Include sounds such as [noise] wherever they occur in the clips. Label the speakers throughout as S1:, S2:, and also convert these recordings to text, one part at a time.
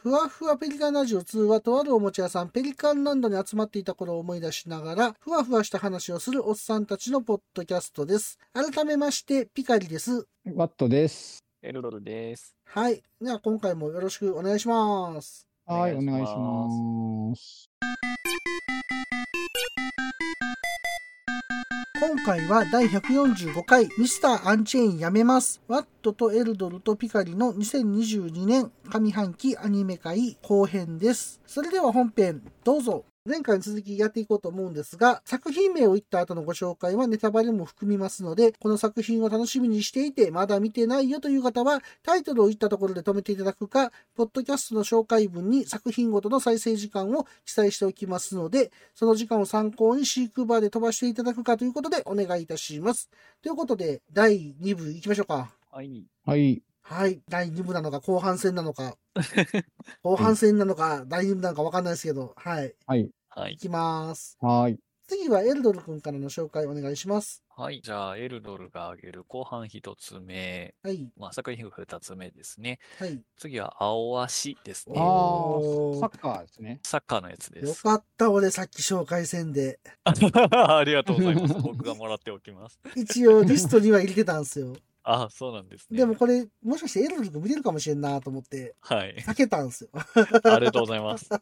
S1: 2
S2: ふわふわペリカンラジオ2はとあるおもちゃ屋さんペリカンランドに集まっていた頃を思い出しながらふわふわした話をするおっさんたちのポッドキャストです。改めましてピカリです。
S3: ワットです。
S4: エルロルです。
S2: はい。では今回もよろしくお願いします。
S3: はい、
S4: お
S3: お
S4: 願
S3: 願
S4: い
S3: い
S4: し
S3: し
S4: ま
S3: ます。
S2: 今回は第145回ミスターアンチェインやめます。ワットとエルドルとピカリの2022年上半期アニメ会後編です。それでは本編どうぞ。前回の続きやっていこうと思うんですが、作品名を言った後のご紹介はネタバレも含みますので、この作品を楽しみにしていて、まだ見てないよという方は、タイトルを言ったところで止めていただくか、ポッドキャストの紹介文に作品ごとの再生時間を記載しておきますので、その時間を参考に飼育バーで飛ばしていただくかということでお願いいたします。ということで、第2部行きましょうか。
S4: はい。
S3: はい、
S2: はい。第2部なのか、後半戦なのか。
S3: [laughs]
S2: 後半戦なのか、第2部なのか分かんないですけど、はい。
S3: はい、
S4: はい
S2: 行。きます。
S3: はい。
S2: 次はエルドル君からの紹介お願いします。
S4: はい。じゃあ、エルドルが挙げる後半一つ目、
S2: はい。
S4: まあ、作品二つ目ですね。
S2: はい。
S4: 次は、青足です
S3: あ
S4: ね。
S3: あ
S2: おー、
S3: サッカーですね。
S4: サッカーのやつで
S2: よ
S4: す。
S2: かった、俺さっき紹介せんで。
S4: [laughs] ありがとうございます。僕がもらっておきます。
S2: 一応リストには入れてたんですよ。
S4: ああ、そうなんですね。
S2: でもこれ、もしかしてエルドル君見れるかもしれんなと思って、
S4: はい。
S2: 避けたんですよ。
S4: ありがとうございます。サ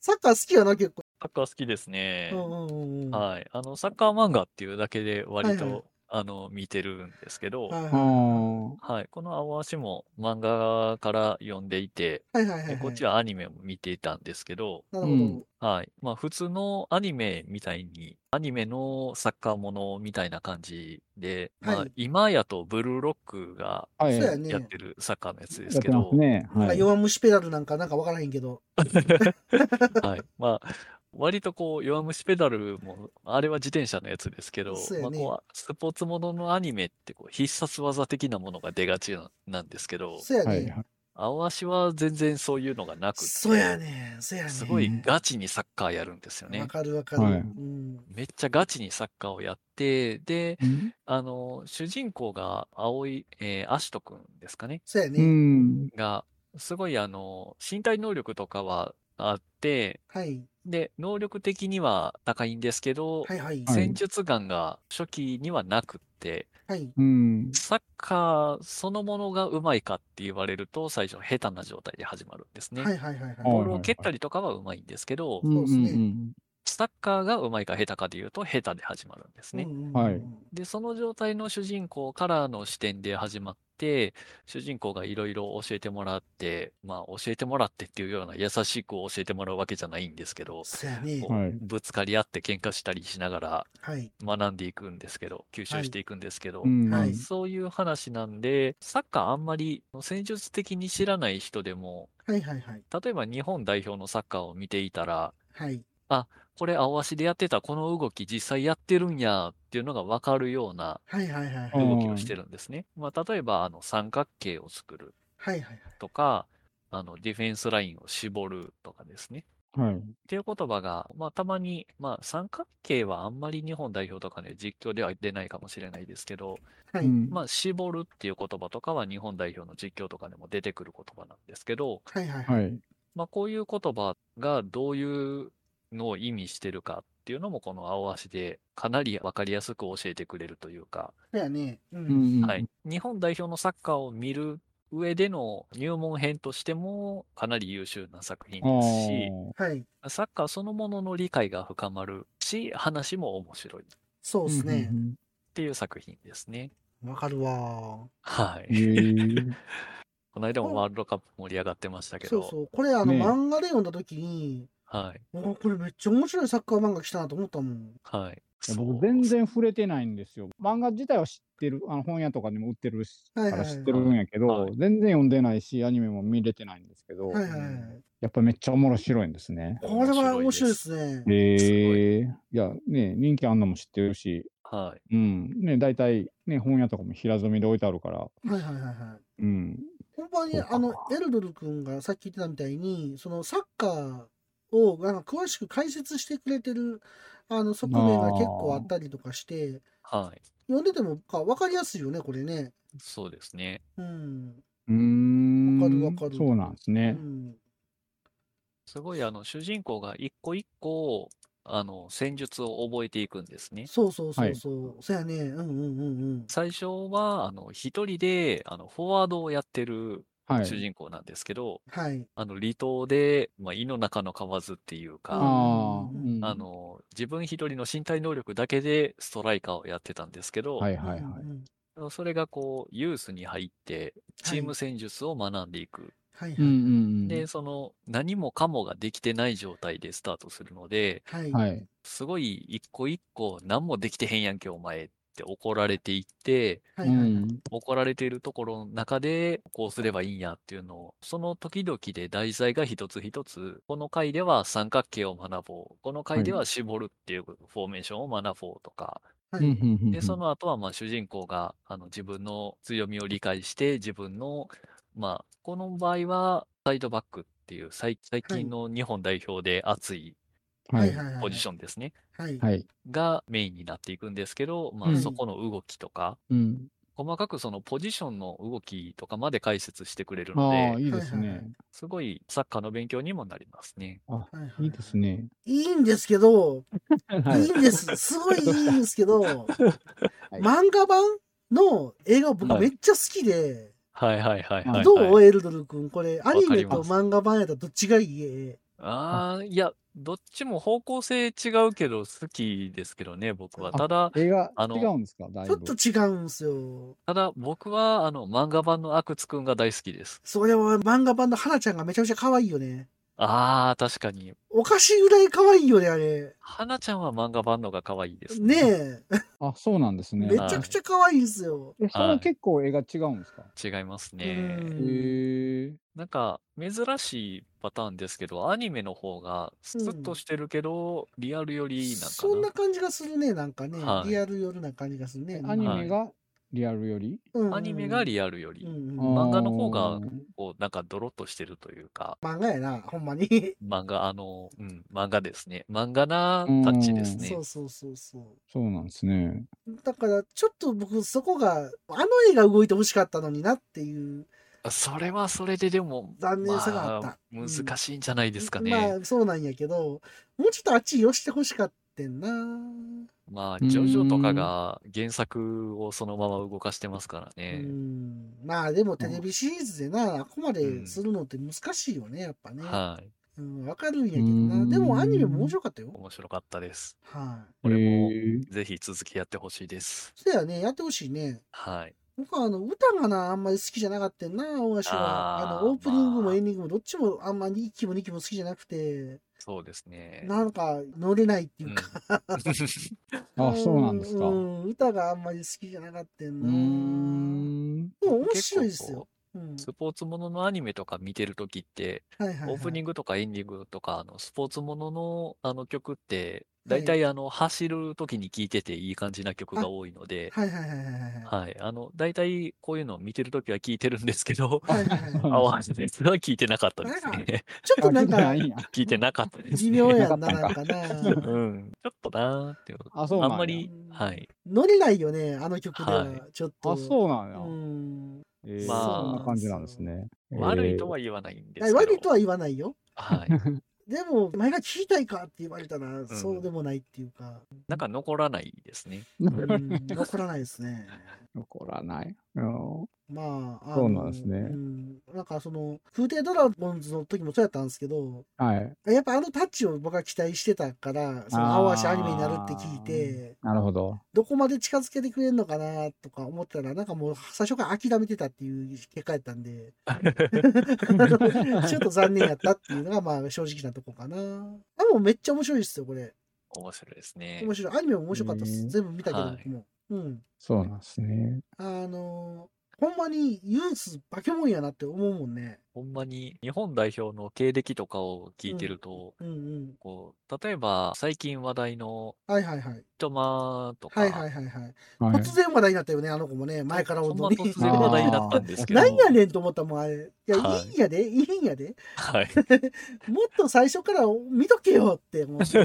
S2: サッカー好きやな、結構。
S4: ッカー好きですね
S2: う。んうんうん。は
S4: はい。あの、サッカー漫画っていうだけで割と、
S2: はいはい
S4: あの、見てるんですけど、
S2: いはい
S3: ああ、
S4: はい。この青足も漫画から読んでいて、
S2: はいはいはいは
S4: で
S2: い。
S4: こっちはアニメも見ていたんですけど、
S2: なるほ
S3: う
S2: ど
S3: ん。
S4: はい。まあ、普通のアニメみたいに、アニメのサッカーものみたいな感じで、まあ、
S2: はい
S4: 今やとブルーロックが
S3: はい、
S2: そうや
S3: や
S2: ね。
S4: やってるサッカーのやつです
S3: っ
S4: け
S3: てま
S4: ど
S3: す、ね。
S2: なん
S3: は
S2: か
S3: い。
S2: 弱虫ペダルなんかなんかわからへんけど。
S4: [laughs] はい。まあ、割とこう、弱虫ペダルも、あれは自転車のやつですけど、
S2: そうや
S4: まあ、
S2: ね
S4: こう、スポーツもののアニメってこう、必殺技的なものが出がちななんですけど、
S2: そや
S3: はい、
S2: ね。
S3: はい。
S4: 青足は全然そういうのがなくて、
S2: そやね。そやね。
S4: すごいガチにサッカーやるんですよね
S2: わ。かるわかる。
S3: はい
S2: うん。
S4: めっちゃガチにサッカーをやって、で、
S3: うん
S4: あの、主人公が青い、えー、アシトくんですかね。
S2: そや
S3: う
S2: ね。
S3: ん。
S4: が、すごいあの、身体能力とかはあって、
S2: はい。
S4: で、能力的には高いんですけど、
S2: はいはい。
S3: はい
S4: 戦術眼が初期にはなくって、
S2: はい。
S3: うん。
S4: サッカーそのものがうまいかって言われると、最初下手な状態で始まるんですね。
S2: はいはいはい
S3: あ
S4: ボ
S2: はい。
S4: ールを蹴ったりとかはうまいんですけど、
S3: うん
S2: そうですね
S3: うん
S4: サッカーがうまいか下手かで言うと、下手で始まるんですね。
S2: うんうんうん
S3: はい
S4: で、その状態の主人公からの視点で始まって、主人公がいろいろ教えてもらって、まあ教えてもらってっていうような優しく教えてもらうわけじゃないんですけど、
S2: そやね
S4: こ。
S3: うんはい。
S4: ぶつかり合って喧嘩したりしながら
S2: はい。
S4: 学んでいくんですけど、吸収していくんですけど
S3: う、ん
S2: はい
S4: そういう話なんで、サッカーあんまり戦術的に知らない人でも、
S2: はいはいはい。
S4: 例えば日本代表のサッカーを見ていたら、
S2: はい。
S4: これ青足でやってたこの動き実際やってるんやっていうのがわかるような
S2: はいはいはいはい。
S3: うん
S4: 動きをしてるんですね。まあ、例えば、あの、三角形を作る
S2: はいはい
S4: とか、あの、ディフェンスラインを絞るとかですね。
S3: はい。
S4: っていう言葉が、まあ、たまに、まあ、三角形はあんまり日本代表とかね、実況では出ないかもしれないですけど、
S2: は
S3: う
S2: い。
S3: ん
S4: まあ、絞るっていう言葉とかは日本代表の実況とかでも出てくる言葉なんですけど、
S2: はいはいはい。
S3: はい。
S4: まあ、こういう言葉がどういうのを意味してるかっていうのも、この青足でかなりわかりやすく教えてくれるというか、
S2: そやね。う。
S3: うんん
S4: はい。、日本代表のサッカーを見る上での入門編としてもかなり優秀な作品
S3: ああ。
S4: ですし、
S2: はい。
S4: サッカーそのものの理解が深まるし、話も面白いっ
S2: そうですね
S3: う。ん
S4: ていう作品ですね。
S2: わかるわ。
S4: は
S3: うん
S4: い。
S3: うん。へえ
S4: この間
S2: うん
S4: もワールドカップ盛り上がってましたけ
S2: そう
S4: ど、
S2: そう。これあの
S3: ね
S2: 漫画で読んだ時に、
S4: はい。
S2: わこれめっちゃ面白いサッカー漫画来たなと思ったもん。
S4: はい。
S3: いや
S4: そう
S3: 僕全然触れてないんですよ。漫画自体は知ってる、あの本屋とかにも売ってるし
S2: は
S3: か
S2: いはいはい
S3: ら知ってるんやけど
S4: はい、
S3: 全然読んでないし、アニメも見れてないんですけど、
S2: はいはいはい。
S3: やっぱめっちゃ面白いんですね。
S2: これは面
S4: 面
S2: 白
S4: 白
S2: い
S4: い
S2: で
S4: です
S2: ね。
S3: ええいや、ね、人気あんのも知ってるし、
S4: はい。
S3: うん、ね、大体、ね、本屋とかも平積みで置いてあるから、
S2: はいはいはいはい。
S3: うん、
S2: ほんまに
S3: そうか
S2: あのエルドル君がさっき言ってたみたいにそのサッカーをなんか詳しく解説してくれてるあの側面が結構あったりとかして
S4: はい。
S2: 読んでてもか分かりやすいよねこれね。
S4: そうですね。
S2: うん、
S3: うーん、
S2: かるわかる
S3: そうなんですね。
S2: うん
S4: すごいあの主人公が一個一個あの戦術を覚えていくんですね。
S2: そうそうそうそう、そうやねうんうんうん
S4: 最初はあの一人であのフォワードをやってる
S3: はい。
S4: 主人公なんですけど、
S2: うんはい
S4: あの離島で、まあ、胃の中の蛙っていうか、
S3: ああ、うん
S4: あ、の自分一人の身体能力だけでストライカーをやってたんですけど、
S3: はいはいはい。
S2: うんうん
S4: それがこうユースに入ってチーム戦術を学んでいく。
S2: はい
S3: うんうんう
S4: で、その何もかもができてない状態でスタートするので、
S2: はい
S3: ん。は
S2: はい
S3: い。
S4: すごい一個一個何もできてへんやんけお前って怒られていって、
S2: は
S3: う
S2: いはい
S3: ん。
S4: 怒られているところの中でこうすればいいんやっていうのを、その時々で題材が一つ一つ、この回では三角形を学ぼう、この回では絞るっていうフォーメーションを学ぼうとか、
S2: は
S3: うんうん
S2: い
S3: うんうん
S4: で、その後はまあ主人公があの自分の強みを理解して、自分の、まあ、この場合はサイドバックっていう最最
S2: はい
S4: 近の日本代表で熱い
S3: は
S2: はい
S3: い。
S2: はいはい
S4: ポジションですね、
S2: はい
S3: はい。
S4: がメインになっていくんですけど、ま
S3: う
S4: あ、
S3: ん
S4: そこの動きとか、
S3: うん。
S4: 細かくそのポジションの動きとかまで解説してくれるの
S3: ああ、
S4: で、
S3: いいです
S2: はいはい
S3: ね。
S4: すごいサッカーの勉強にもなりますね。
S3: あ、
S2: はいはい
S3: いいです
S4: [laughs]
S3: ね。
S2: いいんですけど、、
S3: はい
S2: いんです。すごいいいんですけど、
S3: い
S2: 漫画版の映画僕
S4: はい
S2: めっちゃ好きで、
S4: はいはいはいはい、はい。
S2: どう、エルドル君、これ、アニメ
S4: わかり
S2: と
S4: ます
S2: 漫画版やったらどっちがいい
S4: ああ、いや、どっちも方向性違うけど好きですけどね、僕は。
S3: あ
S4: ただ、
S3: [laughs] 映画
S4: あ
S3: 違
S4: の
S3: うんですかだい
S2: ちょっ
S3: ぶ。
S2: と違うんすよ。
S4: ただ僕はあの漫画版の阿久津くんが大好きです。
S2: それは漫画版の花ちゃんがめちゃくちゃ可愛いよね。
S4: ああ、確かに。
S2: おかしいぐらい可愛いよね、あれ。
S4: 花ちゃんは漫画版のが可愛いです
S2: ね
S4: ね。
S2: え、
S3: あ、そうなんですね。
S2: めちゃくちゃ可愛いんすよ。
S3: え、それは結構映画違うんですか
S4: 違います
S2: う
S4: ね。
S2: ん
S3: へえ。
S4: なんか珍しいパターンですけど、アニメの方がスッとしてるけど、リアルよりなんか
S2: そん
S4: な
S2: な。感じがするね、なんかね。
S4: はい
S2: リアル寄るな感じがするね。
S3: アニメがリアルより
S2: うん
S4: アニメがリアルより、
S2: うんうん
S4: 漫画の方が
S3: あー
S4: こうなんかドロッとしてるというか、
S2: 漫画やな、ほんまに。
S4: 漫画、あの、うん、漫画ですね。漫画なタッチですね
S2: そ。うそうそうそ
S3: そうなんですね。
S2: う。だから、ちょっと僕、そこが、あの絵が動いてほしかったのになっていう
S4: それはそれででも、
S2: 残念さがあった。
S4: まあ難しいんじゃないですかね。
S2: まあ、そうなんやけど、もうちょっとあっち寄してほしかってんな。
S4: まあ、
S3: うん
S4: ジョジョとかが原作をそのまま動かしてますから
S2: う
S4: ね。
S2: ん。まあ、でもテレビシリーズでな、あここまでするのって難しいよね、やっぱね。
S4: はい。
S2: うん、わかるんやけど
S3: う
S2: な。
S3: ん
S2: でも、アニメも面白かったよ。
S4: 面白かったです。
S2: は
S3: へ
S4: 俺も
S3: え。
S4: ぜひ続きやってほしいです。
S2: い。そやね、やってほしいね。
S4: はい。
S2: 僕はあの歌がなあんまり好きじゃなかったよな大橋はあ
S4: あー
S2: のオープニング
S4: ま
S2: も
S4: あ
S2: エンディングもどっちもあんまり1期も2期も好きじゃなくて
S4: そうですね。
S2: なんか乗れないって
S4: う
S2: い [laughs]
S4: ん
S2: うか、
S3: あ、そうなんですか。
S2: う
S3: うん
S2: 歌があんまり好きじゃなかったよ
S3: ー
S2: なで
S3: ん。
S2: も面白いです。
S4: [laughs] 結構
S2: よ
S4: こ、
S2: うん
S4: う、スポーツもののアニメとか見てるときって、
S2: はいはい、はい、
S4: オープニングとかエンディングとか、あのスポーツもののあの曲って、
S2: は
S4: だ
S2: い
S4: いたいあの走るときに聴いてていい感じな曲が多いので、
S2: はいはいはいはいはい
S4: はい。あの、だいたいこういうのを見てるときは聴いてるんですけど、
S2: はいはいはい
S3: あ
S4: 合わせて、それは聞いてなかったですね。
S2: ちょっとなん
S3: あ
S2: か
S3: いいな
S4: [laughs] 聞いてなかったです
S2: 微
S4: ね。
S2: 妙
S4: [laughs] う
S2: やんななんかな
S3: [laughs]
S4: ん。ちょっとなーっていう。
S3: あ、そうな
S4: あ
S3: ん
S4: ん
S3: や
S4: まり、はい。
S2: 乗れないよねあの曲では、
S4: はい
S2: ちょっと
S3: あ、そうなんや。
S2: うん
S3: えー
S4: まあ
S3: そんな感じなんですね。
S4: 悪いと
S3: は。
S4: は言わないんですけど。
S2: 悪いとは言わないよ
S4: はい。
S2: でも、前が聞きたいかって言われたら、そうでもないっていうか、
S4: なんか残らないで
S2: [laughs]
S4: すね。
S2: うん、残らないですね。
S3: 残らない。うん
S2: まあ、あの
S3: そうなんですね
S2: うん、なんかその、空挺ドラゴンズの時もそうやったんですけど、
S3: はい。
S2: やっぱあのタッチを僕は期待してたから、その、
S3: あー
S2: 青足アニメになるって聞いて、
S3: なるほど。
S2: どこまで近づけてくれるのかなとか思ってたら、なんかもう最初から諦めてたっていう結果やったん
S3: [laughs]
S2: で、ちょっと残念やったっていうのが、まあ正直なとこかな。でもめっちゃ面白いですよ、これ。
S4: 面白いですね。
S2: 面白い。アニメも面白かったです。
S3: ね
S2: 全部見たけど、
S4: はい
S2: 僕も。うん。
S3: そうなんですね。
S2: あのーほんまにユース化け物やなって思うもんね。
S4: ほんまに日本代表の経歴とかを聞いてると、
S2: うんうん。
S4: こう例えば最近話題の
S2: はいはいはい。
S4: トマとか、
S2: はいはいはいはい。
S3: はい
S2: 突然話題になったよね、あの子もね、前から
S4: ほんま
S2: 踊り。
S4: 突然話題になったんですけど、
S2: なんやねんと思ったもん、あれ。いや、
S4: はい
S2: いいんやで、いいんやで。
S4: はい、 [laughs]
S2: もっと最初から見とけよって思って。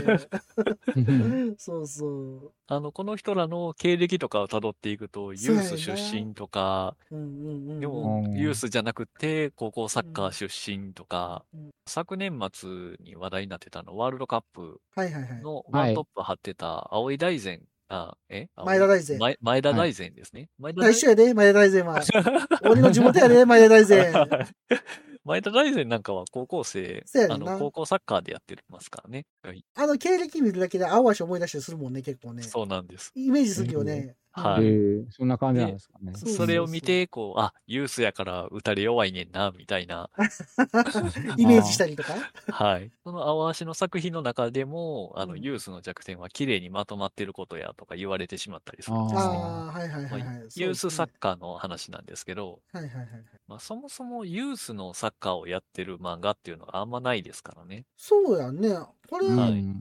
S3: うん
S2: そうそう。
S4: あのこの人らの経歴とかをたどっていくと、ユース出身とか、
S2: うんうんうん。
S4: で
S3: う
S4: も
S3: ん
S4: ユースじゃなくて高校サッカー出身とか
S2: うん、
S4: 昨年末に話題になってたの、ワールドカップ
S2: はいはいはい。
S4: の
S3: はい
S4: ワントップ張ってた青井大然、あ、え青井
S2: 前田大然
S4: 前前田大然ですね。前田
S2: 大
S4: 大 [laughs]
S2: 一緒やで、前田大然は。俺の地元やで、前田大然。
S4: 前田大然なんかは高校生
S2: そうや、ね
S4: あ
S2: んな
S4: の、高校サッカーでやってますからね。はい
S2: あの経歴見るだけで青足思い出したりするもんね、結構ね。
S4: そうなんです。
S2: イメージするよね。
S4: は
S3: え
S4: い。
S3: ーそんな感じなんですかね。
S2: そう
S4: それを見て、こう、あ、ユースやから打たれ弱いねんな、みたいな。
S2: [laughs] イメージしたりとか。
S4: はい。その青足の作品の中でも、あ
S2: う
S4: の、
S2: ん
S4: ユースの弱点は綺麗にまとまってることやとか言われてしまったりするんですね。
S2: ああ、はいはいはいはい。
S4: ユースサッ
S2: カ
S4: カーの話なんですけど、
S2: ー。はいはいはいはい。
S4: まあ、そもそもユースのサッカーをやってる漫画っていうのがあんまないですからね。
S2: そうやんね。これ
S3: う
S2: が、
S4: はい
S3: ん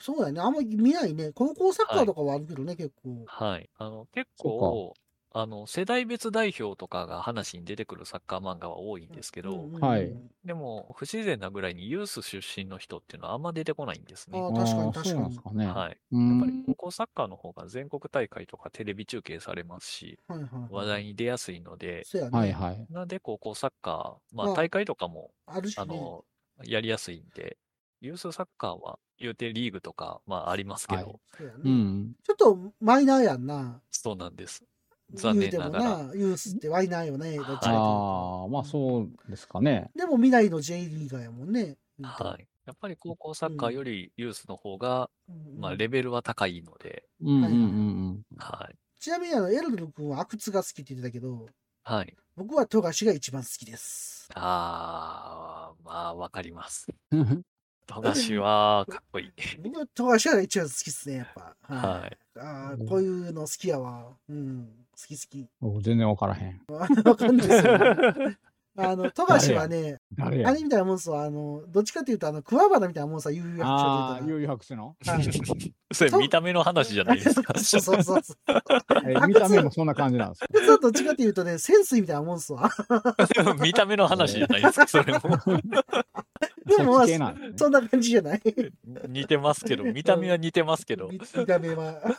S2: そうやね。あんまり見ないね。高校サッカーとかはあるけどね、結構。
S4: はい。あの、結
S3: そうか
S4: 構、あの、世代別代表とかが話に出てくるサッカー漫画は多いんですけ
S2: う
S4: ど、
S2: んうんうん
S3: はい
S4: でも、不自然なぐらいにユース出身の人っていうのはあんま出てこないんですね。
S2: あー
S3: あー
S2: 確かに確かに
S3: そうなんですかね。
S4: はい。
S3: う
S4: やっ
S3: ん
S4: ぱり高校サッカーの方が全国大会とかテレビ中継されますし、
S2: はいはい。
S4: 話題に出やすいので、
S2: そうやね。
S3: はいはい。
S4: なんで高校サッカー、
S2: ま
S4: ま
S2: あ
S4: あ大会とかも、
S2: あるし
S4: あ
S2: ね。
S4: の、やりやすいんで、ユースサッカーは、言うてリーグとか、まあありますけ
S3: はい
S4: ど、
S2: そうやね
S3: うん。
S2: ちょっとマイナーやんな。
S4: そうなんです。残念なが
S2: 言う
S4: ら
S2: て。もな、ユースってマイナーよね。どっちかというと
S3: ああ、まあそうですかね。
S2: でも未来の J リーガーやもんね。
S4: はい。やっぱり高校サッカーよりユースの方が、
S2: うん
S4: まあ、レベルは高いので、
S3: うんうんうん
S4: はい。
S2: ちなみにあの、エルドル君は阿久津が好きって言ってたけど、
S4: はい。
S2: 僕は富樫が一番好きです。
S4: あー、まあ、わかります。
S3: うん。
S4: 富樫は、かっこいい。
S2: 僕は富樫が一番好きっすね、やっぱ。
S4: はい。
S2: い。ああ、こういうの好きやわ。うん。好き好き。
S3: お全然わからへん。 [laughs]
S2: [laughs] わかんないです
S4: [laughs]
S2: よ、ね。あの、富樫はね、
S3: 誰や
S2: あれみたいなもんさ、あの、どっちかというと、あの、桑原みたいなもんさ、言うや
S3: ああ、
S2: つ
S3: 悠々白書の
S2: はい
S4: [laughs] それ、見た目の話じゃないですか。
S2: [laughs] そうそうそうそう。
S3: え見た目もそんな感じなんですか
S2: 普通はどっちかというとね、潜水みたいなもんっす
S4: [laughs]
S2: わ。
S4: [laughs] 見た目の話じゃないですか、それも。
S2: [laughs]
S4: [laughs]
S2: でもま
S3: そ
S2: あ
S3: っち系なんですね
S2: そんな感じじゃない
S4: 似てますけど、見た目は似てますけど
S2: 見、見た目は。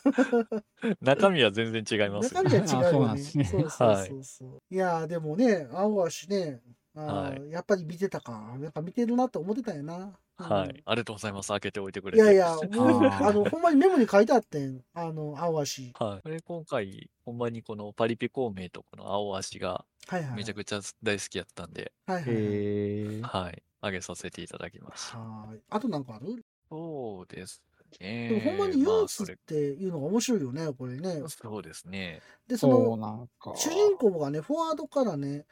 S4: 中身は全然違います
S2: 中
S4: よ
S2: 身
S4: ね。
S2: は違う
S3: あそう
S2: よ
S3: なん
S2: ね。
S3: ですね
S2: そうそうそうそう。い、やーでもね、青足ね、あーやっぱり見てたか。やっぱ見てるなって思ってたんやな。
S4: は
S2: うん
S4: い。ありがとうございます。開けておいてくれ
S2: い
S4: て。
S2: やいや、もう、
S3: あー
S2: あの、ほんまにメモに書いてあってん。あの、青足。
S4: はい。これ今回、ほんまにこのパリピ孔明とこの青足が
S2: はいはい。
S4: めちゃくちゃ大好きやったんで、
S2: はいはいはい。
S3: へえ。
S4: はい。あげさせていただきました。
S2: はーい。あとなんかある
S4: そうです
S2: でも
S4: ね。
S2: ほんまにユ
S4: ま
S2: ー
S4: あ
S2: ス
S4: そ
S2: っ
S4: れ
S2: ていうのが面白いよね、これね。
S4: そうですね。
S2: で、そ
S3: そう
S2: の、
S3: なんか。
S2: 主人公がね、フォワードからね、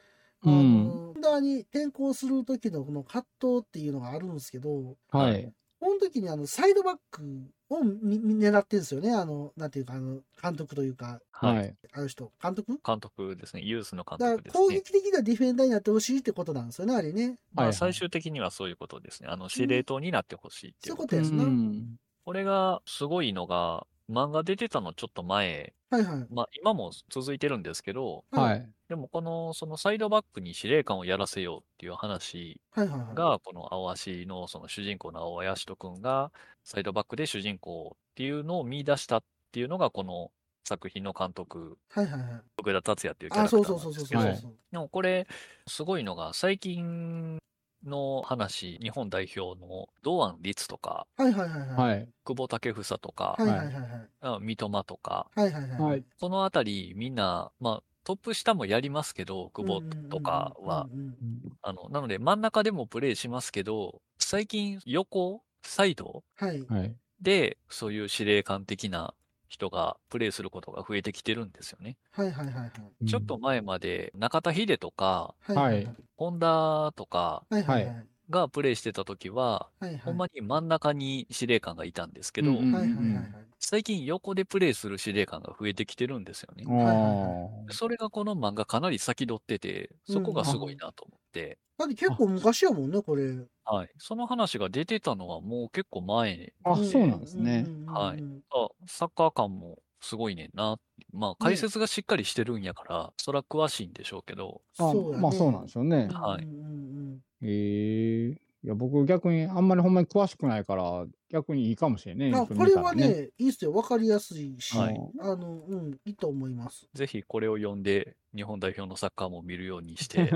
S2: あ
S3: う
S2: の
S3: ん。
S2: フォワードに転校する時のこの葛藤っていうのがあるんですけど、
S3: はい。
S2: この時にあのサイドバックをみみ狙ってるんですよね、あの、なんていうか、あの、監督というか、
S4: は。
S3: はいい。
S2: あの人、監督
S4: 監督ですね。ユースの監
S2: だから
S4: 督です
S2: 攻
S4: ね。
S2: 撃的なディフェンダーになってほしいってことなんですよね、あれね。
S3: はい
S4: ま
S3: は
S4: あ
S3: い
S4: 最終的にはそういうことですね。あの、司令塔になってほしいって
S2: そ
S4: いう
S2: いううこ
S4: こと
S2: とですね。
S3: うん
S4: これがすごいのが、漫画出てたのちょっと前、
S2: はいはい。。
S4: まあ今も続いてるんですけど、
S3: はいい。
S4: でもこの、そのサイドバックに司令官をやらせようっていう話
S2: はいはいはい。
S4: が、この青足の、その主人公の青足とくんが、サイドバックで主人公っていうのを見出したっていうのが、この作品の監督、
S2: はいはいはい。
S4: 徳田達也っていうキャ
S2: あ、
S4: ラクタ
S2: そう
S4: ー
S2: そうそう
S4: なんで
S2: そう
S4: す
S2: そう。
S3: は
S4: けど、で
S3: い
S4: もこれ、すごいのが、最近の話、日本代表の堂安律とか、
S2: はいはいはいはい。
S3: はい。
S4: 久保建英とか、
S2: はいはいはいはい。
S4: あ三笘とか、
S2: はいはいはい。
S3: はい。
S4: このあたりみんな、まあ、トップ下もやりますけど、久保とかは
S2: う、んうんうんうん。
S4: あの、なので真ん中でもプレーしますけど、最近横、サイド
S2: はい。
S3: はい。
S4: で、そういう司令官的な人がプレーすることが増えてきてるんですよね。
S2: はいはいはいはい。
S4: ちょっと前まで中田秀とか、
S2: はい
S4: 本田とか
S2: はいはいはい。
S4: がプレーしてた時は、
S2: はいはい。
S4: ほんまに真ん中に司令官がいたんですけ
S3: う
S4: ど、
S3: んうん
S2: はいはいはいはい。
S4: 最近横でプレーする司令官が増えてきてるんですよね。
S3: うん。ああ。
S4: それがこの漫画かなり先取ってて、そこがすごいなと思って、
S2: だって結構昔やもんね、これ。
S4: はい、その話が出てたのはもう結構前
S3: あ、そうなんですね。
S2: うんうんうんうん
S4: はいあ、サッカー感もすごいねんな。まあ、解説がしっかりしてるんやから、そら詳しいんでしょうけど、
S2: そ
S3: あ
S2: うやね
S3: まあそうなんでしょうね。
S4: はい
S2: うんうん
S3: ええいや、僕逆にあんまりほんまに詳しくないから、逆にいいかもしれな
S2: う
S3: い
S2: ん
S3: ね。
S2: あ
S3: そ
S2: こ
S3: 見
S2: れ
S3: たら
S2: はね、いいっすよ。わかりやすいし、
S4: はい
S3: うん
S2: あの、うん、いいと思います。
S3: [laughs]
S4: ぜひこれを読んで、日本代表のサッカーも見るよう
S2: [laughs]
S4: にして、
S2: で、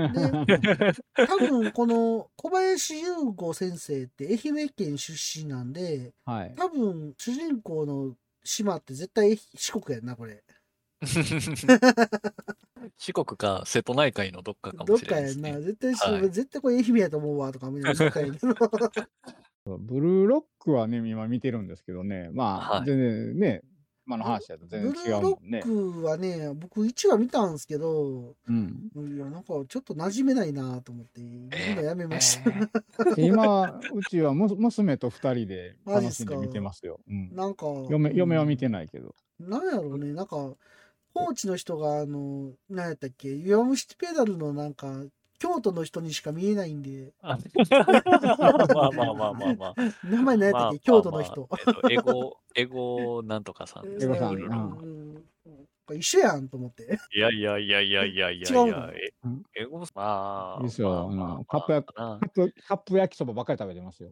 S2: 多分この小林優吾先生って愛媛県出身なんで、
S3: [laughs] はい。
S2: 多分主人公の島って絶対四国やんな、これ。
S4: 四国か瀬戸内海のどっかか
S2: ど
S4: も
S2: っ
S4: しれ
S2: か
S4: ないで
S2: や
S4: す
S2: んな。
S4: ね。
S2: 絶対四国、
S4: はい
S2: 絶対これ愛媛やと思うわとかみんなどっ
S4: [laughs]
S2: かやけど。
S3: ブルーロックはね、今見てるんですけどね。まあ、
S4: はい
S3: 全然ね、今の話だと全
S2: ブル
S3: 然違
S2: ー
S3: うも
S2: ロ
S3: んね。
S2: ックはね、僕1話見たんですけど、
S3: うん。
S2: [laughs] いや、なんかちょっと馴染めないなと思って、見るのやめました。
S3: で今、うちはむ娘と二人で
S2: マジっ
S3: 楽
S2: す
S3: し
S2: か
S3: んで見てますよ。うん、
S2: [laughs] なんか、
S3: 嫁嫁は見て
S2: ない
S3: ないけど。
S2: なんやろうね、なんか、高知の人が、あの、なんやったっけ、弱虫ペダルのなんか、京都の人にしか見えないんで、
S4: あ
S2: [laughs]
S4: まあまあまあまあまあ。
S2: 名前なんやったっけ、京都の人。
S4: まあまあまあえっとエゴ、エゴなんとかさんですね
S3: エゴさん
S4: ブルーロック
S3: う
S2: うん一緒やんと思って。
S4: いやいやいやいやいやいやい
S2: 違う
S4: や
S2: の、
S4: え
S3: うん
S4: エゴまあ。
S3: いいっすよ
S4: まあ
S3: あのカップ焼き
S4: まあ
S3: カ
S4: ま
S3: ップカップ焼きそばばっかり食べてますよ。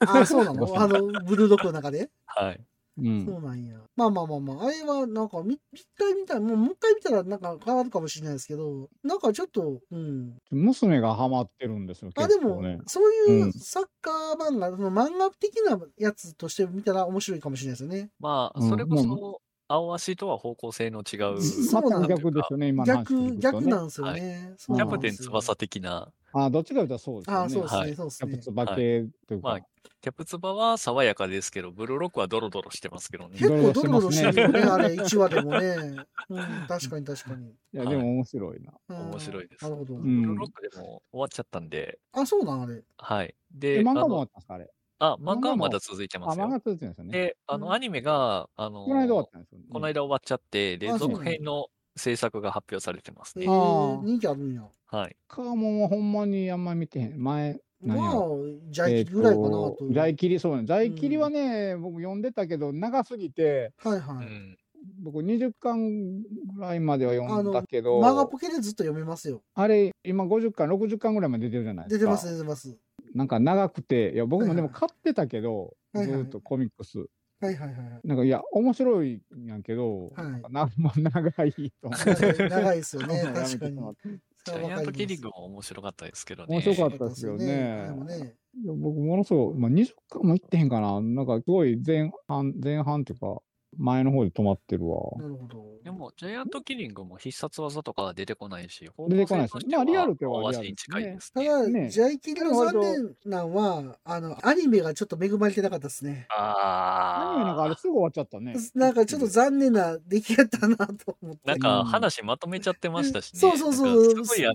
S2: ああ、そうなのあの、ブルードックの中で。
S4: あはい。
S2: そ
S3: う。
S2: うんなんや。まあまあまあまあ、あれはなんか、み一回見たら、もうもう一回見たらなんか変わるかもしれないですけど、なんかちょっと、うん。
S3: 娘がハマってるんですよ。
S2: あ、で
S3: 結
S2: も
S3: 構ね、。
S2: そういううんサッカー漫画、その漫画的なやつとして見たら面白いかもしれないですよね。
S4: まあ、
S3: うん
S4: それこ
S3: ま
S4: そ、青足とは方向性の違う。
S2: そ
S3: ま
S2: うな
S3: た
S2: んだ
S3: 逆ですよね、今の話聞
S2: 逆、逆
S3: くとね。
S2: なんですよね。そう
S4: キ
S2: な
S4: ャ
S2: ん
S4: プ
S2: で
S4: テン
S2: すよ
S4: 翼的な、
S3: あどっちかというとそうですよね。
S2: ああ、そうです
S4: は
S2: ね、
S4: い
S2: そうです
S3: キャプ
S2: ね
S3: ツ。バ系というか、
S4: まあ、キャプツバは爽やかですけど、ブルーロックはドロドロしてますけどね
S2: 結。構ド
S3: ド
S2: ロ
S3: ロ
S2: ドロ
S3: ドロ
S2: し
S3: してて
S2: る
S3: ますね
S2: よね、あれ、1話でもね。
S3: [laughs]
S2: うん、確かに確かに。
S3: いやでも面白いな。
S2: あー
S4: 面白いです
S2: なるほど。
S3: う
S4: ブ
S3: ん
S4: ルーロックでも終わっちゃったんで、
S2: あ、そうなん、あれ。
S4: はい。
S3: え
S4: で、
S3: 漫画
S4: あ
S3: も終わ
S4: の
S3: ったんですかあれ。
S4: あ、漫画は
S3: 漫画も
S4: まだ続いて
S3: あ
S4: ます
S3: 漫
S4: よ
S3: 画。続いてるんですよね。
S4: で、あ
S2: うん
S4: の、アニメが、あの、
S3: この間終わったんですよね。
S4: この間終わっちゃって、で
S2: あ、そう
S3: なんだ
S4: 続編の制作が発表されてます
S2: え
S4: ね。
S2: ー、人気あるんや。
S4: はい。
S3: カーモンはほんまにあんま見てへん。前、
S2: ま
S3: 何や
S2: あ
S3: ろ、
S2: 在籍ぐらいかなと。
S3: えーと在切りそうね。在切りはね、僕読んでたけど、長すぎて、
S2: はいうはい。
S4: ん。
S3: 僕20巻ぐらいまでは読んだけど、
S2: 漫画ポケでずっと読めますよ。
S3: あれ、今50巻、60巻ぐらいまで出てるじゃない
S2: 出
S3: です
S2: て
S3: か。
S2: ます、出てます。
S3: なんか長くて、いや、僕もでも
S2: はいはい
S3: 買ってたけど、
S2: はいはい
S3: ずーっとコミックス。
S2: はいはいはい
S3: なんか、いや、面白いんやけど、
S2: はい
S3: なんかなまあ長いと思っ
S2: 長
S3: [laughs] て。
S2: い。長いですよね、
S3: やめて
S2: 確かに。
S3: しまった
S2: そ
S4: ジ
S2: れは
S4: ャイ
S2: わ
S4: ア
S2: かります
S4: ントキリングも面白かったですけどね。
S3: 面白かった
S2: そうですよ
S3: ね
S2: でもね
S3: いや僕ものすごい、まあ、20巻もいってへんかな。なんか、すごい前半、前半っていうか、前の方で止まってるわ。
S2: なるほど。
S4: でも、ジャイアントキリングも必殺技とかは出てこないし、
S3: 出てこないです
S4: 方向性とし
S3: まあリアルでは
S4: 青
S3: リア
S4: 足
S3: ル
S4: に
S3: です
S4: 近
S3: ね
S4: いです
S2: た
S4: ね。
S2: だ、
S3: ね
S2: ジャイキリの
S3: 割
S2: 残
S3: と
S2: 念なんは、あの、アニメがちょっと恵まれてなかったですね。
S4: あ
S3: アニメなんかあれすぐ終わっちゃったね。
S2: なんかちょっと残念な出来やったなと思って。
S4: なんか話まとめちゃってましたしね。
S2: そうそうそう
S4: なんかすごいあ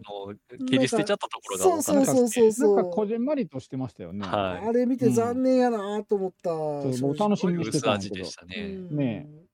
S4: の切り捨てちゃったところが多かった
S2: そ
S4: で
S2: う
S4: す
S2: そ
S4: ね。
S2: うそう
S3: な
S2: そ
S3: んか
S2: う
S3: こ。じんまりとしてましたよね。
S4: はい
S2: あれ見て残念やなと思った。
S3: んそうもう楽し
S4: すご
S3: み
S4: い
S3: にして
S4: 薄
S3: たんだ
S4: 味
S3: けど
S4: でした
S2: う
S4: ね。
S2: ん
S3: ね。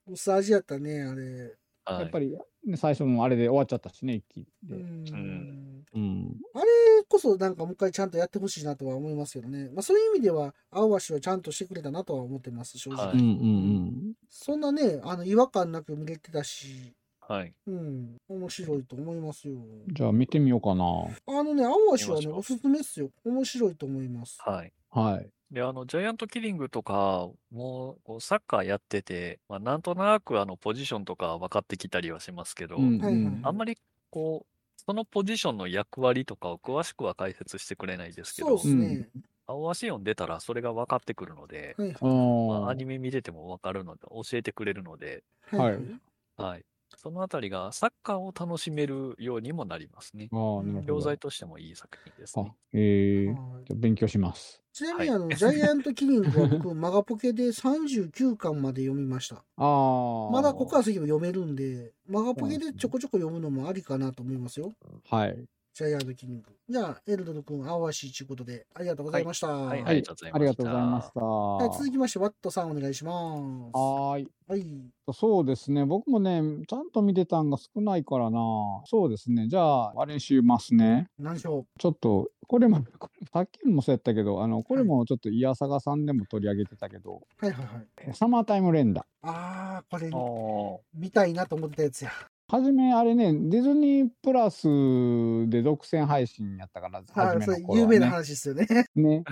S2: 薄味やったね、あれ。
S4: は
S3: やっぱ
S4: い。
S3: り、ね、最初のあれで終わっちゃったしね、一気
S2: う
S3: で。
S2: ん。
S3: うん。
S2: それこそなんかもう一回ちゃんとやってほしいなとは思いますけどね。まあそういう意味では、青足はちゃんとしてくれたなとは思ってます、正直。
S4: は
S3: う
S4: い
S3: んうん
S2: そんなね、あの、違和感なく見れてたし、
S4: はい。
S2: うん、面白いと思いますよ。
S3: うん。じゃあ見てみようかな。
S2: あのね、青足は
S4: 見
S2: ね、
S4: ましょう
S2: おすすめっすよ。面白いと思います。
S4: はい。
S3: はい。
S4: で、あの、ジャイアントキリングとか、もう、こうサッカーやってて、まあ、なんとなく、あの、ポジションとか分かってきたりはしますけど、
S3: うん
S2: はいはいはい
S4: あんまり、こう、そのポジションの役割とかを詳しくは解説してくれないですけ
S2: そう
S4: ど
S2: っ、すね。
S4: 青足読んでたらそれが分かってくるので、
S2: はい
S3: あ
S4: まあ、
S3: あ
S4: アニメ見てても分かるので、教えてくれるので、
S2: はい。
S3: はい
S4: はい。そのあたりがサッカーを楽しめるようにもなりますね。
S3: あー、なるほど。
S4: 教材としてもいい作品です
S3: あ
S4: ね。、
S3: ええ
S2: はい
S3: じゃあ勉強します。
S2: ちなみに、
S4: は
S2: あの、ジャイアントキリングは僕、マガポケで39巻まで読みました。
S3: ああ。
S2: まだここから先も読めるんで、マガポケでちょこちょこ読むのもありかなと思いますよ。
S3: はい。
S2: ジャイアントキング。じゃあ、エルドル君、青足ということで、ありがとうございました。
S4: は、
S2: はいい
S4: ありがとうございました。
S3: ありがとうございました。
S2: はい続きまして、ワットさん、お願いします。は
S3: はーい。
S2: い。
S3: そうですね。僕もね、ちゃんと見てたんが少ないからな。そうですね。じゃあ、あれしますね。
S2: 何でしょ
S3: ちょっと、これも、 [laughs] これさっきもそうやったけど、あの、これもちょっと、いやさがさんでも取り上げてたけど、
S2: う。はいはいはい。
S3: えサマータイム連打。
S2: あー、これ、
S4: おー
S2: 見たいなと思ってたやつや。
S3: はじめ、あれね、ディズニープラスで独占配信やったから、
S2: は
S3: 初
S2: い、
S3: め
S2: そ
S3: の
S2: れ、
S3: 頃
S2: 有
S3: は
S2: 名な
S3: ね。
S2: 話ですよね。
S3: ね、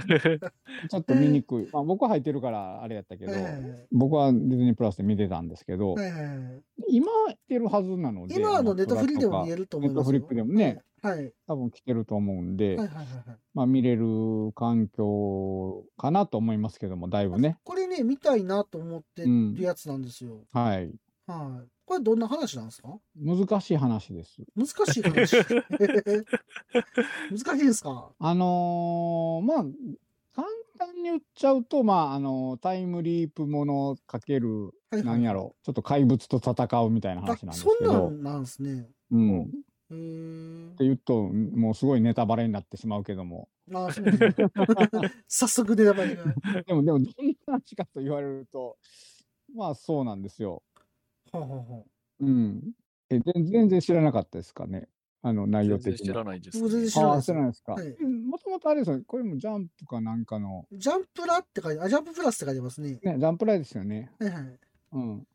S3: ちょっと見にくい。まあ、僕は入ってるから、あれやったけど、
S2: え
S3: 僕はディズニープラスで見てたんですけど
S2: え、はいはいはい
S3: 今来てるはずなので、
S2: 今あのネットフリでも見
S3: る。
S2: えると思いますよ。
S3: ネットフリでもね
S2: はい。はい。
S3: 多分来てると思うんで、
S2: はいはいはいはい。
S3: まあ見れる環境かなと思いますけども、だいぶね。
S2: これね、見たいなと思ってるやつなんですよ。
S3: はい。
S2: はい。これどんな話なんですか
S3: 難しい話です。
S2: 難しい
S3: [laughs]
S2: 話。難しいですか
S3: あのーまあ、簡単に言っちゃうと、まあ、あのタイムリープものかける、
S2: はい
S3: なんやろ、ちょっと怪物と戦うみたいな
S2: あ
S3: 話なんです
S2: そん
S3: け
S2: な
S3: ど、
S2: んなんですね。
S3: うん。って
S2: へー
S3: 言うと、もうすごいネタバレになってしまうけども。
S2: あーそうなんだ
S3: [laughs]
S2: 早速ネタバレが。
S3: でも、でも、どんな話かと言われると、まあ、そうなんですよ。
S2: ほうほうほ
S3: うん。え、ぜん全然知らなかったですかね。あの、内容
S4: 全然
S3: 的
S4: 知
S3: に。
S4: らないです、
S2: 僕全然知らない
S3: ああー、
S2: です
S3: 知らないですか。
S2: はい
S3: もともとあれですよね。これもジャンプかなんかの、
S2: うジャンプラって書いて、あ、ジャンププラスって書いてますね。
S3: ね、ジャンプライですよね。
S2: はいはい。
S3: うん。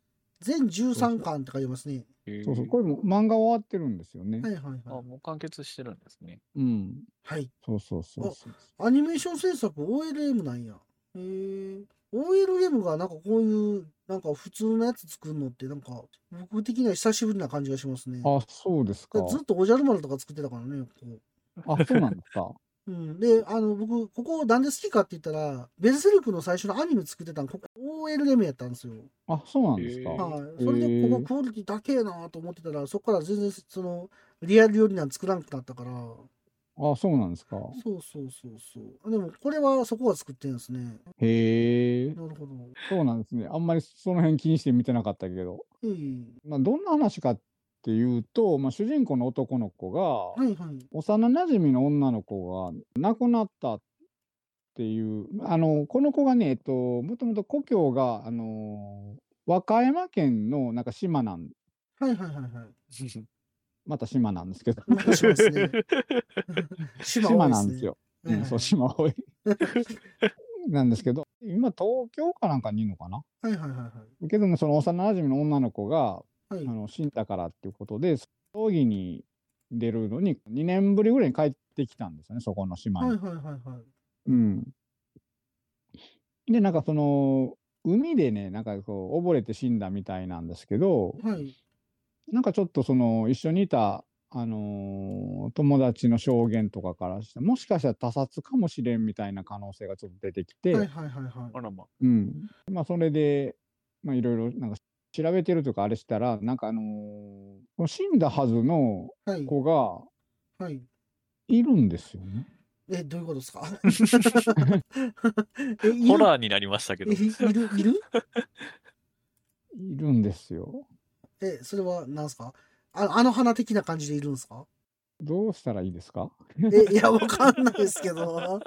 S2: 全13巻って書いてますね。
S4: へー
S3: そうそう。これも漫画終わってるんですよね
S2: は。いはいはい。
S4: あ、もう完結してるんですね。
S3: うん。
S2: はい。
S3: そうそうそうそう。
S2: アニメーション制作 OLM なんや。へえ。OLM がなんかこういう、なんか普通のやつ作るのって、なんか僕的には久しぶりな感じがしますね。
S3: あ、そうですか。
S2: ずっとおじゃる丸とか作ってたからね。こう
S3: あ、そうなんですか。
S2: うん、で、あの、僕、ここなんで好きかって言ったら、ベルセルクの最初のアニメ作ってたの、ここ OLM やったんですよ。
S3: あ、そうなんですか。
S4: へー
S2: はい。それで、
S3: へ
S2: ここ
S3: ー
S2: クオリティ高えなと思ってたら、そこから全然、その、リアルよりなん作らんくなったから、
S3: あ、そうなんですか。
S2: そうそうそうそう。でも、これはそこが作ってるんですね。
S3: へえ。
S2: なるほど。
S3: そうなんですね。あんまりその辺気にして見てなかったけど。
S2: えい
S3: まあ、どんな話かっていうと、まあ、主人公の男の子が、
S2: はいはい。
S3: 幼なじみの女の子が亡くなったっていう、あの、この子がね、えっと、もともと故郷が、あの、和歌山県のなんか島
S2: [laughs]
S3: なん、
S2: はいはいはいはい。
S3: また島なんですけど、
S2: お願いします
S3: [laughs]
S2: ね。 [laughs] 島多
S3: 島
S2: い
S3: なんです。よ。
S2: はいは
S3: うん、
S2: い
S3: そう、島多い。
S2: [laughs]
S3: なんですけど、今、東京かなんかにいるのかな
S2: はいはいはい
S3: けども、その幼なじみの女の子
S2: は
S3: が、
S2: い。
S3: あ
S2: はい。
S3: の死んだからっていうことで、葬儀に出るのに、2年ぶりぐらいに帰ってきたんですよね、そこの島に。
S2: はいはいはいはい。
S3: うん。で、なんかその、海でね、なんかこう、溺れて死んだみたいなんですけど、
S2: はい。
S3: なんかちょっとその、一緒にいた、あのー友達の証言とかからして、もしかしたら他殺かもしれんみたいな可能性がちょっと出てきて、
S2: はいはいはいはい
S4: [laughs] あ。らま。
S3: うん。まあ、それで、まあ、いろいろ、なんか、調べてるとかあれしたら、なんかあのー死んだはずの
S2: はい。
S3: 子が
S2: はい。
S3: いるんですよね。 [laughs]
S2: え、どういうことですか [laughs] え、いる
S4: ホラーになりましたけど
S2: え、。いる、いる
S3: いるんですよ。
S2: え、それは何すかああの花的な感じでいるんですか
S3: どうしたらいいですか
S2: え、いや、わかんないですけど。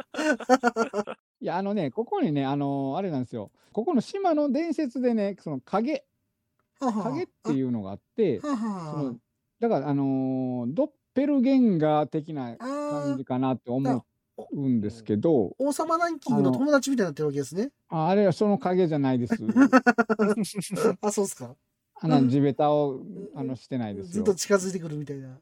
S3: いや、あのね、ここにね、あのーあれなんですよ。ここの島の伝説でね、その影、影っていうのがあって、
S2: はは
S3: そ
S2: は
S3: のだから、あのードッペルゲンガー的な
S2: あは
S3: 感
S2: あ
S3: じかなって思うんですけど、
S2: 王様ランキングの友達みたいになってるわけです
S3: [laughs]
S2: ね。
S3: ああれはその影じゃな
S2: [laughs]
S3: いです。
S2: あ、そうですか。
S3: あの地べたをあのしてないです
S2: ずっ
S3: よ
S2: と。近づいてくるみたいな。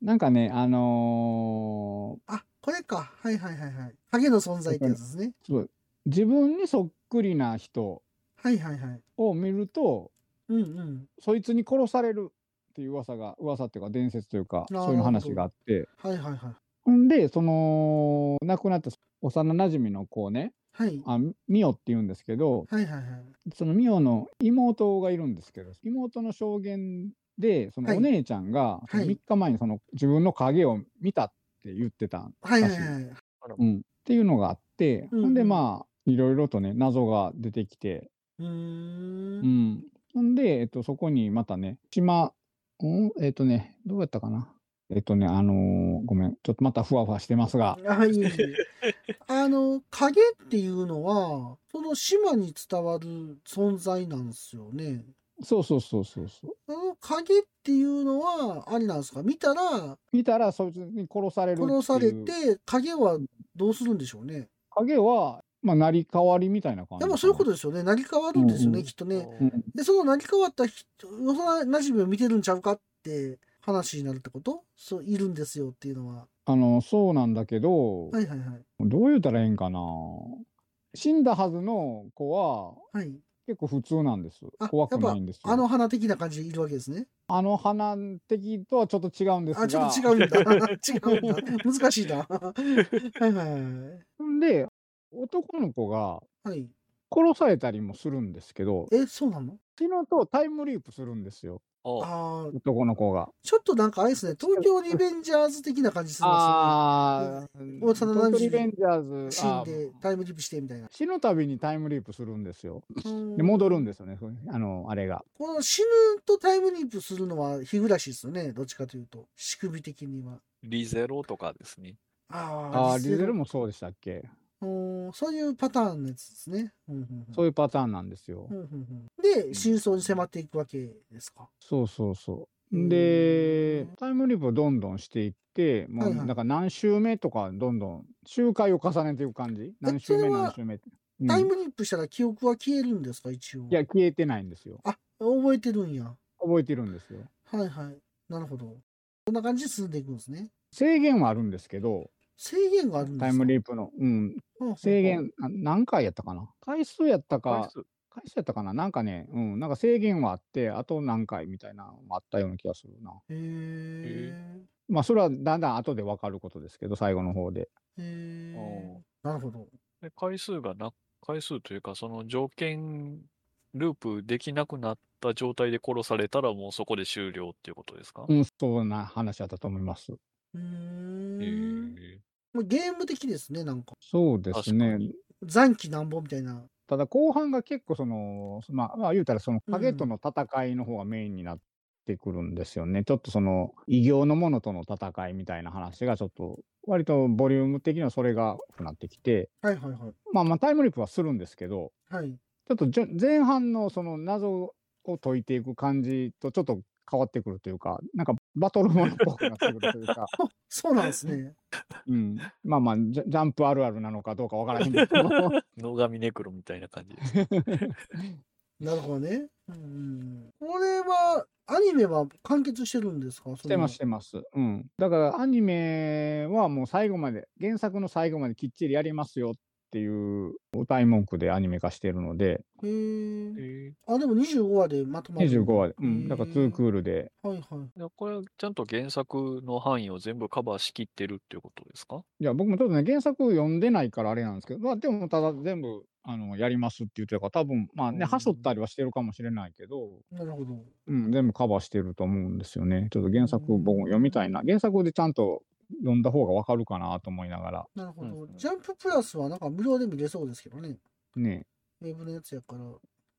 S3: なんかね、あの
S2: あ、これか。はいはいはいはい。影の存在ってやつですね。
S3: ーそう自分にそっくりな人
S2: はいはいはい。
S3: を見ると、
S2: うんうん。
S3: そいつに殺されるっていう噂が、噂っていうか伝説というか、
S2: なるほど
S3: そういう話があって、
S2: はいはいはい。
S3: ほんで、その、亡くなった幼なじみの子をね、
S2: はい。
S3: あミオって言うんですけど、
S2: はいはいはい。
S3: そのミオの妹がいるんですけど、妹の証言で、そ
S2: は
S3: の
S2: い
S3: お姉ちゃんが、
S2: い
S3: 3日前にその自分の影を見たって言ってた
S2: はいはいはい。
S3: うん、っていうのがあって、
S2: うんうん
S3: ほんでまあいろいろとね謎が出てきて、
S2: うー。
S3: うんん、ほんで、えっと、そこにまたね島、うん、えっとねどうやったかなえっとね、あのーごめん、ちょっとまたふわふわしてますが、
S2: あいえいえあの影っていうのはその島に伝わる存在なんですよね。
S3: そうそうそうそうそう。
S2: その影っていうのはあれなんですか見たら
S3: 見たら、そいつに殺されるっていう。
S2: 殺されて影はどうするんでしょうね。
S3: 影は、まあ、成り代わりみたいな感
S2: で
S3: じかな。
S2: もそういうことですよね成り変わるんですよね、
S3: うんうん
S2: きっとね。
S3: うん
S2: でその成り変わった人幼なじみを見てるんちゃうかって話になるってことそういるんですよっていうのは。
S3: あの、そうなんだけど、
S2: はいはいはい。
S3: どう言うたらええんかな。死んだはずの子は、
S2: はい、
S3: 結構普通なんです
S2: あ。
S3: 怖くないんですよ。
S2: あの花的な感じでいるわけですね。
S3: あの花的とはちょっと違うんですが。
S2: あ、ちょっと違うん
S3: [laughs]
S2: だ。違うんだ。難しいな。はいはいはい
S3: んで、男の子が
S2: はい。
S3: 殺されたりもするんですけど、
S2: え、そうなの
S3: 昨日とタイムリープするんですよ、
S4: お
S2: あー
S3: 男の子が。
S2: ちょっとなんかあれですね、東京リベンジャーズ的な感じするま
S3: ああ、
S2: 幼馴染
S3: リベンジャーズ
S2: すね。死ん
S3: あ
S2: で
S3: ー
S2: タイムリープしてみたいな。
S3: 死ぬたびにタイムリープするんですよ。で、
S2: で
S3: 戻るんですよね、ふあの、あれが。
S2: この死ぬとタイムリープするのは日暮らしですよね、どっちかというと。仕組み的には。
S4: リゼロとかですね。
S2: あー
S3: ああ、リゼル
S2: も
S3: もそうでしたっけ、
S2: そういうパターンのやつですね。うんうんうん
S3: そういうパターンなんですよ。
S2: うんうんうんで、真相に迫っていくわけですか。
S3: そうそうそう。
S2: う
S3: で
S2: ん、
S3: タイムリープをどんどんしていって、も
S2: は
S3: う
S2: いはい
S3: なんか何週目とか、どんどん周回を重ねていく感じ。何週
S2: そ
S3: 目、
S2: れは
S3: 何週目って。うん
S2: タイムリープしたら記憶は消えるんですか、一応。
S3: いや、消えてないんですよ。
S2: あ、覚えてるんや。
S3: 覚えてるんですよ。
S2: はいはい。なるほど。こんな感じで進んでいくんですね。
S3: 制限はあるんですけど、
S2: 制限があるんですか
S3: タイムリープの、うん、
S2: プ
S3: 制。限、あ何回やったかな回数やった
S4: 回
S3: か、
S4: 数
S3: 回数やったかななんかね、うん、なんか制限はあって、あと何回みたいなのもあったような気がするな。
S2: へえ。
S3: まあ、それはだんだん後で分かることですけど、最後の方で。
S2: へえ。なるほど。
S4: で回数がな、回数というか、その条件、ループできなくなった状態で殺されたらもうそこで終了っていうことですか
S3: うん、そんな話だったと思います。
S2: うー
S4: へ
S2: ん。
S4: え
S2: まあゲーム的ですね、なんか。
S3: そうです
S4: 確か
S3: ね。
S4: に
S2: 残機なんぼみたいな。
S3: ただ、後半が結構、その、まあ、まあ、言うたら、その影と
S2: うん
S3: の戦いの方がメインになってくるんですよね。ちょっとその、異形のものとの戦いみたいな話が、ちょっと、割とボリューム的にはそれが多くなってきて、
S2: はいはいはい。
S3: まあまあ、タイムリープはするんですけど、
S2: はい。
S3: ちょっとじょ前半のその謎を解いていく感じとちょっと変わってくるというか、なんかバトルものっぽくなってくるとい
S2: [laughs]
S3: うか、
S2: あそうなんです
S3: [laughs]
S2: ね。
S3: うん、まあまあジャ、ジャンプあるあるなのかどうかわからへんけど、
S4: 野上ネクロみたいな感じですね。
S2: なるほどね。うん。これは、アニメは完結してるんですかし
S3: してます、してます。うん。だからアニメはもう最後まで、原作の最後まできっちりやりますよっていう歌い文句でアニメ化してるので、
S2: へえ。
S4: [laughs] へえ
S2: あ、でも25話でまとまる。
S3: 25
S2: は
S3: 話で、うん、だから2クールで、
S2: いはい。
S4: いやこれ、ちゃんと原作の範囲を全部カバーしきってるっていうことですか
S3: いや、僕もちょっとね、原作読んでないからあれなんですけど、まあ、でも、ただ全部、あの、やりますって言ってたから、多分まあ
S4: うん
S3: ね、はしょったりはしてるかもしれないけど、
S2: なるほど。
S3: うん、全部カバーしてると思うんですよね。ちょっと原作、
S2: うん
S3: 僕も読みたいな。原作でちゃんと読んだ方がわかるかなと思いながら、
S2: なるほ
S4: う
S2: ど。
S4: ん
S2: ジャンププラスはなんか無料で見れそうですけどね。
S3: ね。
S2: ウェブのやつやから。へ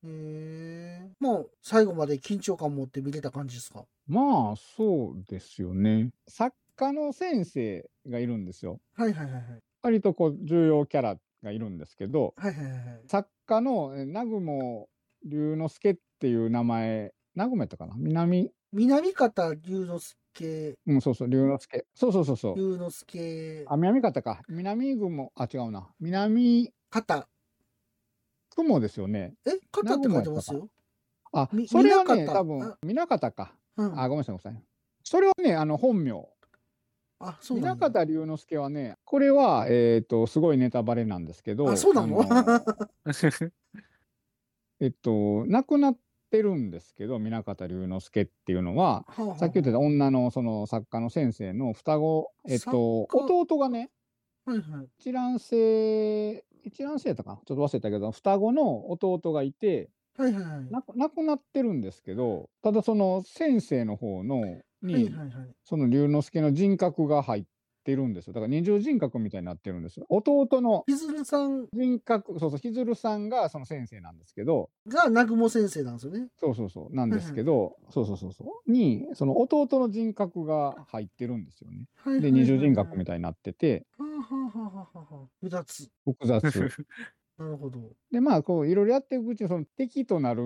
S2: え。まあ、最後まで緊張感持って見れた感じですか。
S3: まあ、そうですよね。作家の先生がいるんですよ。
S2: はいはいはいはい。
S3: 割とこう、重要キャラがいるんですけど、
S2: はいはいはいはい。
S3: 作家のえ南雲龍之介っていう名前、南雲やったかな南
S2: 南方龍之介、
S3: うん、そうそう、龍之介。そうそうそうそう。
S2: 龍之介、
S3: あ、南方か。南雲、あ、違うな。南
S2: 方。
S3: 雲ですよね。
S2: え方って書いてますよ。
S3: あ
S2: み、
S3: それはね、
S2: 南方
S3: 多
S2: あ
S3: 分、南方か。
S2: うん。
S3: あ、
S2: あ、
S3: ごめんなさい、ごめんなさい。それはね、あの、本名。
S2: そうな
S3: 南
S2: んだ。
S3: 方龍之介はね、これは、えっ、と、すごいネタバレなんですけど。
S2: あそうなの
S3: あの [laughs] えっと、亡くなってるんですけど、南方龍之介っていうのは、
S2: はあはあ
S3: さっき言ってた女の、その、作家の先生の双子、えっと、
S2: 作家
S3: 弟がね、
S2: はいはい。
S3: 一卵性、一卵性だったかなちょっと忘れたけど、双子の弟がいて、
S2: はいはいはい。
S3: な亡くなってるんですけど、ただその先生の方の
S2: はい
S3: に
S2: は、いはい。
S3: その龍之介の人格が入っってるんですよ。だから二重人格みたいになってるんですよ。弟の
S2: ひずるさん
S3: 人格、そうそう、ひずるさんがその先生なんですけど、
S2: が南雲先生なんですよね。
S3: そうそうそう、なんですけど、そうそうそうそう、に、その弟の人格が入ってるんですよね。
S2: はい
S3: で、二重人格み
S2: い
S3: たいになってて、
S2: な。はあはあはあはあはあ。うだつ。
S3: 複 [laughs] 雑。
S2: なるほど。
S3: で、まあ、こう、いろいろやっていくうちに、その敵となる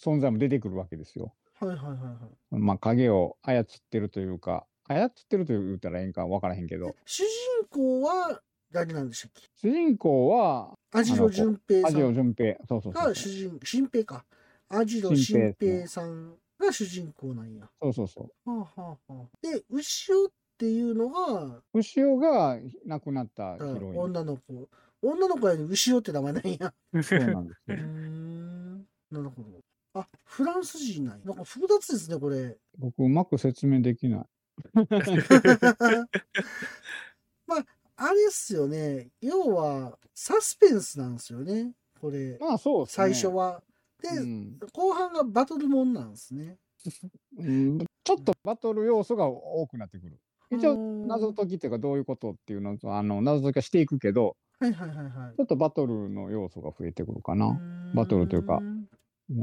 S3: 存在も出てくるわけですよ。
S2: はいはいはいはい。
S3: まあ、影を操ってるというか、操ってると言ったらええんか分からへんけど、
S2: 主人公は誰なんでしたっけ
S3: 主人公は、
S2: 網代淳平
S3: ア
S2: さ
S3: ジオ
S2: ん
S3: 淳平。そうそうそ
S2: が
S3: う
S2: 主
S3: そう。
S2: 人、新平か。網代
S3: 新平
S2: 新平さんが主人公なんや。
S3: そうそうそう。
S2: はあはあはあ、で、牛尾っていうのが、
S3: 牛尾が亡くなったヒロイン。
S2: 女の子。女の子やね牛尾って名前なんや。
S3: そう
S4: [laughs]
S3: なんで
S2: うー
S3: すよ。
S2: ん。なるほど。あ、フランス人なんや。なんか複雑ですね、こ
S3: [laughs]
S2: れ。
S3: 僕、うまく説明できない。
S2: まあ、あれっすよね。要は、サスペンスなんですよね。これ、
S3: まあ、そうです
S2: 最
S3: ね。
S2: 初は。で、
S3: うん
S2: 後半がバトルもんなんですね。
S3: うんちょっとバトル要素が多くなってくる。一
S2: うー
S3: 応、
S2: ん
S3: 謎解きっていうか、どういうことっていうのと、あの謎解きはしていくけど、
S2: はいはいはいはい
S3: ちょっとバトルの要素が増えてくるか。
S2: うー
S3: な。
S2: ん
S3: バトルというか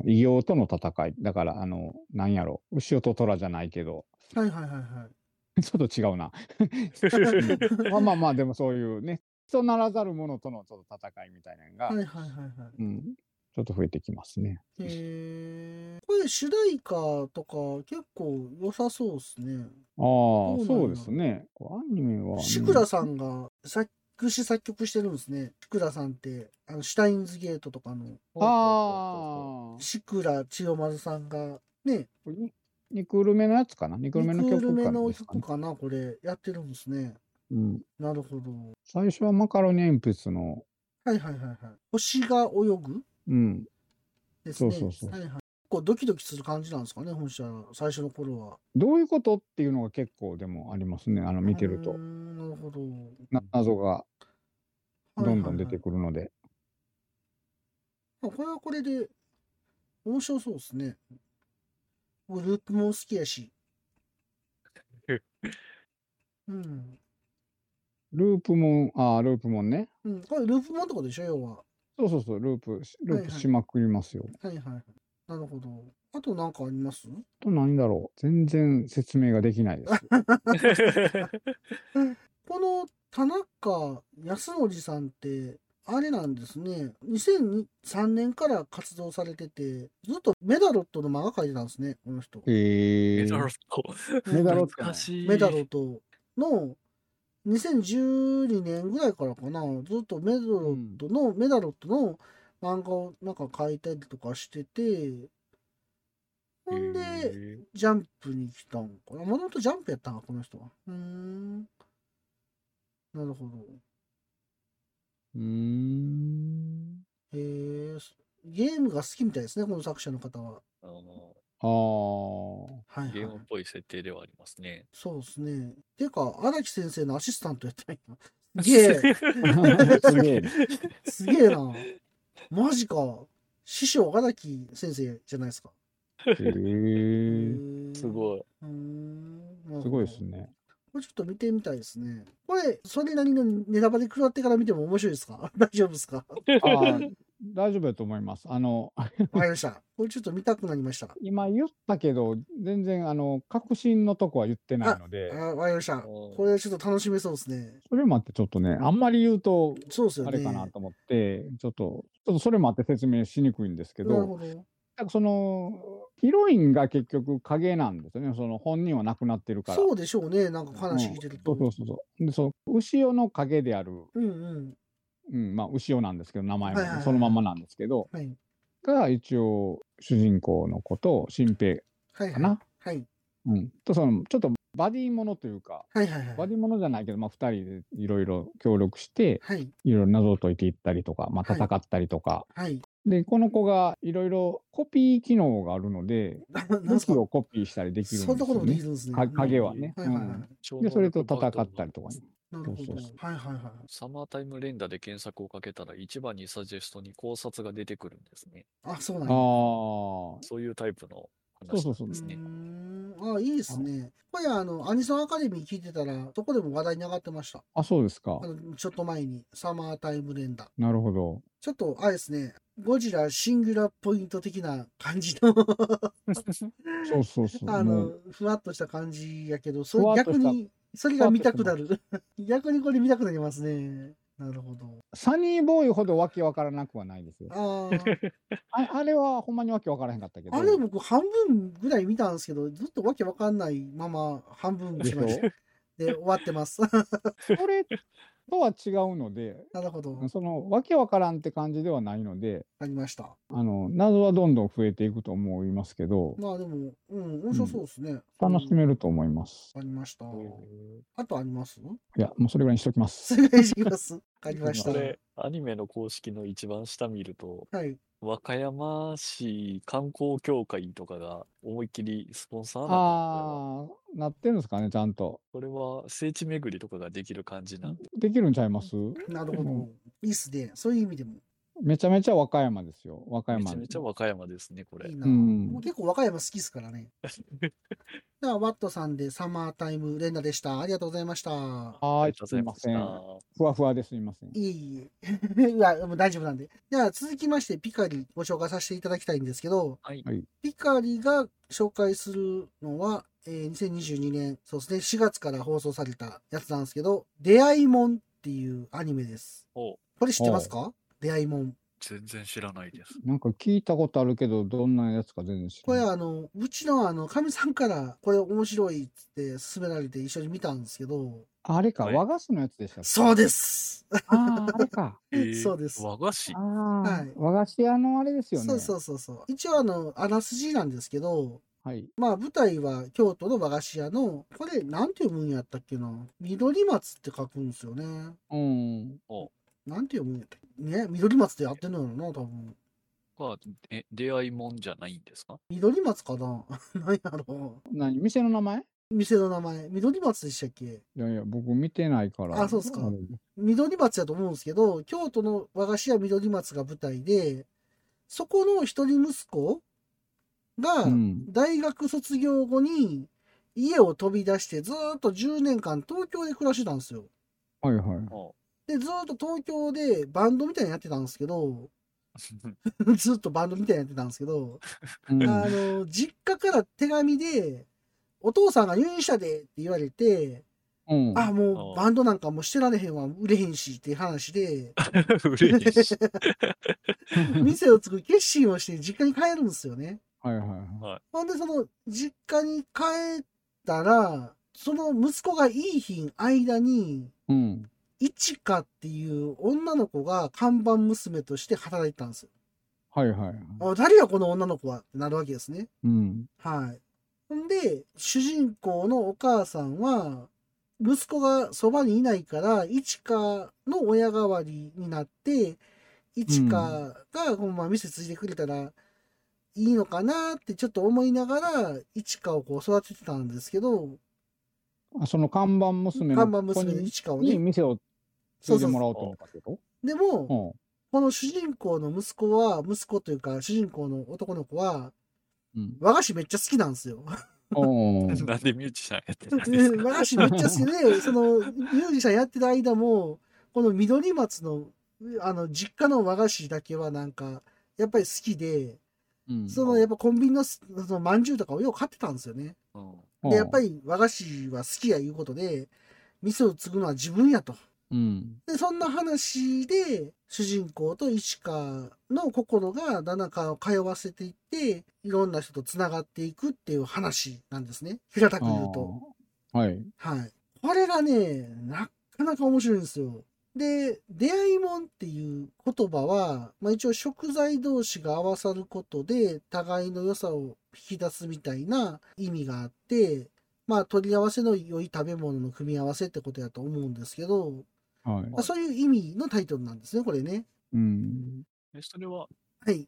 S3: 異形との戦い。だから、あの、なんやろ。牛尾と虎じゃないけど、 [laughs]
S2: はいはいはいはい。
S3: ちょっと違
S2: [laughs]
S3: うな。まあまあまあ、でもそういうね、人ならざる者とのちょっと戦いみたいなのが、
S2: はいはいはいはい。
S3: うん、ちょっと増えてきますね。
S2: へえ。これ主題歌とか結構良さそうですね。
S3: ああ、
S2: そうなんや
S3: そうですね。こうアニメは、ね。
S2: シクラさんが作詞作曲してるんですね。シクラさんって、あの、シュタインズゲートとかの、
S4: [laughs]
S3: ああ、
S2: シクラ千代丸さんが、ね、
S3: これにニクルメのやつかなニクルメの
S2: ニ
S3: 曲
S2: クルメ
S3: から
S2: の
S3: ですか
S2: 曲
S3: ね、
S2: かな、これ、やってるんですね。
S3: うん。
S2: なるほど。
S3: 最初はマカロニ鉛筆の、
S2: はいはいはいはい。星が泳ぐ
S3: うん、
S2: ですね。
S3: そうそうそう
S2: はいはい。結構ドキドキする感じなんですかね、本社の最初の頃は。
S3: どういうことっていうのが結構でもありますね。あの見てる
S2: うー
S3: と。
S2: んなるほど。
S3: な謎がどんどん出て
S2: る。
S3: くるので。
S2: まあこれはこれで面白そうですね。僕ループも好きや
S3: [laughs]
S2: し。うん。
S3: ループモン、ああ、ループモンね。
S2: うん、これループもってことでしょ、要は。
S3: そうそうそう、ループ、ルー
S2: はい
S3: プ
S2: はい
S3: しまくりますよ。
S2: はいはい。なるほど。あとなんかあります
S3: あと何だろう。全然説明ができないです。
S2: この田中康則さんって、あれなんですね。2003年から活動されてて、ずっとメダロットの漫画描いてたんですね、この人。
S3: え
S4: メダロ
S3: ー
S4: ット。
S3: メダロット
S4: 難しい。
S2: メダロとの2012年ぐらいからかなずっとメダロットの、メダロットの漫画をなんか描いたりとかしててほんで、
S4: へ
S2: ジャンプに来たんかなもともとジャンプやったんかこの人はうーんなるほど
S3: うーん。
S2: へえゲームが好きみたいですねこの作者の方は
S4: ーあの
S3: ああ。
S2: はい、
S4: ゲー
S2: は
S4: ム
S2: い、
S4: っぽい設定ではありますね。
S2: そうですねていうか荒木先生のアシスタントやったん
S3: [laughs]
S2: やすげえ
S3: すげえ。
S2: すげえな。マジか。師匠、荒木先生じゃないですか。
S3: へー
S4: [laughs] すご
S2: い。
S4: い。
S3: すごいです。ね。
S2: これちょっと見てみたいですね。これ、それなりのネタバレ食らってから見ても面白いですか [laughs] 大丈夫ですかわ
S3: あー大丈夫だと思います。あの、
S2: かりました。これちょっと見たくなりました。
S3: 今言ったけど、全然、あの、確信のとこは言ってないの
S2: あ
S3: で、
S2: わかりました。これはちょっと楽しめそうですね。
S3: それもあってちょっとね、あんまり言うと、
S2: そうですよ
S3: あ
S2: ね。
S3: れかなと思って、ちょっと、ちょっとそれもあって説明しにくいんですけ
S2: なる
S3: ど、
S2: ほど。
S3: なんかその、ヒロインが結局影なんですよね。その本人は亡くなってるから。
S2: そうでしょうね。なんか話聞いてる
S3: そ
S2: と。
S3: うそうそうそう。で、そう、牛尾の影である、
S2: うんうん。
S3: うん、まあ、牛尾なんですけど、名前も
S2: はいはいはい
S3: そのまんまなんですけど、
S2: はい。
S3: が一応主人公の子と新平
S2: はい
S3: か
S2: はい。
S3: な、
S2: はい。
S3: うん、とそのちょっとバディものというか
S2: はいはいは
S3: バ
S2: い
S3: ディものじゃないけど、まあ、2人でいろいろ協力して
S2: はい。
S3: いろいろ謎を解いていったりとか、まあ、
S2: はい
S3: 戦ったりとか、
S2: はい。 [laughs]
S3: でこの子がいろいろコピー機能があるので
S2: ななん
S3: 向
S2: です
S3: き
S2: か
S3: をコピーしたりできるん
S2: そん
S3: で
S2: なこ
S3: す
S2: とも
S3: よ
S2: でき
S3: ね
S2: るんですね。
S3: か影はね、
S2: はいはいはい。
S3: うん、でそれと戦ったりとかね
S2: なるほ
S3: そ
S2: ど
S3: うそう。
S2: はいはいはい。
S4: サマータイム連打で検索をかけたら一番にサジェストに考察が出てくるんですね。
S2: あ、そうなんや。
S3: あ
S4: そういうタイプの
S3: そう
S4: 話
S3: そうそう
S4: なんですね。
S2: うーんあ、いいですね。これあの、アニソンアカデミー聞いてたら、どこでも話題に上がってました。
S3: あ、そうですか
S2: あ。のちょっと前に、サマータイム連打。
S3: なるほど。
S2: ちょっと、あれですね、ゴジラシングラポイント的な感じの
S3: そうそうそう。
S2: あ
S3: も
S2: の
S3: う、
S2: ふわっとした感じやけど、そ
S3: ふ
S2: れ
S3: わっと
S2: 逆
S3: した
S2: に、それが見たくなる。 [laughs] 逆にこれ見たくなりますね。なるほど。
S3: サニーボーイほどわけわからなくはないですよ。
S2: あー
S3: [laughs] ああれはほんまにわけわからへんかったけど。
S2: あれ僕半分ぐらい見たんですけど、ずっとわけわかんないまま半分
S3: で
S2: し
S3: し
S2: まし
S3: ょ
S2: た。で、終わってます。 [laughs]
S3: それとは違うので、
S2: なるほど。
S3: そのわけわからんって感じではないので、
S2: ありました。
S3: あの謎はどんどん増えていくと思いますけど、
S2: まあでも、うん、面白そうですね。
S3: 楽しめると思います。
S2: ありました。あとあります [laughs]
S3: いや、もうそれぐらいにしときます。
S2: すぐいします。わかりまし
S3: そ
S2: た
S4: こ
S3: う。
S4: れ、アニメの公式の一番下見ると、
S2: はい。
S4: 和歌山市観光協会とかが思いっきりスポンサーなんだ
S3: ああ、なってるんですかね、ちゃんと。
S4: これはこれは聖地巡りとかができる感じなんで、
S3: できるんちゃいます
S2: なるほ
S3: う
S2: ど。いいっすね。そういう意味でも
S3: めちゃめちゃ和歌山ですよ。和歌
S4: め
S3: 山。
S4: ちゃめちゃ和歌山ですね、これ
S2: いい。な。
S3: うん
S2: 僕結構和歌山好きですから
S4: [laughs]
S2: ね。では、ワットさんでサマータイムレンダでした。ありがとうございました。
S3: はー
S4: あり
S3: い、
S4: がとうご
S3: す
S4: ざ
S3: い
S4: い
S3: ま
S4: まし
S3: せん。
S4: た。
S3: ふわふわですいません。
S2: いえ [laughs] いえ。いや、もう大丈夫なんで。じゃあ、続きまして、ピカリご紹介させていただきたいんですけど、
S4: はい
S3: はい
S2: ピカリが紹介するのは、えー2022年、そうですね、4月から放送されたやつなんですけど、出会いもんっていうアニメです。
S4: お
S2: これ知ってますか出会いもん。
S4: 全然知らない [laughs] です。
S3: なんか聞いたことあるけど、どんなやつか全然知
S2: こ
S3: ら
S2: れ
S3: ない。
S2: あの、うちのあの、かみさんから、これ面白いっつって勧められて一緒に見たんですけど、
S3: あれか、
S4: はい
S3: 和菓子のやつでしたっけ
S2: そうです。
S3: ああ、あれか。
S2: そうです
S4: 和菓子
S3: ああ、
S2: はい
S3: 和菓子屋のあれですよね。
S2: そうそうそうそう。一応あの、あらすじなんですけど、
S3: はい。
S2: まあ舞台は京都の和菓子屋の、これなんて読むんやったっけな緑松って書くんですよね。
S3: うん。
S2: なんて読むんやったっけね緑松ってやってんのやろな、多分。
S4: は、え、出会いもんじゃないんですか
S2: 緑松かな [laughs] なんやろ
S3: 何店の名前
S2: 店の名前。緑松でしたっけ
S3: いやいや、僕見てないから。
S2: あそうっすか
S3: れ
S2: 緑松やと思うんですけど、京都の和菓子屋緑松が舞台で、そこの一人息子が
S3: うん
S2: 大学卒業後に家を飛び出してずーっと10年間東京で暮らしてたんですよ。
S3: はいはい。
S4: お
S2: で、ずーっと東京でバンドみたいなのやってたんですけど、 [laughs] ずっとバンドみたいなのやってたんですけど、
S3: うん
S2: あの、実家から手紙で、お父さんが入院したでって言われて、
S3: うん。
S2: あ、も
S4: あ
S2: うバンドなんかもうしてられへんわ、売れへんしっていう話で、
S4: [laughs] 嬉しい。
S2: 店を継ぐ決心をして実家に帰るんですよね。
S3: はいはいはい。
S2: ほんで、その、実家に帰ったら、その息子がいい日の間に、
S3: うん。
S2: いちかっていう女の子が看板娘として働いてたんですよ。
S3: はいはいはい。
S2: あ誰やこの女の子はってなるわけですね。
S3: うん。
S2: はい。ほんで、主人公のお母さんは、息子がそばにいないから、いちかの親代わりになって、いちかが、ほんま店継いでくれたらいいのかなってちょっと思いながら、いちかをこう育ててたんですけど、
S3: あその看板娘の
S2: 看板娘のい
S3: に
S2: ちかを
S3: に
S2: ね。
S3: 店を継
S2: そう
S3: いで
S2: そう
S3: もら
S2: そ
S3: おうと思ったけど。
S2: う。で
S3: う
S2: も、
S3: ん
S2: この主人公の息子は、息子というか、主人公の男の子は、
S3: うん
S2: 和菓子めっちゃ好きなんですよ。
S3: おー
S4: なんでミュージシャンやってたんですか
S2: 和菓子めっちゃ好きで、そのミュージシャンやってる間も、この緑松のあの実家の和菓子だけはなんか、やっぱり好きで、
S3: うん
S2: そのやっぱコンビニのそのまんじゅうとかをよく買ってたんですよね。
S4: うん
S3: うん
S2: で、やっぱり和菓子は好きやいうことで、店を継ぐのは自分やと。
S3: うん。
S2: で、そんな話で、主人公と石川の心がだんだんか通わせていって、いろんな人と繋がっていくっていう話なんですね。平たく言うと。
S3: あーはい。
S2: はい。これがね、なかなか面白いんですよ。で、出会いもんっていう言葉は、まあ一応食材同士が合わさることで、互いの良さを引き出すみたいな意味があって、まあ取り合わせの良い食べ物の組み合わせってことやと思うんですけど、
S3: はい
S2: まあ、そういう意味のタイトルなんですね、これね。
S3: うん。
S4: えそれは
S2: はい。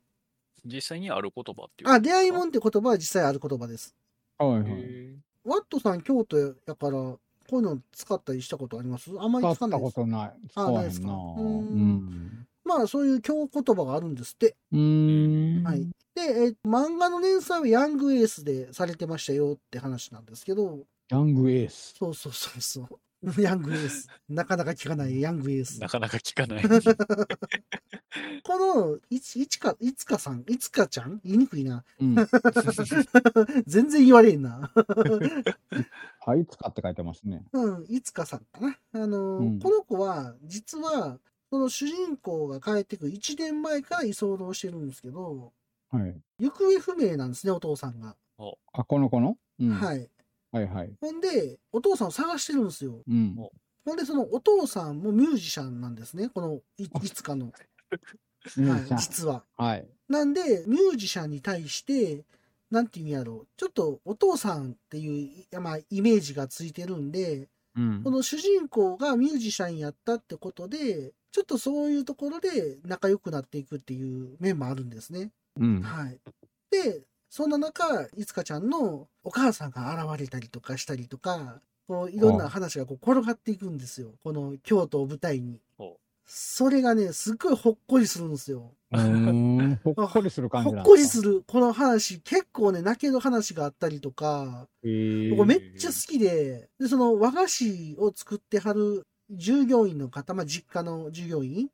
S4: 実際にある言葉っていう
S2: あ、出会いもん
S4: ん
S2: って言葉は実際ある言葉です。
S3: はいはい。
S2: ワットさん京都やから、こういうの使ったりしたことありますあんまり
S3: 使
S2: 聞
S3: っ
S2: かな
S3: た
S2: いで
S3: こ
S2: す。
S3: とない。使わ
S2: あ
S3: へんな。う
S2: ないですかうん
S3: ん。
S2: まあそういう強言葉があるんですって。
S3: うーん。
S2: はい。で、えー漫画の連載はヤングエースでされてましたよって話なんですけど、
S3: ヤングエース。
S2: そうそうそう [laughs] そう。ヤングエース。なかなか聞かないヤングエース。
S4: なかなか聞かない。
S2: [laughs] この、いち、いちか、いつかさん、いつかちゃん言いにくいな。 [laughs]
S3: うん。
S2: 全然言われんな。
S3: はいつかって書いてますね。
S2: うん、いつかさんかな。あのー、
S3: うん
S2: この子は、実は、その主人公が帰ってくる1年前から居候してるんですけど、
S3: はい。
S2: 行方不明なんですね、お父さんが。
S3: あ、この子の、うん、はい。
S2: はい。
S3: はいはい。
S2: ほんで、お父さんを探してるんですよ。
S3: うん。
S2: ほんで、そのお父さんもミュージシャンなんですね、このいいつかの、
S3: ミュ
S2: は
S3: ージシ
S2: い、
S3: ャ
S2: 実は。
S3: ン。はい。
S2: なんで、ミュージシャンに対して、なんていうんやろう、ちょっとお父さんっていうい、まあ、イメージがついてるんで、
S3: うん
S2: こ。の主人公がミュージシャンやったってことで、ちょっとそういうところで仲良くなっていくっていう面もあるんですね。
S3: うん。
S2: はい。で、そんな中、いつかちゃんのお母さんが現れたりとかしたりとか、こういろんな話がこう転がっていくんですよ。この京都を舞台に
S4: ほう。
S2: それがね、すっごいほっこりするんですよ。
S3: う
S2: [laughs]
S3: ーんほっこりする感じ
S2: ほ
S3: なん
S2: っ
S3: だ
S2: こりする、この話、結構ね、泣ける話があったりとか、
S3: へー
S2: 僕めっちゃ好きで、で、その和菓子を作ってはる従業員の方、まあ、実家の従業員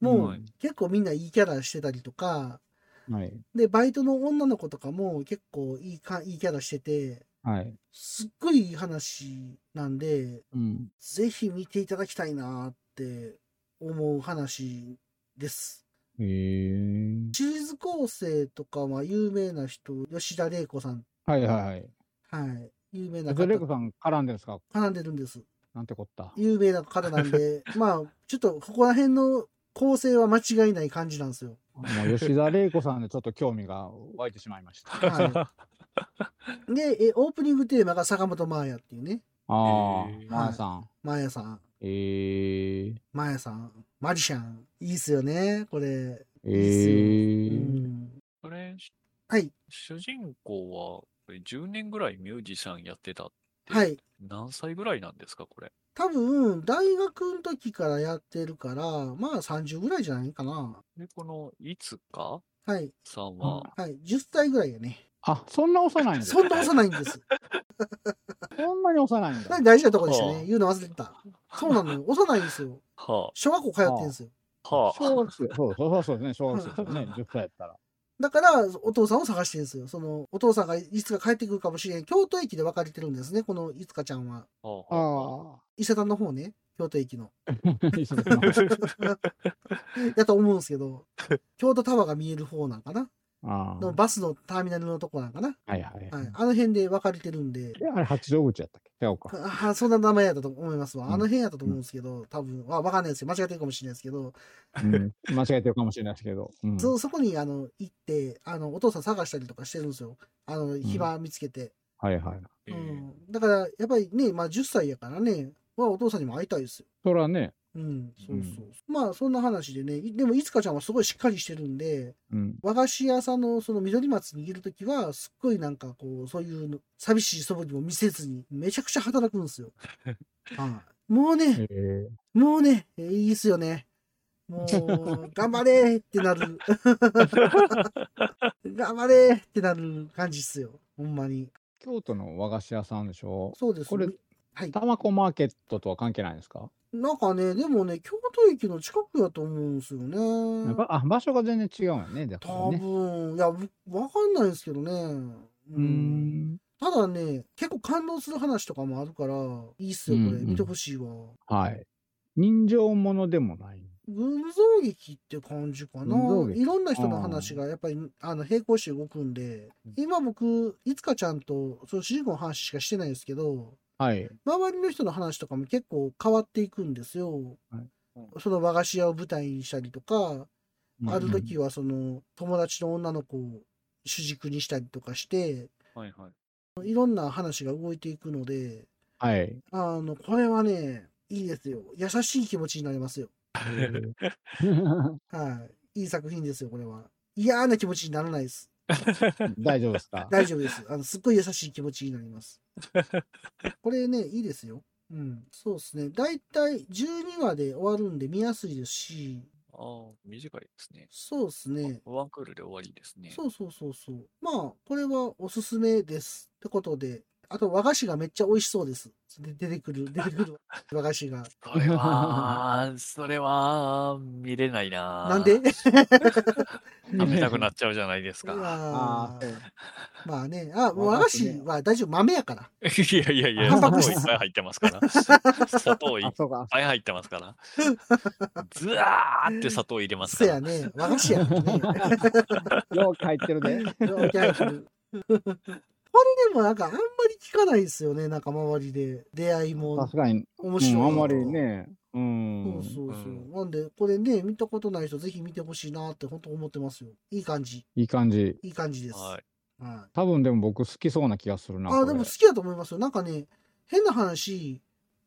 S2: も
S4: うん
S2: 結構みんないいキャラしてたりとか、
S3: はい。
S2: で、バイトの女の子とかも結構いいか、いいキャラしてて、
S3: はい。
S2: すっごいいい話なんで、
S3: うん。
S2: ぜひ見ていただきたいなって思う話です。
S3: へえ。
S2: シリーズ構成とかは有名な人、吉田玲子さん、
S3: はいはいはい。
S2: はい、有名な
S3: ジョ
S2: 方
S3: レイコさん絡んでるんですか
S2: 絡んでるんです。
S3: なんてこった。
S2: 有名な方なんで、まあ、ちょっとここら辺の構成は間違いない感じなんですよ。
S3: もう吉田玲子さんでちょっと興味が湧いてしまいました。あ
S2: [laughs] はで、えオープニングテーマが坂本真綾っていうね、
S3: あ
S4: へー、
S3: まやさん。
S2: 真綾さん、
S3: ええ。
S2: 真綾さん、マジシャン。いいっすよね、これ。
S3: え
S2: う
S3: え。
S2: ん、
S4: これ、
S2: はい、
S4: 主人公はこれ10年ぐらいミュージシャンやってたって、
S2: はい。
S4: 何歳ぐらいなんですか、これ。
S2: 多分、大学の時からやってるから、まあ30ぐらいじゃないかな。
S4: で、このいつか
S2: はい、
S4: さんは、
S2: はい、10歳ぐらいやね。
S3: あ、そんな幼いんだ。
S2: そんな幼いんです。
S3: そんなに幼いんだ。
S2: 大事なとこでした
S4: はあ
S2: ね。言うの忘れてた。そうなのよ。幼いんですよ。
S4: は
S2: 小学校通ってんですよ。
S4: あ、はあ、
S3: 小学生。そうそうそうそうですね。小学生ですよ
S2: [laughs]
S3: ね。10歳やったら。
S2: だから、お父さんを探してるんですよ。その、お父さんがいつか帰ってくるかもしれん。京都駅で別れてるんですね、このいつかちゃんは。
S4: は
S3: [laughs]
S4: あ、は
S3: あ
S2: 伊勢丹の方ね、京都駅の。
S3: あ。一緒ですね
S2: だと思うんですけ
S3: [laughs]
S2: ど、京都タワーが見える方なんかな
S3: ああ
S2: の。バスのターミナルのとこなんかな、
S3: はいはい。
S2: はい、あの辺で別れてるんで、
S3: えあれ、八丈口やったっけ違うか。
S2: あそんな名前やったと思いますわ。
S3: うん
S2: あの辺やったと思うんですけど、多分、わわかんないですよ。間違ってるかもしれないですけど、
S3: うん [laughs] 間違えてるかもしれないですけど。うん
S2: そそこにあの行ってあの、お父さん探したりとかしてるんですよ。あの、暇見つけて。
S3: はいはい。
S4: あ。うん
S2: うんだから、やっぱりね、まあ10歳やからね、まあお父さんにも会いたいですよ。
S3: そらね。
S2: うん、そううんそう。まあそんな話でね、いでもいつかちゃんはすごいしっかりしてるんで、
S3: うん。
S2: 和菓子屋さんのその緑松にいるときは、すっごいなんかこう、そういうの寂しい素振りも見せずに、めちゃくちゃ働くんですよ。はいもうね、
S3: ええ。
S2: もうね、えいいっすよね。もう、頑張れーってなる。頑張れーってなる感じっすよ。ほんまに。
S3: 京都の和菓子屋さんでしょ
S2: そうです
S3: これ、
S2: はい。
S3: タマコマーケットとは関係ないんですか、
S2: なんかね、でもね、京都駅の近くやと思うんですよね。
S3: ばあ場所が全然違うんやね。だから
S2: 多
S3: ね。
S2: 分、いや、ぶわかんないですけどね。う
S3: うー。ん。
S2: ただね、結構感動する話とかもあるから、いいっすよ、これ。
S3: うんうん
S2: 見てほしいわ。
S3: はい。人情ものでもない。
S2: 群像劇って感じかな
S3: 群像。劇
S2: いろんな人の話がやっぱりあの並行して動くんで、今僕、いつかちゃんとその主人公の話しかしてないんですけど、
S3: はい。
S2: 周りの人の話とかも結構変わっていくんですよ。
S3: はい
S2: その和菓子屋を舞台にしたりとか、ある時
S3: は。
S2: はその友達の女の子を主軸にしたりとかして、
S4: はいはい。
S2: いろんな話が動いていくので、
S3: [laughs] はい。
S2: あの、これはね、いいですよ。優しい気持ちになりますよ。はい。いい作品ですよ、これは。嫌な気持ちにならないです。
S3: 大丈夫ですか
S2: [laughs] 大丈夫です。あの、すっごい優しい気持ちになります。これね、いいですよ。うん。そうですね。だいたい12話で終わるんで見やすいですし、
S4: ああ、短いですね。
S2: そうですね。
S4: ワンクールで終わりですね。
S2: そうそうそうそう。まあ、これはおすすめです。ってことで、あと和菓子がめっちゃ美味しそうです。で出てく
S4: [laughs]
S2: る、出てくる和菓子が。
S4: それは、それは、見れないな。
S2: なんで
S4: 食べたくなっちゃうじゃないですか。
S2: あ
S3: あ
S2: ー
S3: ー
S2: まあね、あ、
S3: 和
S2: 和
S3: 菓
S2: 菓
S3: 子ね
S2: 子は大丈夫、豆やから。
S4: [laughs] いやいやいや、
S2: タンパク
S4: 砂糖い
S2: 質
S4: っぱい入ってますから。
S2: [laughs]
S4: 砂糖いっ
S3: あ、そうか。
S4: ぱい入ってますから。ずわーって砂糖入れます
S2: そ
S4: か
S2: や
S4: ら。
S2: ね、和菓子やから
S4: [laughs]
S2: ね。
S3: [laughs] よう帰ってるで。
S2: ようキャンプこれでもなんかあんまり聞かないですよね、なんか周りで。出会いも
S3: 確かに。
S2: 面
S3: う
S2: 白い。
S3: ん、あんまりね。う
S2: そ
S3: ん
S2: う。そうそう。
S4: うん
S2: なんで、これね、見たことない人、ぜひ見てほしいなって、本当思ってますよ。いい感じ。
S3: いい感じ。
S2: いい感じです。
S4: は
S2: はいい。。
S3: 多分でも僕好きそうな気がするな。
S2: あ、
S3: こ
S2: で
S3: れ
S2: も好きだと思いますよ。なんかね、変な話、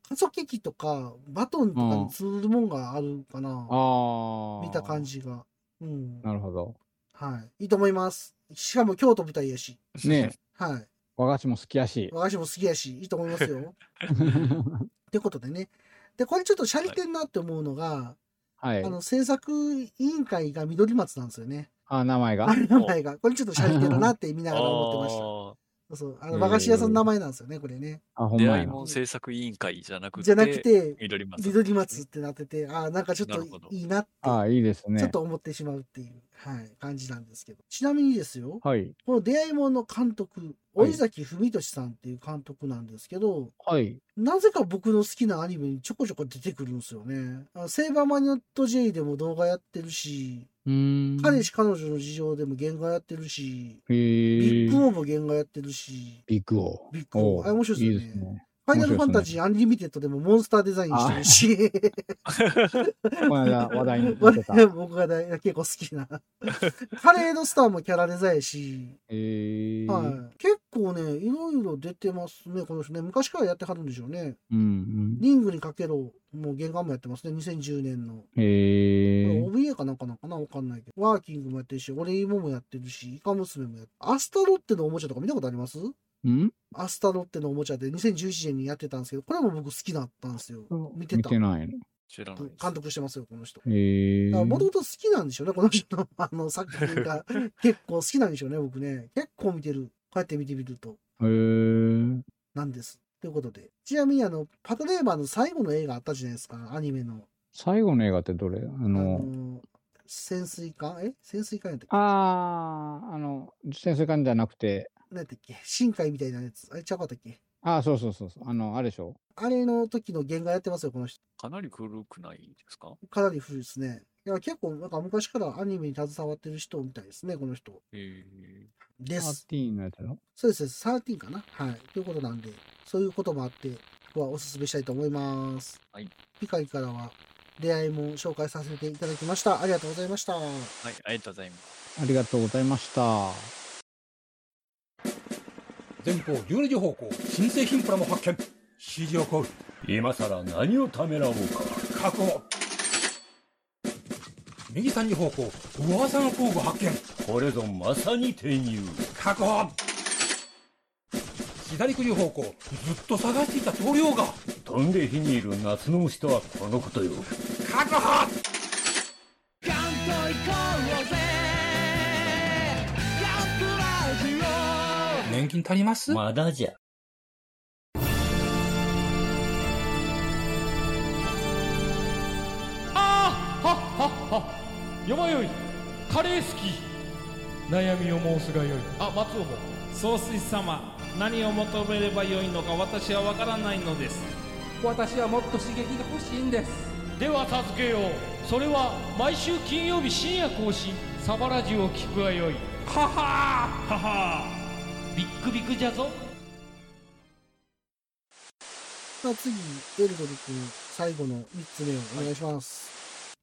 S2: 加速器とか、バトンとかに積るもんがあるかな。
S3: ああ。
S2: 見た感。じが。うん。
S3: なるほど。
S2: はい。いいと思います。しかも京都舞台やし。 [laughs]
S3: ね
S2: はい。
S3: 和菓子も好きやし。
S2: 和菓子も好きやし、いいと思いますよ。ってことでね。で、これちょっとシャリてんなって思うのが、
S3: [laughs] はい
S2: あ。の、制作委員会が緑松なんですよね。
S3: あ、名前
S2: あ
S3: が。
S2: れ名前が。これちょっとシャリてるなって見な
S4: あ
S2: がら思ってました。
S4: ー
S2: そうそう。あの、和菓子屋さんの名前なんですよね、これね。
S3: あ、ほん
S4: 出
S3: ま
S4: 会
S3: や
S4: い
S3: な。
S4: もん制作委員会じゃなくて、
S2: じゃなくて、
S4: 緑 [laughs] 松。
S2: 緑松 [laughs] ってなってて、ああ、なんかちょっ
S4: な
S2: と
S4: るほど
S2: いいなって、
S3: あーいいです
S2: ちょっ
S3: ね。
S2: と思ってしまうっていう、はい、感じなんですけど。ちなみにですよ、
S3: はい。
S2: この出会いもんの監督、
S3: はい
S2: 折崎文俊さんっていう監督なんですけど、
S3: はい。
S2: なぜか僕の好きなアニメにちょこちょこ出てくるんですよね。あのセイバーマニアット J でも動画やってるし、
S3: うーん。
S2: 彼氏彼女の事情でも原画やってるし、
S3: へ
S2: ビ
S3: ー
S2: ッグオーも原画やってるし、
S3: ビッグオー。
S2: ビッグオーあれ面白い
S3: い
S2: で
S3: い
S2: すよね
S3: ですね。
S2: ファイナルファンタジーアンリミテッドでもモンスターデザインしてるし、
S3: この間話題に
S2: [laughs]
S3: なってた。
S2: 俺僕が大結構好き
S3: [laughs]
S2: な。カレーのスターもキャラデザインやし、
S3: えー。
S2: はい、結構ね、いろいろ出てますね、この人ね。昔からやってはるんでしょうね。
S3: うん
S2: リングにかけろ、もう原画もやってますね、2010年の。
S3: うん。へえ。
S2: OVA かなんかなんかなわかんないけど。ワーキングもやってるし、俺芋もやってるし、イカ娘もやってアスタロッテのおもちゃとか見たことあります
S3: うん
S2: アスタロッテのおもちゃで2011年にやってたんですけど、これも僕好きだったんですよ。見て
S3: 見
S2: た。
S3: てないの。
S4: 知らないです。
S2: 監督してますよ、この人。
S3: へえ。
S2: もともと好きなんでしょうね、この人のあの作品
S3: [laughs]
S2: が結構好きなんでしょうね、僕ね。結構見てる。こうやって見てみると、
S3: へー
S2: なんです。ということで。ちなみに、あの、パトレーバーの最後の映画あったじゃないですか、アニメの。
S3: 最後の映画ってどれあ
S2: あ
S3: の、
S2: の、潜水艦え潜水艦やったっけ
S3: ああ、あの、潜水艦じゃなくて、
S2: 何やったっけ深海みたいなやつ。あれちゃうかったっけ
S3: ああ、そうそうそうそう、あの、あれでしょ。
S2: あれの時の原画やってますよ、この人。
S4: かなり古くないですか
S2: かなり古いですね。いや、結構、なんか昔からアニメに携わってる人みたいですね、この人。
S4: え
S2: で
S3: パ
S2: す
S3: ー。ティーンのやつやろ。
S2: そうですね、13かな。はい。ということなんで、そういうこともあって、僕はおすすめしたいと思います。
S4: はい。
S2: ピカリからは、出会いも紹介させていただきました。ありがとうございました。
S4: はい、ありがとうございます。
S3: ありがとうございました。
S1: 前方12時方向新製品プラも発見指示を行う
S5: 今さら何をためらおうか
S1: 確保右3時方向噂の工具発見
S5: これぞまさに転入
S1: 確保左9時方向ずっと探していた棟梁が
S5: 飛んで火にいる夏の虫とはこのことよ
S1: 確保年金足ります
S5: まだじゃ
S6: あーはっはっはよまよいカレー好き悩みを申すがよいあ松尾も
S7: 総帥様何を求めればよいのか私は分からないのです
S6: 私はもっと刺激が欲しいんですでは授けようそれは毎週金曜日深夜更新サバラジュを聞くがよいははーははービックビックじゃぞ
S2: さあ次、エルドル君、最後の3つ目をお願いします。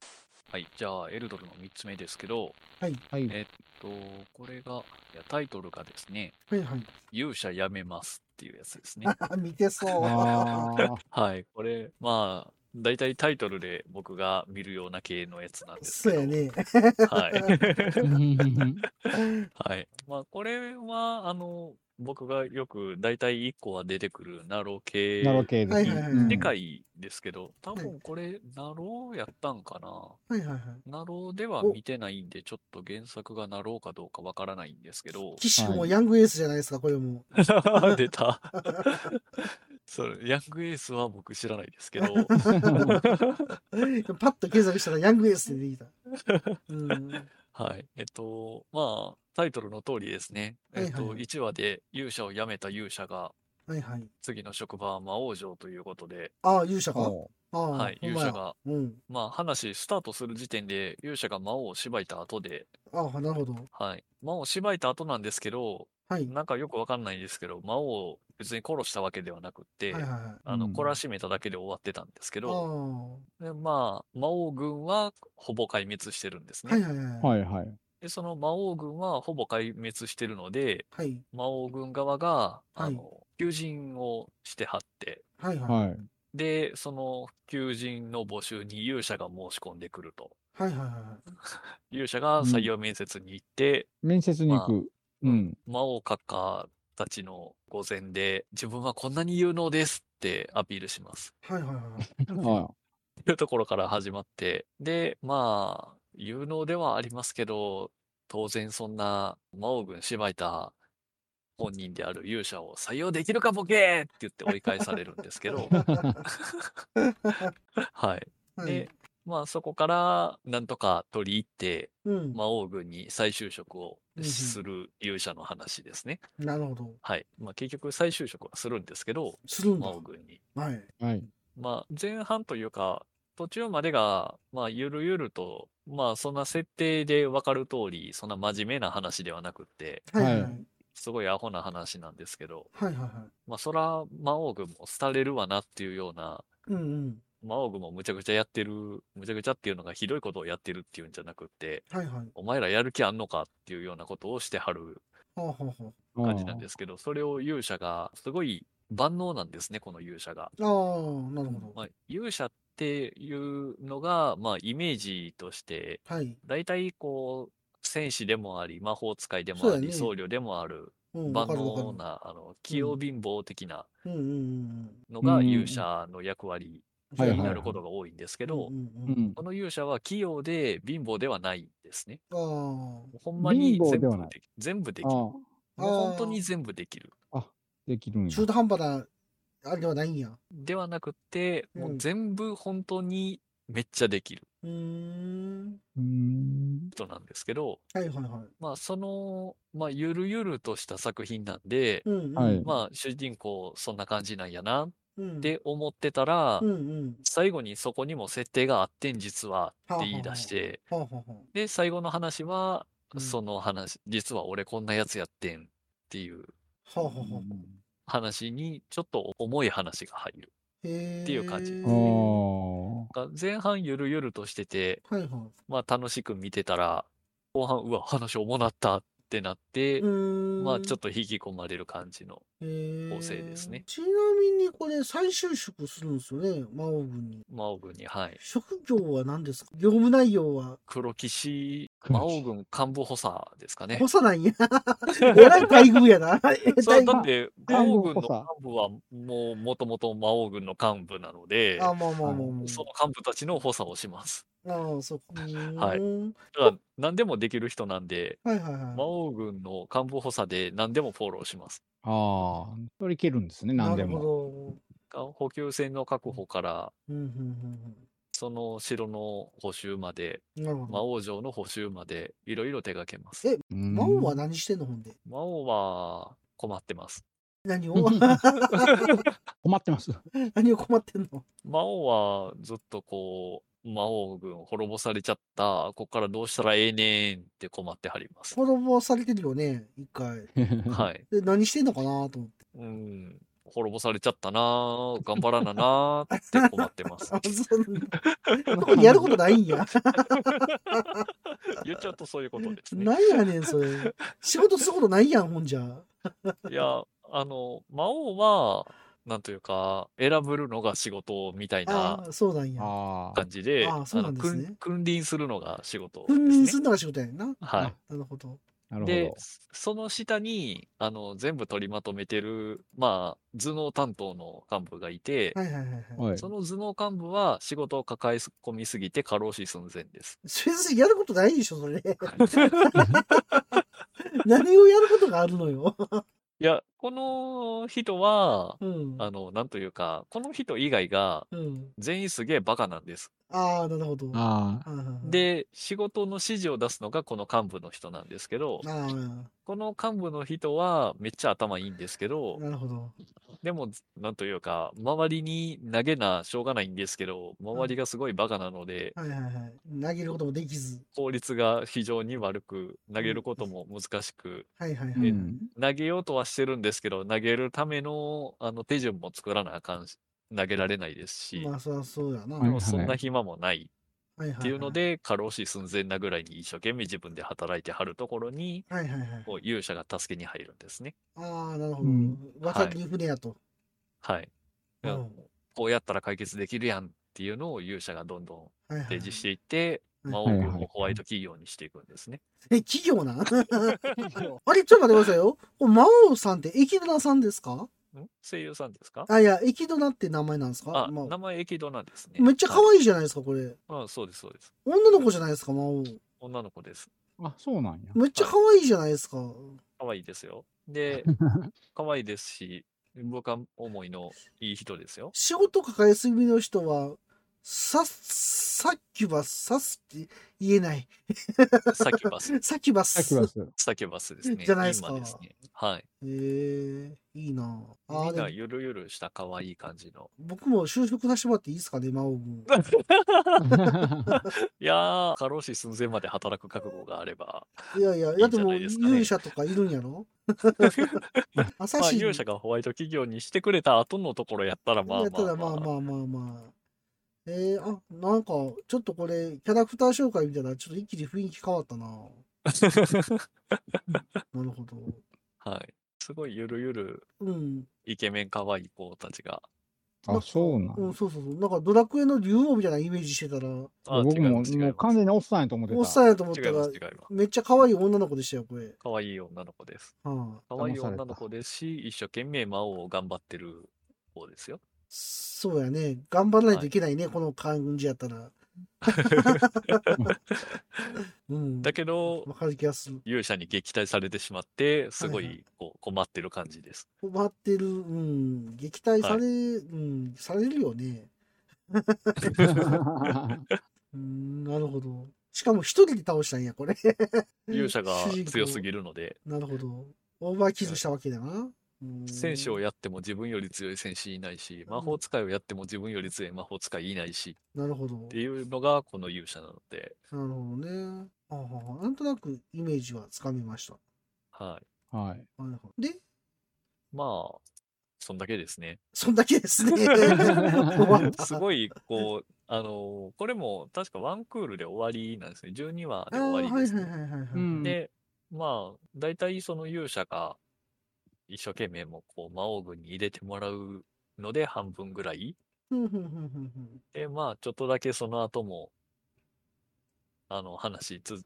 S4: はい、じゃあ、エルドルの3つ目ですけど、
S3: はい。
S4: えとこれが、いやタイトルがですね、
S2: はいはい。
S4: 勇者やめますっていうやつですね。
S2: あ見てそう。
S3: あー
S4: はい、これ、まあ、大体タイトルで僕が見るような系のやつなんです
S2: そ
S4: け
S2: う
S4: ど。
S2: やね。 [laughs]
S4: はい。
S3: うん
S4: はい。まあ、これは、あの、僕がよく大体1個は出てくるナロ系
S3: なわけで
S2: はい
S3: す
S2: はいはい
S3: ね。
S4: でかいですけど、多
S2: は
S4: 分これ、ナローやったんかな。
S2: はいはいはい。
S4: ナローでは
S2: お
S4: 見てないんで、ちょっと原作がナローかどうかわからないんですけど、
S2: 騎士もヤングエースじゃないですか、これも。
S4: [laughs] 出た。それ、ヤングエースは僕知らないですけ
S2: [laughs]
S4: ど、
S2: パッと検索したらヤングエースで出てきた。うん。
S4: はい。えっと、まあ、タイトルの通りですね。えっ
S2: はいは
S4: と、
S2: いはい
S4: 1話で勇者を辞めた勇者が、
S2: はいはい。
S4: 次の職場は魔王城ということで、
S2: ああ、勇者か。
S3: そ
S2: ああ、
S4: はい、
S2: ほん
S4: 勇
S2: まや
S4: 者。が、
S2: うん。
S4: まあ、話スタートする時点で勇者が魔王をしばいた後で、
S2: ああ、なるほど。
S4: はい、魔王をしばいた後なんですけど、
S2: はい。
S4: なんかよくわかんないんですけど、魔王を別に殺したわけではなくって、
S2: はいはいはい。
S4: あの
S3: うん
S4: 懲らしめただけで終わってたんですけ
S2: ああ、
S4: ど、でまあ、魔王軍はほぼ壊滅してるんですね、
S2: はいはいは
S3: う
S2: い。
S3: [laughs] はいはい。
S4: で。その魔王軍はほぼ壊滅してるので、
S2: はい
S4: 魔王軍側が、
S2: はい
S4: あの求人をしてはって、
S2: はいはい。
S3: はい。
S4: で、その求人の募集に勇者が申し込んでくると。
S2: はいはいは
S4: 勇者が
S3: うん
S4: 採用面接に行って、
S3: 面接に行く。うん。
S4: 魔王閣下たちの御前で、自分はこんなに有能ですってアピールします。
S2: い。はいはいはい。
S3: は
S4: というところから始まって、で、まあ、有能ではありますけど、当然そんな魔王軍しばいた本人である勇者を採用できるかボケーって言って追い返されるんですけど、はい。
S2: はい
S4: で、まあそこからなんとか取り入って、
S2: うん。
S4: 魔王軍に再就職を
S2: うんうん
S4: する勇者の話ですね。
S2: なるほど。
S4: はい。まあ結局再就職はするんですけど、
S2: するんだ
S4: 魔。王軍に。
S2: はい。
S3: い。はい。
S4: まあ前半というか、途中までが、まあゆるゆると、まあそんな設定でわかる通り、そんな真面目な話ではなくって、
S2: はいはいはい。
S4: すごいアホな話なんですけど、
S2: はいはいは
S4: まあそら魔王軍も廃れるわなっていうような、
S2: い。うんうん。
S4: 魔王軍もむちゃくちゃやってる、むちゃくちゃっていうのがひどいことをやってるっていうんじゃなくって、
S2: はいはい。
S4: お前らやる気あんのかっていうようなことをしてはる
S2: ほうほうほう。
S4: 感じなんですけど、それを勇者が、すごい万能なんですね、この勇者が。
S2: ああ、なるほど。
S4: まあ、勇者っていうのが、まあ、イメージとして、
S2: はい。
S4: 大体こう、戦士でもあり、魔法使いで
S2: そう
S4: も
S2: だ
S4: あ
S2: ね
S4: り、僧侶でもある、
S2: うん、わ
S4: 万
S2: かる
S4: 能
S2: わか
S4: な、あの、器用貧乏的な
S2: る。うんうんうん
S4: の
S3: う
S4: が
S3: ん
S4: 勇者の役割
S2: うん。
S3: はいはい
S4: になることが多いんですけど
S2: うん、う
S3: う
S2: んうん、
S3: ん。
S4: この勇者は器用で貧乏ではないんですね。
S2: ああ。
S4: ほんまに
S3: 貧乏
S4: 全
S3: で
S4: 部
S3: はない
S4: でき全部できる。
S3: ああ、
S2: あ
S4: もう
S2: ー
S4: 本当に全部できる。
S3: できるんや。
S2: 中途半端な、あれではないんや。
S4: ではなくて、も
S2: うん
S4: う全部本当にめっちゃできる
S2: うーん。
S3: うーん。
S4: 人なんですけど、
S2: はいはいはい。
S4: まあその、まあゆるゆるとした作品なんで、
S2: うんうん。
S3: はい
S4: まあ主人公そんな感じなんやなっ
S2: うん、
S4: て思ってたら
S2: うん、うん。
S4: 最後にそこにも設定があってん実は
S2: はあ
S4: って言い出して、
S2: ほうほうほう。
S4: で、最後の話は、
S2: うん
S4: その話、実は俺こんなやつやってんっていう
S2: ほうほうほうほう。
S4: 話にちょっと重い話が入る。
S2: へえ。
S4: っていう感じ
S3: あ
S2: は
S4: が前半ゆるゆるとしてて、
S2: いはい。
S4: まあ楽しく見てたら、後半、うわ、話重なったってなって、まあちょっ
S2: と
S4: と引き込まれる感じの。構
S2: 構
S4: 成ですね
S2: ちなみにこれ再就職するんですよね、魔王軍に。
S4: 魔王軍に、はい。
S2: 職業は何ですか業務内容は。
S4: 黒騎士、
S3: 黒
S4: 魔
S3: 騎士
S4: 王軍幹部補佐ですかね
S2: 干。さないん
S4: [laughs]
S2: や。えらい待遇やな。え
S4: そ
S2: ら
S4: う
S2: い
S4: だって、魔王軍の
S3: 幹部補
S4: 幹
S3: 佐
S4: 部はもうもともと魔王軍の幹部なので、
S2: あ、まあまあまあま
S4: その幹部たちの補佐をします。
S2: あ。ああ、そっか。
S4: はい
S2: い。
S4: だから何でもできる人なんで、
S2: はいはいはい。
S4: 魔王軍の幹部補佐で何でもフォローします。
S3: あー、それいけるんですね、何で
S2: なる
S3: も。
S2: ほ
S4: が補給船の確保から、
S2: ど。うんうん
S4: その城の補修まで、
S2: うんうん。なるほ
S4: 魔
S2: ど。
S4: 王城の補修までいろいろ手掛けます
S2: え。魔
S3: 魔
S2: 王は何してんのほんで。
S4: 魔王は困ってます。
S2: 何を
S3: [laughs] 困ってます。
S2: [laughs] 何を困ってんの
S4: 魔王はずっとこう、魔王軍滅ぼされちゃった、こっからどうしたらええねんって困ってはります。
S2: 滅ぼされてるよね、一
S3: [laughs]
S2: 回。
S3: は
S4: はい。
S2: で、何してんのかなと思って。
S4: うん。滅ぼされちゃったなぁ頑張らななぁって困って
S2: [laughs]
S4: ます
S2: あ。、そうなんだ。
S4: [laughs]
S2: これ [laughs] やることないんや。
S4: 言っちゃうとそういうことですね。
S2: なんやねん、それ。
S4: [laughs]
S2: 仕事することないやん、ほんじゃ。
S4: いや、あの、魔王は、なんというか、選ぶのが仕事みたい
S2: あ
S4: な
S2: あ、そうなんや。
S3: ああ。
S4: 感じで、
S2: あーそうなんですね
S4: あの君君臨するのが仕事
S2: 君臨
S4: ですすね。
S2: るのが仕事やねんな。
S4: はい。
S2: なるほど。
S3: なるほ
S4: で
S3: ど、。
S4: その下に、あの、全部取りまとめてる、まあ、頭脳担当の幹部がいて、
S2: はいはいはいはい。
S3: はい。
S4: その頭脳幹部は仕事を抱え込みすぎて過労死寸前です。
S2: 先生やることないでしょ、
S4: [laughs]
S2: それ。 [laughs] 何をやることがあるのよ。
S4: いや、この人は、
S2: うん。
S4: あの、なんというか、この人以外が
S2: うん、
S4: 全員すげえバカなんです。
S2: ああ、なるほど。は
S3: ああ。
S2: いはいはい、
S4: で、仕事の指示を出すのがこの幹部の人なんですけど、
S2: あ
S4: この幹部の人はめっちゃ頭いいんですけ
S2: あ、
S4: ど、
S2: なるほど。
S4: でも、なんというか、周りに投げなしょうがないんですけど、周りがすごいバカなので、
S2: はいはいはい。投げることもできず。
S4: 効率が非常に悪く、投げることも難しく、
S2: はいはいは
S3: う
S2: い。
S3: ん。
S4: 投げようとはしてるんですけど、投げるためのあの手順も作らなあかんし、投げられないですし、
S2: まあ、そりゃそうやな。
S3: はい
S4: もうそんな暇もない
S2: はいは
S4: っていうの、で、過労死寸前なぐらいに一生懸命自分で働いてはるところに、
S2: はいはいはい。
S4: こう勇者が助けに入るんですね。
S2: ああ、なるほど
S3: うん。
S2: 若き船やと。
S4: はい。
S2: うん
S4: あのこうやったら解決できるやんっていうのを勇者がどんどん
S2: はいはい
S4: 提示していって、
S2: はい
S4: 魔王
S3: はいはい
S4: 軍をホワイト企業にしていくんですね。
S2: え、企業なんあれ、ちょっと待ってくださいよ。これ魔王さんってエキドナさんですか
S4: ん声優さんですか
S2: あ、いや、エキドナって名前なんですか
S4: あ、
S2: まあ
S4: 名前エキドなんですね。
S2: めっちゃ可
S4: い
S2: 愛いじゃないですか、これ。
S4: い。うん、そうです、そうです。
S2: 女の子じゃないですか、魔王。
S4: 女の子です。
S3: あ、そうなん [laughs] や。
S2: めっちゃ可愛いじゃないですか。
S4: 可愛いですよ。
S3: [laughs]
S4: で、可愛いですし、僕は思いのいい人
S2: [laughs]
S4: ですよ。
S2: 仕事抱えすぎの人は、さ、さっきはさすって言えない。。
S4: サキュバス
S2: さっきは
S3: さっき
S2: す。
S3: は
S2: え
S3: す。
S4: サキュバスですね。
S2: じゃないですか
S4: 今ですね。はい。
S2: えー、いいなあ
S4: み
S2: あ
S4: ん
S2: で
S4: な
S2: も
S4: ゆるゆるした可愛い感じの。
S2: 僕も就職させてもらっていいですかね、魔王
S4: [laughs]
S2: 軍。
S4: いやー、過労死寸前まで働く覚悟があれば。
S2: いやいや、
S4: いい
S2: だっ
S4: ん
S2: て
S4: じゃ
S2: もう
S4: ないですかね
S2: 勇者とかいるんやろ [laughs] 朝
S4: [laughs] まあ、
S2: 日
S4: 勇者がホワイト企業にしてくれた後のところやったら、まあ
S2: やった
S4: ま
S2: ら
S4: あ
S2: まあ
S4: まあ。
S2: まあまあまあ。えー、あ、なんか、ちょっとこれ、キャラクター紹介みたいな、ちょっと一気に雰囲気変わった
S4: [laughs]
S2: な。なるほど。
S4: はい。すごいゆるゆる
S2: うん。
S4: イケメン可愛い子たちが。
S3: あ、そうなん
S2: うん、
S3: や。
S2: そうそうそう。なんかドラクエの竜王みたいなイメージしてたら、
S4: あ
S3: 僕
S4: 違い
S3: も、
S4: ます違い
S3: も
S4: ま
S3: う
S4: す
S3: 完全におっさんやと思ってた。
S2: おっさんやと思っ
S4: 違
S2: た
S4: いま
S2: ら
S4: す、違います。
S2: めっちゃ可愛い女の子でしたよ、これ。
S4: 可愛い女の子です。
S2: はあ、
S4: 可愛い
S3: 騙された
S4: 女の子ですし、一生懸命魔王を頑張ってる方ですよ。
S2: そうやね。頑張らないといけないね、この感じやった
S4: [laughs]
S2: ら。うん。
S4: だけど、
S2: わかる気がする。
S4: 勇者に撃退されてしまって、すご
S2: はいはい
S4: こう困ってる感じです。
S2: 困ってる。うん。撃退され、
S4: はい
S2: うん、されるよね。うん、なるほど。しかも一人で倒したんや、これ。
S4: [laughs] 勇者が
S2: 主人公
S4: 強すぎるので、
S2: なるほど。オーバーキルしたわけだな。うん
S4: 戦士をやっても自分より強い戦士いないし、魔法使いをやっても自分より強い魔法使いいないし、
S2: なるほど。な
S4: っていうのがこの勇者なので、
S2: るほどね。はあはあはあなんとなくイメージはつかみました。
S4: は
S3: [laughs] はい。
S2: はいはいで、
S4: い。まあ、そんだけですね。
S2: そんだけ
S4: [laughs]
S2: ですね。終わった
S4: すごい、こう、あの、これも確かワンクールで終わりなんですね。12話
S2: あ
S4: で
S2: ーは
S4: 終
S2: い
S4: わ
S2: は
S4: り
S2: い
S4: で
S2: はい
S4: す
S2: は
S4: ね
S2: い。はい。
S3: うん
S4: で、まあ、大体その勇者が一生懸命もうこう魔王軍に入れてもらうので半分ぐらい。
S2: ふんふんふんふんふん
S4: で、まあ、ちょっとだけその後も、あの、話つ、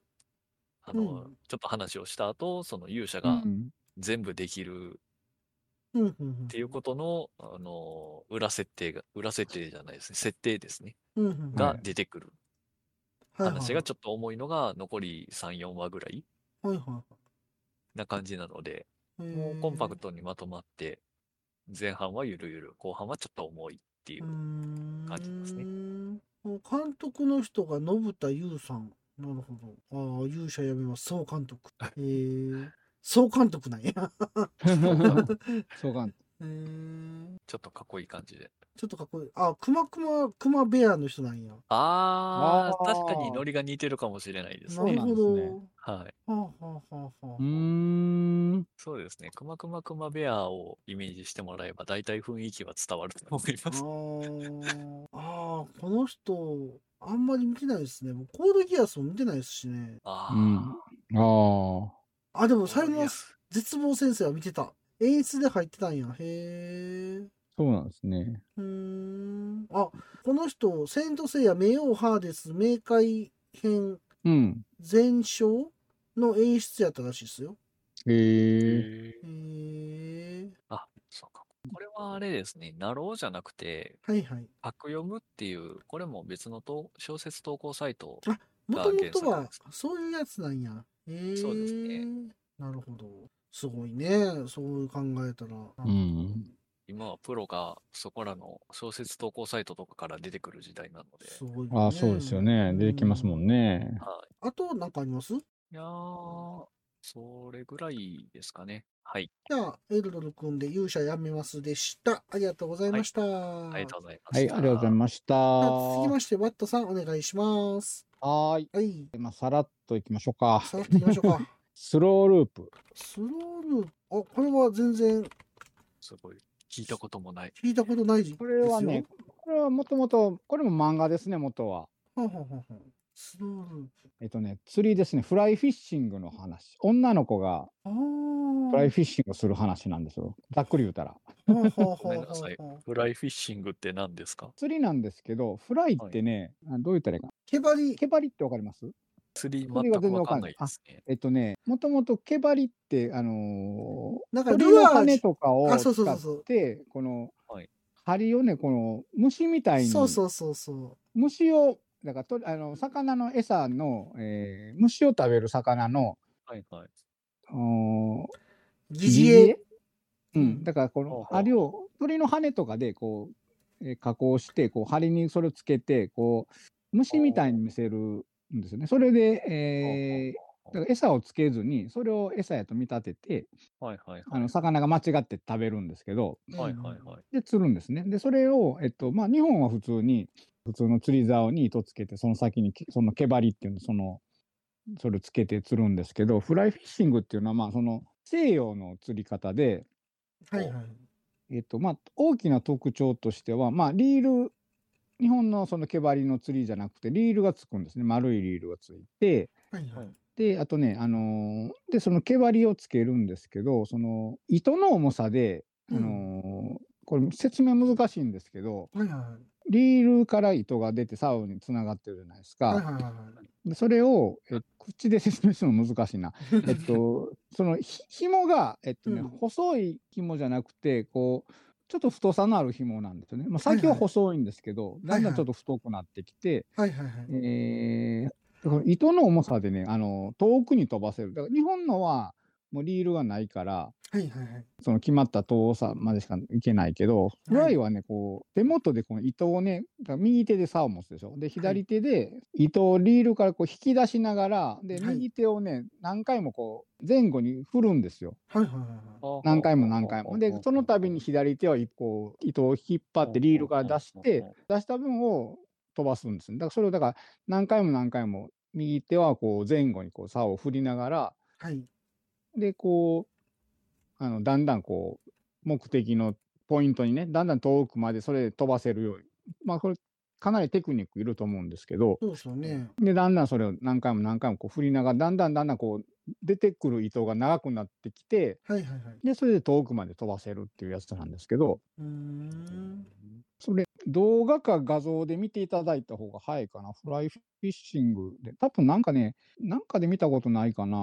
S4: あの、
S2: うん
S4: ちょっと話をした後、その勇者
S3: う
S4: が
S3: ん
S4: 全部できる
S2: ふんふんふん
S4: っていうことの、あの、裏設定が、裏設定じゃないですね、設定ですね、
S2: ふんふん
S4: が
S3: はい
S4: 出てくる
S2: はいはい
S4: 話がちょっと重いのが残り3、4話ぐらい
S2: はいは
S4: な感じなので、
S2: いはい
S4: もうコンパク
S2: ト
S4: トにまとまって、前半はゆるゆる、後半はちょっと重いっていう。
S2: 感
S4: じですね
S2: 監督の人が信田優さん。なるほど。ああ、勇者やめます。総監督。えー、総監督なんや。
S3: そう [laughs] か。
S2: えー、
S4: ちょっとかっこいい感じで。
S2: ちょっとかっこいい。あ、熊熊熊ベアの人なんや。
S4: あー、
S3: あー
S4: 確かにノリが似てるかもしれないです
S2: な
S3: う
S2: る
S4: ね。
S3: ん
S2: ほ
S3: ですね
S2: ど。
S4: はい。
S2: はあはあは
S4: [laughs]
S2: あは
S3: うー
S2: あ。
S3: ん。
S4: そうですね。くまくまくまベアをイメージしてもらえば、大体雰囲気は伝わると思い
S2: あ
S4: ます。
S2: ーあー、この人、あんまり見てないですね。もうコードギアスも見てないですしね。
S4: あ
S3: う
S4: ー。
S3: ん。あ
S2: あ、でも
S4: わか
S2: 最
S4: り
S2: 後
S4: や
S2: は
S4: す
S2: 絶望先生は見てた。演出で入ってたんや。へえ。
S3: あ。そうなんですね。
S2: うーんあこの人「セント・セイヤ冥王ハーデス冥界編
S3: うん。
S2: 全章」の演出やったらしいですよ。
S3: へえ。
S4: へえ。
S2: へえ
S4: あ、そうか。これはあれですね。ナローじゃなくて、
S2: はいはい。
S4: 白読むっていう、これも別のと小説投稿サイト。
S2: もとも
S4: 原
S2: と
S4: 作なん
S2: は
S4: です
S2: そういうやつなんや。へえ
S4: そうですね
S2: なるほど。すごいね。そう考えたら。
S3: うん。
S4: 今はプロがそこらの小説投稿サイトとかから出てくる時代なので。
S2: すごい、ね。
S3: あ、そうですよね。出てきますも
S2: ね。
S3: んね。
S4: はい。
S2: あと何かあります
S4: いやー、それぐらいですかね。はい。
S2: じゃあ、エルドル君で勇者やめますでした。ありがとうございました。
S4: ありがとうございま
S3: はい、あり
S4: した。
S3: がとうございました。
S2: 続き
S3: は
S2: まして、ワットさんお願いします。
S3: ーい。
S2: はい。
S3: 今、さらっといきましょうか。
S2: さらっといきましょうか。
S3: スローループ。
S2: スローループ。あ、これは全然
S4: すごい。聞いたこともない。
S2: 聞いたことないですよ。
S3: これはね、これはもともと、これも漫画ですね、元は。
S2: はんはんはんはん。スローループ。
S3: えっとね、釣りですね、フライフィッシングの話。女の子が
S2: あ
S3: フライ
S2: ー。
S3: フィッシングする話なんですよ。ざっくり言うたら。
S2: はんはんはん
S4: ごめん
S2: は
S4: なさい
S2: んはん
S4: フライフィッシングって何ですか
S3: 釣りなんですけど、フライってね、あどう言ったらいいかな。
S2: 毛張り。
S3: 毛張りってわかります
S4: 釣り全
S3: それが全
S4: く
S3: 然
S4: わ
S3: わ
S4: か
S3: か
S4: ん
S3: ん
S4: な
S3: ないい
S4: ですね。
S3: えっとね、もともと毛張りって、あの
S2: なん
S3: ー
S2: か
S3: 鳥
S2: ル
S3: の
S2: アー
S3: 羽
S2: じ
S3: とかを
S2: あ
S3: 使
S2: そう
S3: っ
S2: そうそうそう
S3: て、この
S4: はい、
S3: 針をね、この虫みたいに、
S2: そうそうそうそ
S3: 虫を、だからとあの魚の餌の、えー虫を食べる魚の、
S4: はいはい。
S2: う。
S3: おー
S2: 疑似餌。
S3: う
S2: うん
S3: ん、だからこ
S4: ほ
S3: の
S4: うほう
S3: 針を鳥の羽とかでこう、えー加工してこう針にそれをつけてこう虫みたいに見せるんですよね。それで、えーだから餌をつけずにそれを餌やと見立てて
S4: はいはい
S3: あ
S4: はい
S3: の。魚が間違って食べるんですけど
S4: はいはいはい。
S3: で釣るんですね。でそれを、えっとまあ、日本は普通に普通の釣り竿に糸つけてその先にけその毛針っていうのそのそれをつけて釣るんですけどフライフィッシングっていうのはまあその西洋の釣り方で。
S2: はいはい。
S3: えっとまあ、大きな特徴としては、まあ、リール日本のその毛針の釣りじゃなくてリールがつくんですね丸いリールがついて
S2: はいはい。
S3: であとね、あのーでその毛針をつけるんですけどその糸の重さで、あのーこれ説明難しいんですけど
S2: はいは
S3: リールから糸が出て竿につながってるじゃないですか、
S2: い。はいはいはい
S3: でそれをえ口で説明するの難しいな
S2: [laughs]
S3: えっとそのひ紐がえっとね、
S2: うん
S3: 細い紐じゃなくてこうちょっと太さのある紐なんですよね、まあ、先
S2: はい
S3: は
S2: はい
S3: 細いんですけど、だんだんちょっと太くなってきて、
S2: はいはいはい。
S3: えーこの糸の重さでねあの遠くに飛ばせるだから日本のはもうリールがないから
S2: はいはいはい。
S3: その決まった遠さまでしかいけないけど、フライはね、こう、手元でこの糸をね、だから右手で竿を持つでしょ。で、左手で糸をリールからこう引き出しながら、で、
S2: はい
S3: 右手をね、何回もこう、前後に振るんですよ。
S2: はいはいはいは
S3: 何回も何回も。で、その度に左手はこう、糸を引っ張ってリールから出して、出した分を飛ばすんですね。だからそれをだから、何回も何回も、右手はこう、前後にこう、竿を振りながら、
S2: い。はい。
S3: でこうあのだんだんこう目的のポイントにねだんだん遠くまでそれで飛ばせるようにまあこれかなりテクニックいると思うんですけど
S2: そうですよね。
S3: でだんだんそれを何回も何回もこう振りながらだんだんだんだんこう出てくる糸が長くなってきて
S2: はいはいはい。
S3: でそれで遠くまで飛ばせるっていうやつなんですけど
S2: うーん。
S3: それ動画か画像で見ていただいた方が早いかなフライフィッシングで多分なんかねなんかで見たことないかな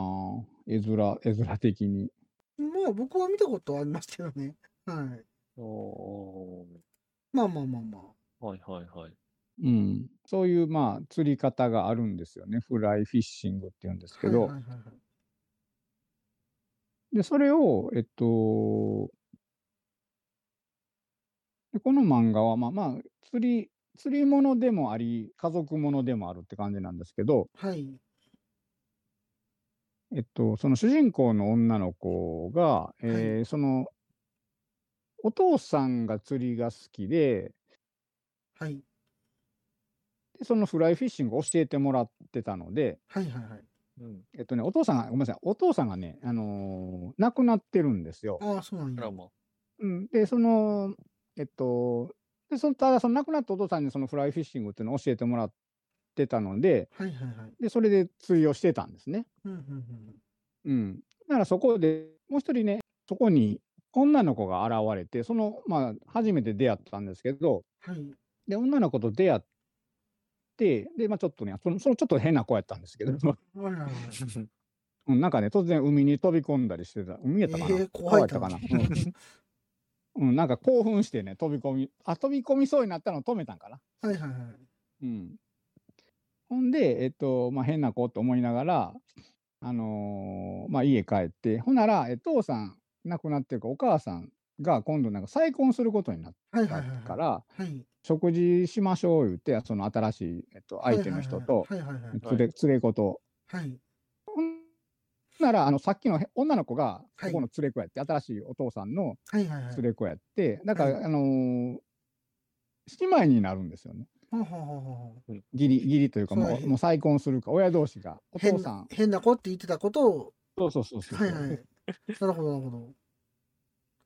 S3: 絵面絵面的に。
S2: まあ僕は見たことありますけどね。はい。
S4: お
S2: まあまあまあまあ。
S4: ーはいはいはい。
S3: うん、そういうまあ釣り方があるんですよねフライフィッシングっていうんですけど、
S2: はいはいはいはい
S3: でそれをえっとでこの漫画はまあまあ釣り釣り物でもあり家族物でもあるって感じなんですけど、
S2: はい。
S3: えっと、その主人公の女の子が、えーそのお父さんが釣りが好きで
S2: はい。
S3: でそのフライフィッシングを教えてもらってたので、
S2: はいはいはい。
S4: うん。
S3: えっとね、お父さんが、ごめんなさい、お父さんがね、あのー亡くなってるんですよ。
S2: ああ、そうなん
S4: そ
S2: や。
S4: れは
S2: は
S4: も [laughs]
S3: うん、で、その、えっと、でそのただ、その亡くなったお父さんにそのフライフィッシングっていうのを教えてもらってたので、
S2: いはいはい。
S3: で、それで釣りをしてたんですね。
S2: うんうんうん。
S3: うん。だからそこで、もう一人ね、そこに女の子が現れて、その、まあ、初めて出会ったんですけど、
S2: はい。
S3: で、女の子と出会って、で、まあ、ちょっとね、その、そのちょっと変な子やったんですけど、
S2: はいはいはい
S3: うんなんかね、突然海に飛び込んだりしてた。海やったかな、
S2: えー怖いな
S3: 川やったかな。うん、うんなんか興奮してね、飛び込み、あ、飛び込みそうになったのを止めたんかな。
S2: はいはいはい。
S3: うん。ほんで、えっと、まあ、変な子と思いながら、あのーまあ、家帰って、ほんなら、えっと、お父さん亡くなってるから、お母さんが今度なんか再婚することになっ
S2: はいは
S3: た
S2: いはい。
S3: から、
S2: はい、
S3: 食事しましょう言って、その新しい、えっと、相手の人と、
S2: はいはいはい。はい
S3: 連れ、連れ子と、
S2: はい
S3: なら、あの、さっきのへ女の子が、
S2: はい
S3: ここの連れ子やって、新しいお父さんの
S2: はいはいはい。
S3: 連れ子やって、だか
S2: は
S3: ら、あのー姉妹になるんですよね。
S2: ほうほうほうほうほう
S3: 義理、義理というか、
S2: そう
S3: も
S2: です
S3: う、もう再婚するか、親同士が、お
S2: 変
S3: 父
S2: な
S3: さん、
S2: 変な子って言ってたことを。
S3: そうそうそうそう。
S2: はいはい。な
S3: [laughs]
S2: るほどなるほ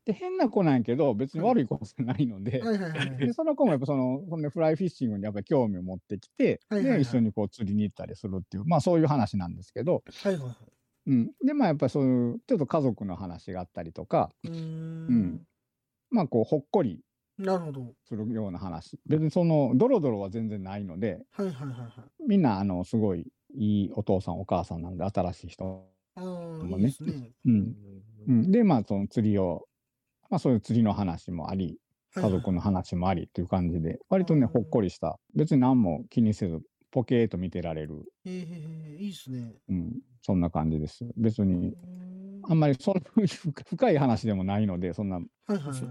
S3: で、変な子なんやけど、別に
S2: はい
S3: 悪い子じゃないので
S2: ど。、はいはいはい。
S3: で、その子もやっぱその、ほんでフライフィッシングにやっぱり興味を持ってきて、
S2: はいはいはい
S3: で、一緒にこう釣りに行ったりするっていう、まあそういう話なんですけど、
S2: はいはいは
S3: うん。で、まあやっぱりそういう、ちょっと家族の話があったりとか、
S2: い。うー
S3: うんん。まあこう、ほっこり
S2: なるほど。
S3: するような話。別にその、ドロドロは全然ないので、
S2: はいはいはいはい。
S3: みんな、あの、すごいいいお父さんお母さんなんで、新しい人。
S2: ああ、
S3: ま
S2: い
S3: あ
S2: い
S3: ね
S2: ですね。
S3: うん。うん、で、まあその釣りを、まあそういう釣りの話もあり、
S2: 家
S3: 家族
S2: の。
S3: の話もありっていう感じで、割とね、
S2: うん
S3: ほっこりした。別に何も気にせず、ポケーと見てられる。
S2: へーへーへーいいですね。
S3: うん、そんな感じです。別に、あ
S2: は
S3: んまりその深い [laughs] 話でもないので、そんな、
S2: いはいはい。これ、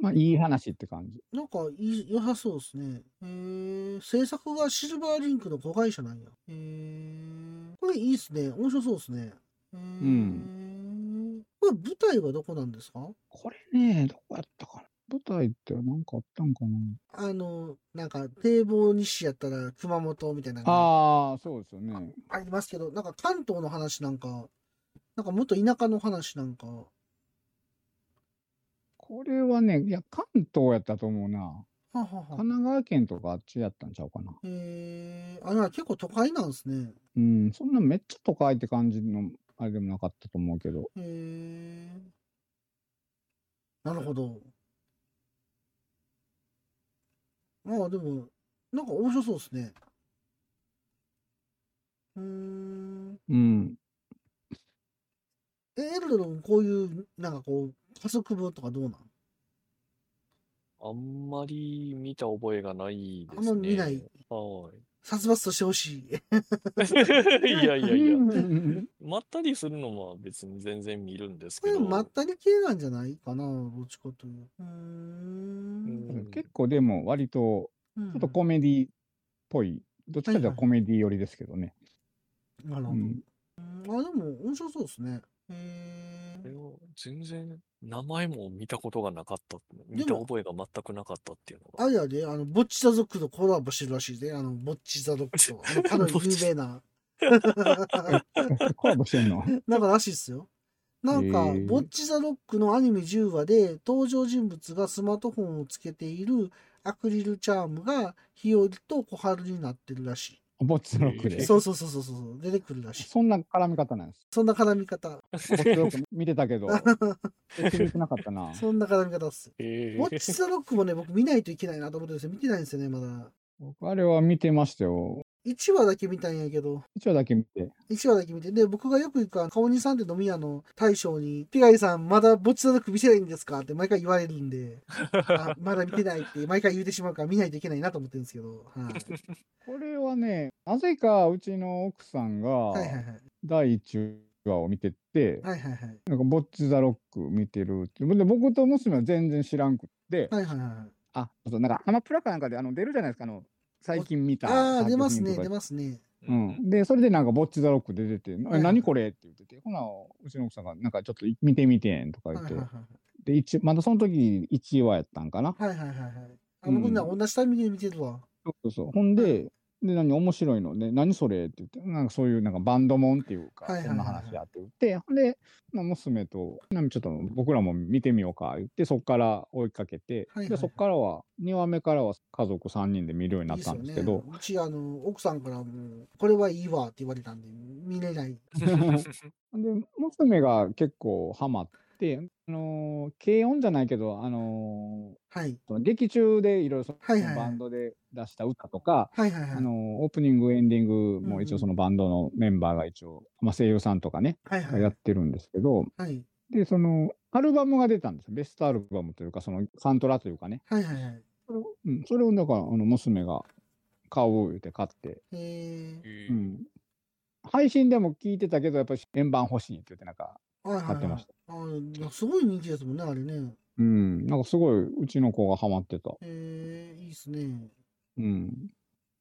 S3: まあいい話って感じ。
S2: なんかいい良さそうですね。へー制作がシルバーリンクの子会社なんや。へーこれいいですね。面白そうですね。う
S3: うん。
S2: これ舞台はどこなんですか
S3: これね、どこやったかな。舞台ってなんかあったんかな。
S2: あの、なんか、堤防西やったら熊本みたいなのが
S3: ああ、そうですよね。
S2: ありますけど、なんか関東の話なんか、なんかもっと田舎の話なんか、は
S3: これはね、いや、関東やったと思うな。
S2: あはあ
S3: 神
S2: はあ
S3: 奈川県とかあっちやったんちゃうかな。
S2: へえ、あ、いや、結構都会なんですね。
S3: うん、そんなめっちゃ都会って感じの、あれでもなかったと思うけど。
S2: へえ。なるほど。まあでも、なんか面白そうですね。うーん。
S3: うん。
S2: え、エルドのこういう、なんかこう、家族分とかどうなん
S4: あんまり見た覚えがないで
S2: あんます見ない
S4: ね。は
S2: 殺伐としてほしい。
S4: い。 [laughs] いやいやいや
S3: う。んうんうん
S4: まったりするのは別に全然見るんです
S2: こ
S4: け
S2: れ
S4: ど。
S2: まったり系なんじゃないかな、どっちかというと。うー
S4: う
S2: ん。
S4: ん
S3: うん結構でも割と
S2: ち
S3: ちょっとコメディっぽい、どっちかと
S2: は
S3: いう
S2: いは
S3: と
S2: い
S3: コメディ寄りですけどね。
S2: なるほど。
S3: うん
S2: うんあ、でも面白そうですね。へ
S4: これ
S2: え。
S4: を全然名前も見たことがなかった。見
S2: で
S4: た
S2: も
S4: 覚えが全くなかったっていうのが。
S2: あれやで、あの、ボッチザ族とコラボしてるらしいで、あの、ボッチザ族と、あの、かの有名な。
S3: コラボしてんの
S2: なんからしいっすよ。なんか
S3: へ、ー
S2: ボッチ・ザ・ロックのアニメ10話で、登場人物がスマートフォンをつけているアクリルチャームが、日和と小春になってるらし
S3: ボッツロック
S2: い。
S3: で。
S2: そうそうそうそうそう、出てくるらしい。
S3: そんな絡み方なんです。
S2: そんな絡み方。
S3: ボッツロック見てたけど、気づいてなかったな。
S2: そんな絡み方っす。
S4: え
S2: ボッチ・ザ・ロックもね、僕見ないといけないなと思ってるんですよ。見てないんですよね、まだ。
S3: 僕あれは見てましたよ。
S2: 1話だけ見たんやけど、
S3: 一話だけ見て。
S2: 1話だけ見て、で、僕がよく行く、あの、顔にさんって飲み屋の大将に、ピガイさん、まだぼっちだと見せないんですかって毎回言われるんで、あまだ見てないって、毎回言うてしまうから見ないといけないなと思ってるんですけど、はい。
S3: これはね、なぜかうちの奥さんが
S2: はいはいはい。
S3: 第1話を見てて、
S2: はいはいはい。
S3: なんかボッツ・ザ・ロック見てるって。で僕と娘は全然知らんくって、
S2: はいはいはい。
S3: あ、そうなんかアマプラかなんかであの出るじゃないですか、あの、最近見た作品と
S2: ああ
S3: か。
S2: ー、出ますね、出ますね。
S3: うん、で、それでなんか、ボッチ・ザ・ロック出てて、
S2: は
S3: ない何これって言ってて、ほな、うちの奥さんが、なんかちょっと見てみてんとか
S2: はい
S3: 言っ
S2: は
S3: て
S2: い、はい。
S3: で、一まだその時1話やったんかな。
S2: はいはいはいはい。あ、
S3: うん
S2: 僕ね、同じタイミングで見てるわ。
S3: そうそうそう。ほんで、で、何面白いのね、何それって言って、なんかそういうなんかバンドもんっていうか、
S2: はいはい
S3: そ
S2: はい
S3: んな
S2: はい
S3: 話やって言って、ほんで、まあ娘と、なんかちょっと僕らも見てみようか言って、そっから追いかけて、
S2: はいはい
S3: で、そっからは、2話目からは家族3人で見るようにない
S2: い
S3: っ
S2: ったす
S3: ん
S2: よ
S3: で
S2: ね。
S3: すけ
S2: [laughs]
S3: ど、
S2: うち、あの、奥さんからもう、これはいいわって言われたんで、見れない。
S3: で、娘が結構ハマって、って、あのー軽音じゃないけど、あの
S2: はい。
S3: ー劇中でいろいろそ
S2: はいはいはい
S3: のバンドで出した歌とか、
S2: はいはいはい。
S3: あのーオープニング、エンディングも一
S2: うんうん
S3: 応そのバンドのメンバーが一応、まあ、声優さんとかね、
S2: はい
S3: が
S2: はい。
S3: やってるんですけど、
S2: はい。
S3: で、その、アルバムが出たんですよ。ベストアルバムというか、その、サントラというかね。
S2: はいはいはい。
S3: それを、うん、それをだから、あの、娘が買おう言うて買って、
S2: えー、
S3: うん。配信でも聞いてたけど、やっぱり円盤欲しいって言って、なんか、
S2: はいはい、はい。
S3: 買ってました。
S2: あーなんかすごい人気ですもんね、あれね。
S3: うん、なんかすごい、うちの子がハマってた。
S2: えー、いいですね。
S3: うん。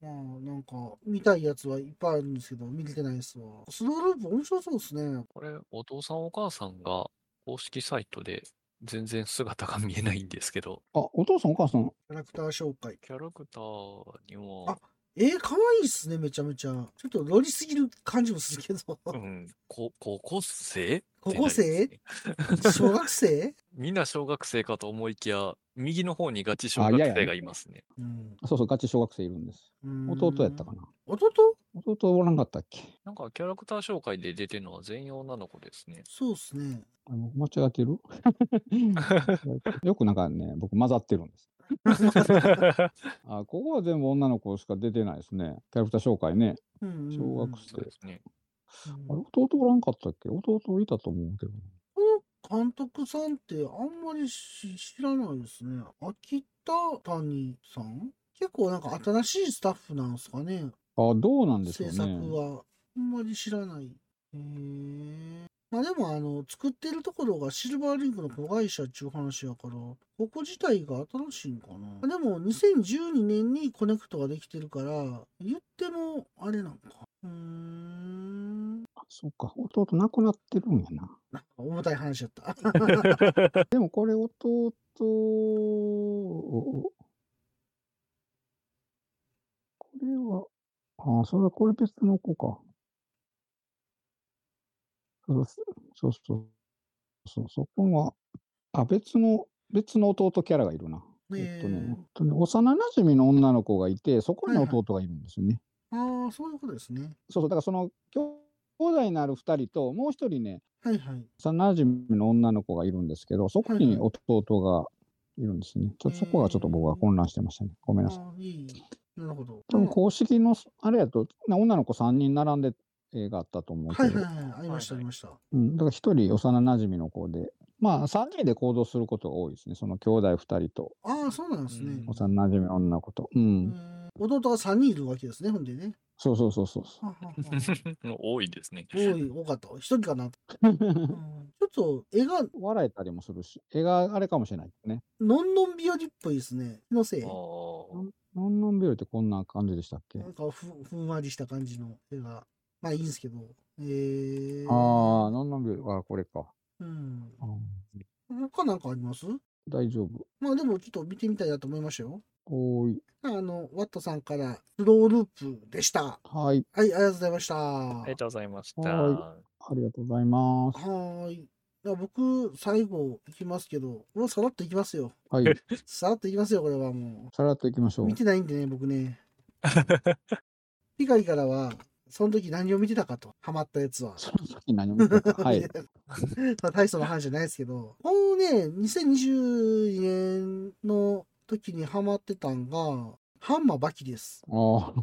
S2: まあ、なんか、見たいやつはいっぱいあるんですけど、見れてないですわ。スノーループ面白そうですね。
S4: これ、お父さんお母さんが公式サイトで全然姿が見えないんですけど、
S3: あ、お父さんお母さん、
S2: キャラクター紹介。
S4: キャラクターにも、
S2: あえー、可愛いっすね、めちゃめちゃ。ちょっとロリすぎる感じもする
S3: [laughs]
S2: けど。
S4: うん、こ高校生
S2: 高校生
S4: ってなります
S2: 小
S4: ね
S2: 学生
S4: みんな小学生かと思いきや、右の方にガチ小
S3: あ
S4: 学
S3: いやいや
S4: 生がいますね。
S2: うん。
S3: [laughs] そうそう、ガチ小学生いるんです。弟やったか
S2: な。
S3: な。
S2: 弟
S3: 弟おらんかったっけ
S4: なんかキャラクター紹介で出てるのは全員女の子です
S2: [laughs]
S4: ね。
S2: そうっすね。
S3: あの間違ってるよくなんかね、僕混ざってるんです。あここは全部女の子しか出てないですね。キャラクター紹介ね。
S2: うんうんうん
S3: 小学
S4: そうですね。
S3: あ
S2: う
S3: れ
S2: ん
S3: 弟おらんかったっけ弟いたと思うけど。
S2: この監督さんってあんまりし知らないですね。秋田谷さん結構なんか新しいスタッフなんですかね。
S3: あどうなんでしょ
S2: 制
S3: う
S2: 作
S3: ね。
S2: は。あんまり知らない。へえ。まあでもあの、作ってるところがシルバーリンクの子会社っていう話やから、ここ自体が新しいんかな。あでも2012年にコネクトができてるから、言ってもあれなんか。うーん。
S3: あそうか、弟亡くなってるんやな。
S2: なんか重たい話や
S3: [laughs]
S2: った。
S3: でもこれ弟を、これは、ああ、それはこれ別の子か。そうそうそう。そう、そこは、あ、別の、別の弟キャラがいるな。えっと
S2: え
S3: ね
S2: ー、
S3: えっとね幼馴染の女の子がいて、そこに
S2: はいはい
S3: 弟がいるんですよね。
S2: ああ、そういうことですね。
S3: そうそう、だからその、兄弟のある二人と、もう一人ね、
S2: はいはい。
S3: 幼馴染の女の子がいるんですけど、そこ
S2: はい
S3: に
S2: は
S3: 弟がいるんですね。ちょ
S2: へー
S3: そこがちょっと僕は混乱してましたね。ごめんなさい。
S2: ああ、いい。なるほど。
S3: 多分公式のあれやと、な女の子3人並んで映画あったと思う
S2: は
S3: け
S2: い
S3: ど、
S2: はいはい。ありました、ありました。
S3: うん、だから1人幼馴染の子で、まあ3人で行動することが多いですね。その兄弟2人と
S2: ああ、そうなんですね
S4: う。ん
S3: 幼馴染の女の子と。うん。
S2: うん弟が3人いるわけですね、ほんでね。
S3: そうそうそうそう。
S2: はははは
S4: [laughs] 多いですね。
S2: 多い、多かった。1人かな。うんちょっと絵が、
S3: 笑えたりもするし、映画あれかもしれないね。
S2: のんのんびよりっぽいですね。気のせい
S4: あ。ー
S3: のんのんびりってこんな感じでしたっけ、
S2: なんかふふんわりした感じの絵が。まあいいんですけど。えー、
S3: ああ、のんのんびり、あこれか。
S2: うん。
S3: あー
S2: 他なんかあります
S3: 大丈夫。
S2: まあでもちょっと見てみたいなと思いましたよ。
S3: おーい。
S2: あの、ワットさんから、スローループでした。はい、あ
S3: はい。
S2: りがとうございました。
S4: ありがとうございました。
S3: はありがとうござい
S2: [laughs]
S3: ます。
S2: はーい。じゃあ僕、最後いきますけど、もうさらっといきますよ。
S3: はい。
S2: さらっといきますよ、これはも
S3: さらっといきましょ
S2: う。
S3: う
S2: 見。てないんでね、僕ね。ピカリからは、その時何を見てたかと、ハマったやつは。
S3: その時何を見たか。
S2: [laughs]
S3: はい。
S2: まあ大層な話じゃないですけど、このね、2022年の時にハマってたんが、ハンマーバキです。
S3: ああ。お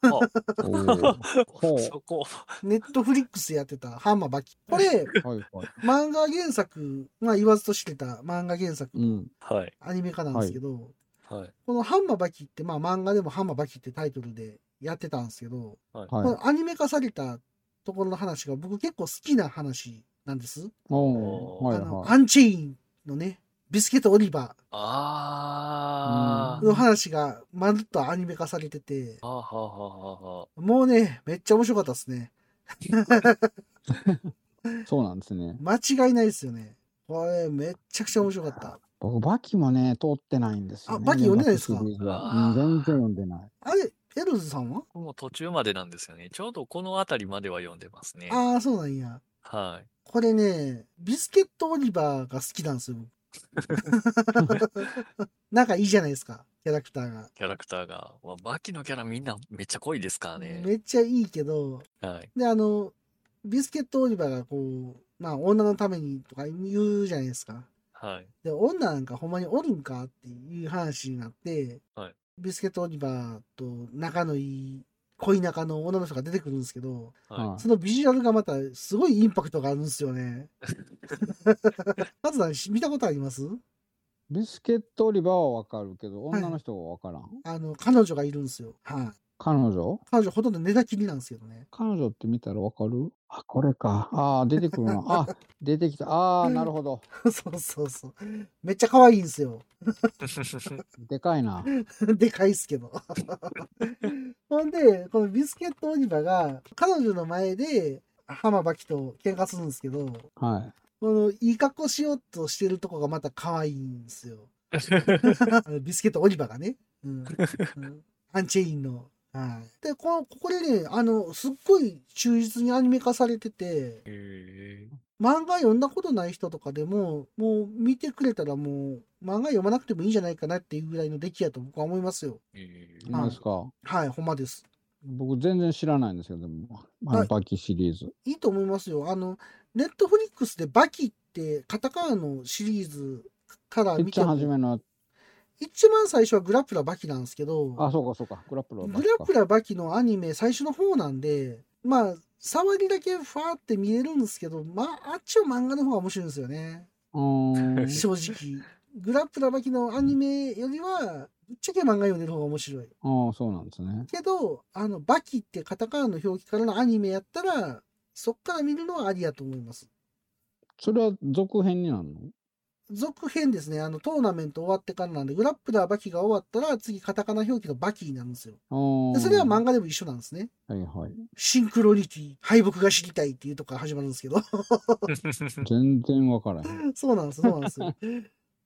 S3: ーほう
S4: そこ、 [laughs]
S2: ネットフリックスやってたハンマーバキ。これ、
S3: はいはい。
S2: 漫画原作、まあ言わずと知れた漫画原作、
S3: うん。
S4: はい、
S2: アニメ化なんですけど、
S4: はい、
S2: このハンマーバキって、まあ漫画でもハンマーバキってタイトルでやってたんですけど、こ
S3: はい。
S2: のアニメ化されたところの話が僕結構好きな話なんです。
S3: おーはい
S2: あの、
S3: は
S2: アンチェインのね、ビスケット・オリバ
S4: あ
S2: ー
S4: ー、
S2: の話がまるっとアニメ化されてて、
S4: はあはあはあはあは
S2: もうね、めっちゃ面白かったですね。
S3: い。そうなんですね。
S2: 間違いないですよね。これ、めっちゃくちゃ面白かった。
S3: 僕、バキもね、通ってないんですよ、ね。
S2: あバキ読んでないですか
S3: バキシリーズは
S4: うわ
S3: うん、
S4: ー
S3: 全然読んでない。
S2: あれ、エルズさんは
S4: 僕も途中までなんですよね。ちょうどこの辺りまでは読んでますね。
S2: ああ、そうなんや。
S4: はい。
S2: これね、ビスケット・オリバーが好きなんですよ。僕仲いいじゃないですか、キャラクターが。
S4: キャラクターが。まあ、バキのキャラみんなめっちゃ濃いですからね。
S2: めっちゃいいけど、
S4: はい。
S2: で、あの、ビスケット・オリバーがこう、まあ、女のためにとか言うじゃないですか。
S3: [laughs]
S4: はい。
S2: で、女なんかほんまにおるんかっていう話になって、
S4: はい
S2: ビスケットオリバーと仲のいい恋仲の女の人が出てくるんですけど、
S4: は
S2: そのビジュアルがまたすごいインパクトがあるんですよね。カズさんし見たことあります
S3: ビスケットオリバーはわかるけど、女の人はわからん。
S2: あの、彼女がいるんですよ。はい。
S3: 彼女
S2: 彼女ほとんど寝たきりなんですけどね。 [laughs]
S3: 彼女って見たらわかるあ、これか。ああ、出てくるな。あ、出てきた。
S2: [laughs]
S3: ああ、なるほど。
S2: そうそうそう。めっちゃ可愛いんですよ。
S3: でかいな。
S2: [laughs] でかいっすけど。ほんで、このビスケットオリバーが、彼女の前で、浜バキと喧嘩するんですけど、
S3: は
S2: この、いい格好しようとしてるとこがまた可愛いんですよ。あのビスケットオリバーがね。うん。うんアンチェインの。はい。で、この、ここでね、あの、すっごい忠実にアニメ化されてて、
S4: へ
S2: 漫画読んだことない人とかでも、もう見てくれたらもう、漫画読まなくてもいいんじゃないかなっていうぐらいの出来やと僕は思いますよ。
S4: え。へ
S3: い。何ですか
S2: はい、ほんまです。
S3: 僕全然知らないんですけど、でも、あ
S2: は
S3: の
S2: い
S3: バキシリーズ。
S2: いいと思いますよ。あの、ネットフリックスでバキってカタカナのシリーズから
S3: いっ
S2: 見
S3: ち
S2: て
S3: ゃん
S2: も
S3: 初めの、
S2: 一番最初はグラップラバキなんですけど、
S3: あ、そうかそうか。グラップラーバ
S2: グ
S3: キ
S2: ラ
S3: か
S2: ップラバキのアニメ最初の方なんで、まあ、触りだけファーって見れるんですけど、まあ、あっちは漫画の方が面白いんですよね。
S3: うーん。
S2: 正直。グラップラバキのアニメよりは、ぶっちゃけ漫画読んでる方が面白い。
S3: ああ、そうなんですね。
S2: けど、あの、バキってカタカナの表記からのアニメやったら、そっから見るのはありやと思います。
S3: それは続編になるの
S2: 続編ですね。あの、トーナメント終わってからなんで、グラップラーバキが終わったら、次カタカナ表記のバキになるんですよ。
S3: あ
S2: で
S3: あ。
S2: それは漫画でも一緒なんですね。
S3: はいはい。
S2: シンクロニティ、敗北が知りたいっていうとこから始まるんですけど。 [laughs]
S3: 全然わからへん。
S2: そうなんです、そうなんです。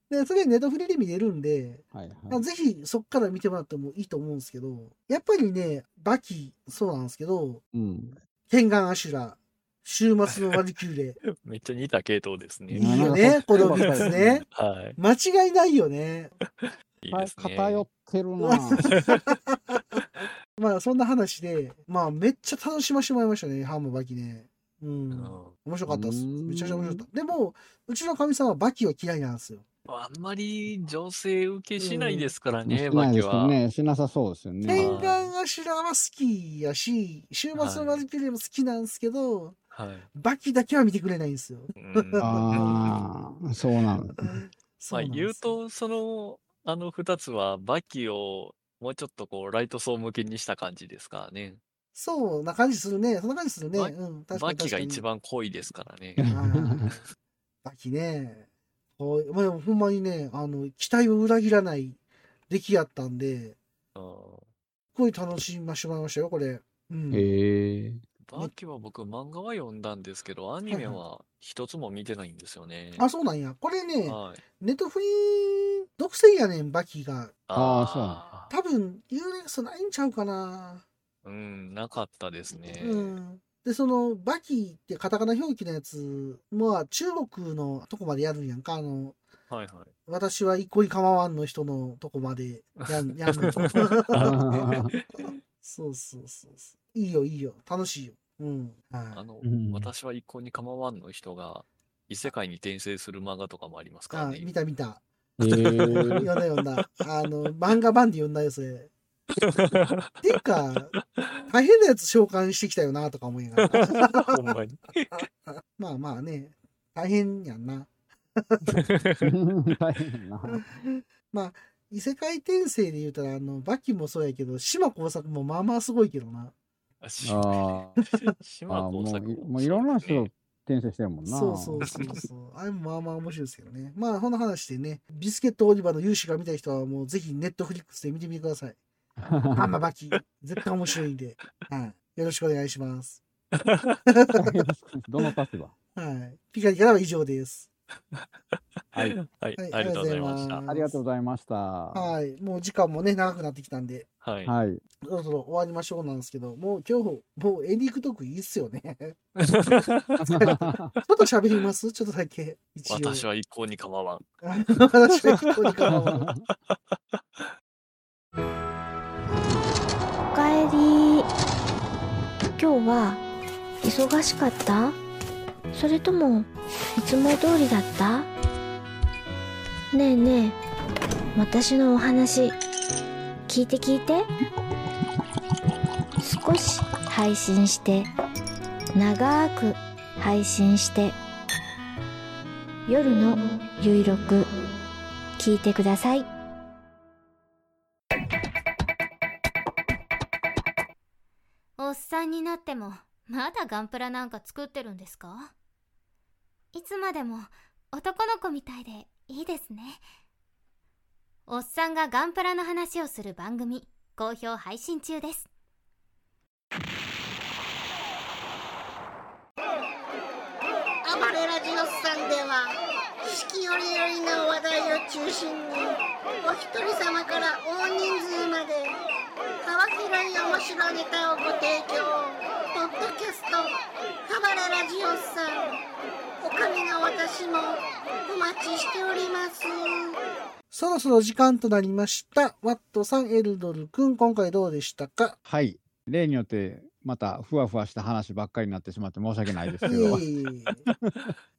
S2: で、それネットフリで見れるんで、
S3: はい
S2: まあ
S3: はい。
S2: ぜひそっから見てもらってもいいと思うんですけど、やっぱりね、バキ、そうなんですけど、
S3: うん。
S2: 天眼アシュラ、週末のワルキューレ、
S4: [laughs] めっちゃ似た系統です
S2: い
S4: ね。
S2: いよね、この3つね。
S4: は
S2: 間違いないよね。
S4: い。いい
S3: は
S4: で
S3: い
S4: すね。
S3: 偏ってる
S2: [laughs]
S3: な。
S2: まあそんな話で、まあめっちゃ楽しませてもらいましたね、ハンマバキね。う。
S4: うんん
S2: 面白かったです。
S3: うん
S2: めちゃくちゃ面白かった。でも、うちのかみさんはバキは嫌いなんですよ。
S4: あんまり女性受けしないですから
S3: し
S4: ね、
S3: な
S4: バ
S3: い
S4: キ
S3: ですよ
S4: は。
S3: ね。しなさそうですよ
S2: 天
S3: ね。
S4: はい
S2: 眼頭は好きやし、週末のマジックでも好きなんですけど、
S4: はい。
S2: バキだけは見てくれないんですよ。
S4: うん
S2: [laughs]
S3: ああ、そうなんですね
S2: そ
S4: まあ
S2: なんです
S4: 言う、と、その、あの二つは、バキをもうちょっとこう、ライト層向けにした感じですからね。
S2: そうな感じするね。そんな感じするね。
S4: バ
S2: うん、確か
S4: バ
S2: に確
S4: キ
S2: か
S4: が
S2: に。
S4: 一番濃いですからね。 [laughs]
S2: はい。バキね。こうまあ、ほんまにね、あの、期待を裏切らない出来やったんで、す [laughs]
S4: うん
S2: ごい楽しましてもらいましたよ、これ。うん。
S3: へえ。
S4: バキは僕、漫画は読んだんですけど、アニメは一つも見てないんですよね。
S2: あ、そうなんや。これね、
S4: はい。
S2: ネットフリー独占やねん、バキが。
S3: あー
S4: あ
S2: 多分、ユーネクストないんちゃうかな。
S4: ーうん、なかったですね。
S2: うん、でそのバキってカタカナ表記のやつまあ中国のとこまでやるんやんかあの
S4: はいはい。
S2: 私は一向に構わんの人のとこまでや
S4: [laughs]
S2: んやんのとそうそうそうそういいよいいよ楽しいようん
S4: あ
S2: はい
S4: の
S3: う、ん
S4: 私は一向に構わんの人が、異世界に転生する漫画とかもありますから
S2: あ
S4: ね。
S2: 見た見た
S3: へ
S2: 読ん [laughs]
S3: え
S2: だ読んだあの漫画版で読んだよそれていうか大変なやつ召喚してきたよなとか思いながら
S4: [laughs] ほんまに。
S2: まあまあね大変やんな
S3: 大変やな。
S2: 異世界転生で言うたら、あの、バキもそうやけど、島工作もまあまあすごいけどな。
S4: あ
S3: ああ、
S4: 島
S3: もう
S4: 耕作
S3: いもういろんな人転生してるもんな。
S2: そうそうそうそう。あれもまあまあ面白いですけどね。まあ、こんな話でね、ビスケットオリバーの勇姿が見たい人は、もうぜひネットフリックスで見てみてください。ハンマーバキ。絶対面白いんで。はい。よろしくお願いします。
S3: [laughs] どの立場
S2: はい。ピカリからは以上です。
S4: はい、はい
S2: はい、
S4: ありがとうございまし
S2: あ
S4: た。
S3: ありがとうございました。は
S2: はい。もう時間もね、長くなってきたんで、
S4: はい。
S3: い。
S2: そろそろ終わりましょうなんですけど、もう今日、もうエンディングトークいいっすよね。ちょっと喋りますちょっとだけ。一応。
S4: 私は一向に構わん。
S2: 私は聞こえるかも。
S8: おかえり今日は忙しかったそれともいつも通りだったねえねえ私のお話聞いて聞いて少し配信して長く配信して夜のゆいろく聞いてください
S9: おっさんになってもまだガンプラなんか作ってるんですかいつまでも男の子みたいでいいですねおっさんがガンプラの話をする番組好評配信中です
S10: 暴れラジオスさんでは四季折々の話題を中心にお一人様から大人数まで幅広い面白ネタをご提供ポッドキャスト「暴れラジオスさん」おかみの私もお待ちしております
S2: そろそろ時間となりました。ワットさん、エルドル君、今回どうでしたか
S3: はい。例によって、またふわふわした話ばっかりになってしまって申し訳ないです
S2: い
S3: け
S2: え
S3: ど、
S2: いえい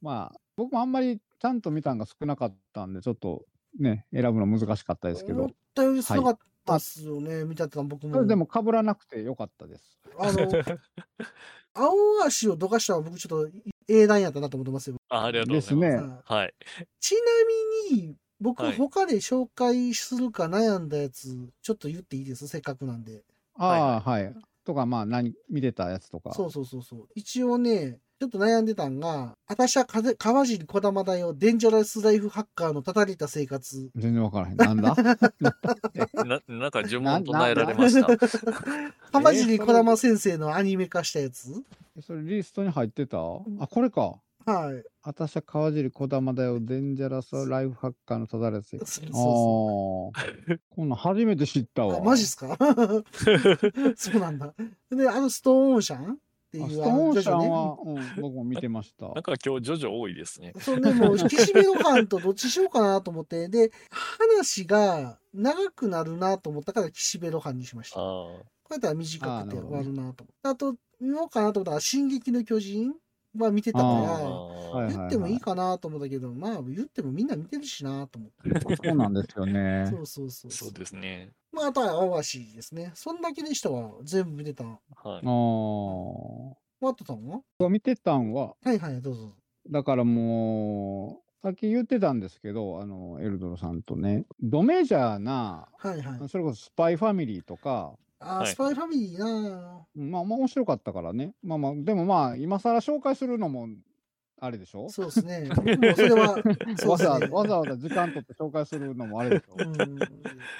S3: まあ、僕もあんまりちゃんと見たんが少なかったんで、ちょっとね、選ぶの難しかったです
S2: え。
S3: け
S2: 思
S3: ど
S2: っ、たよりすごかったっすよね、見たと僕も。
S3: でも被らなくてよかったです。
S2: あの、
S3: [laughs]
S2: 青足をどかしたのは僕ちょっと英断やったなと思ってますよ。
S4: あありがとうございます。
S3: ですね
S2: はい
S4: はい。
S2: ちなみに、僕
S4: はい
S2: 他で紹介するか悩んだやつ、ちょっと言っていいですせっかくなんで。
S3: ああ、はい、とか、まあ、何、見てたやつとか。
S2: そうそうそうそう。一応ね、ちょっと悩んでたんが、私は風川尻小玉だよ、デンジャラスライフハッカーのたたりた生活。
S3: 全然わからへん。なんだ
S4: な、なんか呪文唱えられました。
S2: 川尻小玉先生のアニメ化したやつ、
S3: それリストに入ってたあ、これか。
S2: はい。
S3: 私は川尻小玉だよ。デンジャラスライフハッカーのただれつ。あ
S2: そうそう
S3: あ
S2: そ
S3: ー。こんなん初めて知った
S2: う
S3: わ。
S2: あマジっす
S3: [laughs]
S2: かそうなんだ。で、あのストーンオーシャンってい
S3: あ
S2: う
S3: ストーンオーシャン。
S2: あの
S3: は、うん、僕も見てました。
S4: なんか今日ジョジョ多いですね。
S2: そうね、もう引き締めの感とどっちしようかなと思って、で、話が長くなるなと思ったから、岸辺露伴にしました。
S4: あ
S2: こ
S4: あ。
S2: うやったら短くて
S3: あーなる
S2: 終
S3: ほど
S2: わるなと思って。あと、見ようかなと思ったら、進撃の巨人は見てたか
S3: は
S4: あ
S2: ら、
S3: い
S2: 言ってもいい
S3: は
S2: かなと思ったけど、まあ、言ってもみんな見てるしなと思って。
S3: い
S4: [laughs]
S3: そうなんですよね。
S2: そうそうそう
S4: ー
S2: そ
S4: そうう。ですね。
S2: まあ、あとは、青足ですね。そんだけでしたわ。全部見てた。
S4: は
S3: ああ。
S2: ワットさんは
S3: 僕が見てたんは、
S2: はいはい、どうぞ。
S3: だからもう、さっき言ってたんですけど、あの、エルドロさんとね、ドメジャーな、
S2: はいはい。
S3: それこそスパイファミリーとか、
S2: あー、
S4: はい
S2: スパイファミリーな
S3: まあ、まあ面白かったからね。まあまあ、でもまあ、今更紹介するのも、あれでしょ
S2: ぁそうですね。もうそれは、
S4: [laughs]
S2: そう
S3: [laughs] わ
S2: で
S3: ざ
S2: す
S3: わ
S2: ね
S3: ざ。わざわざ時間取って紹介するのもあれでしょだ
S2: う
S3: か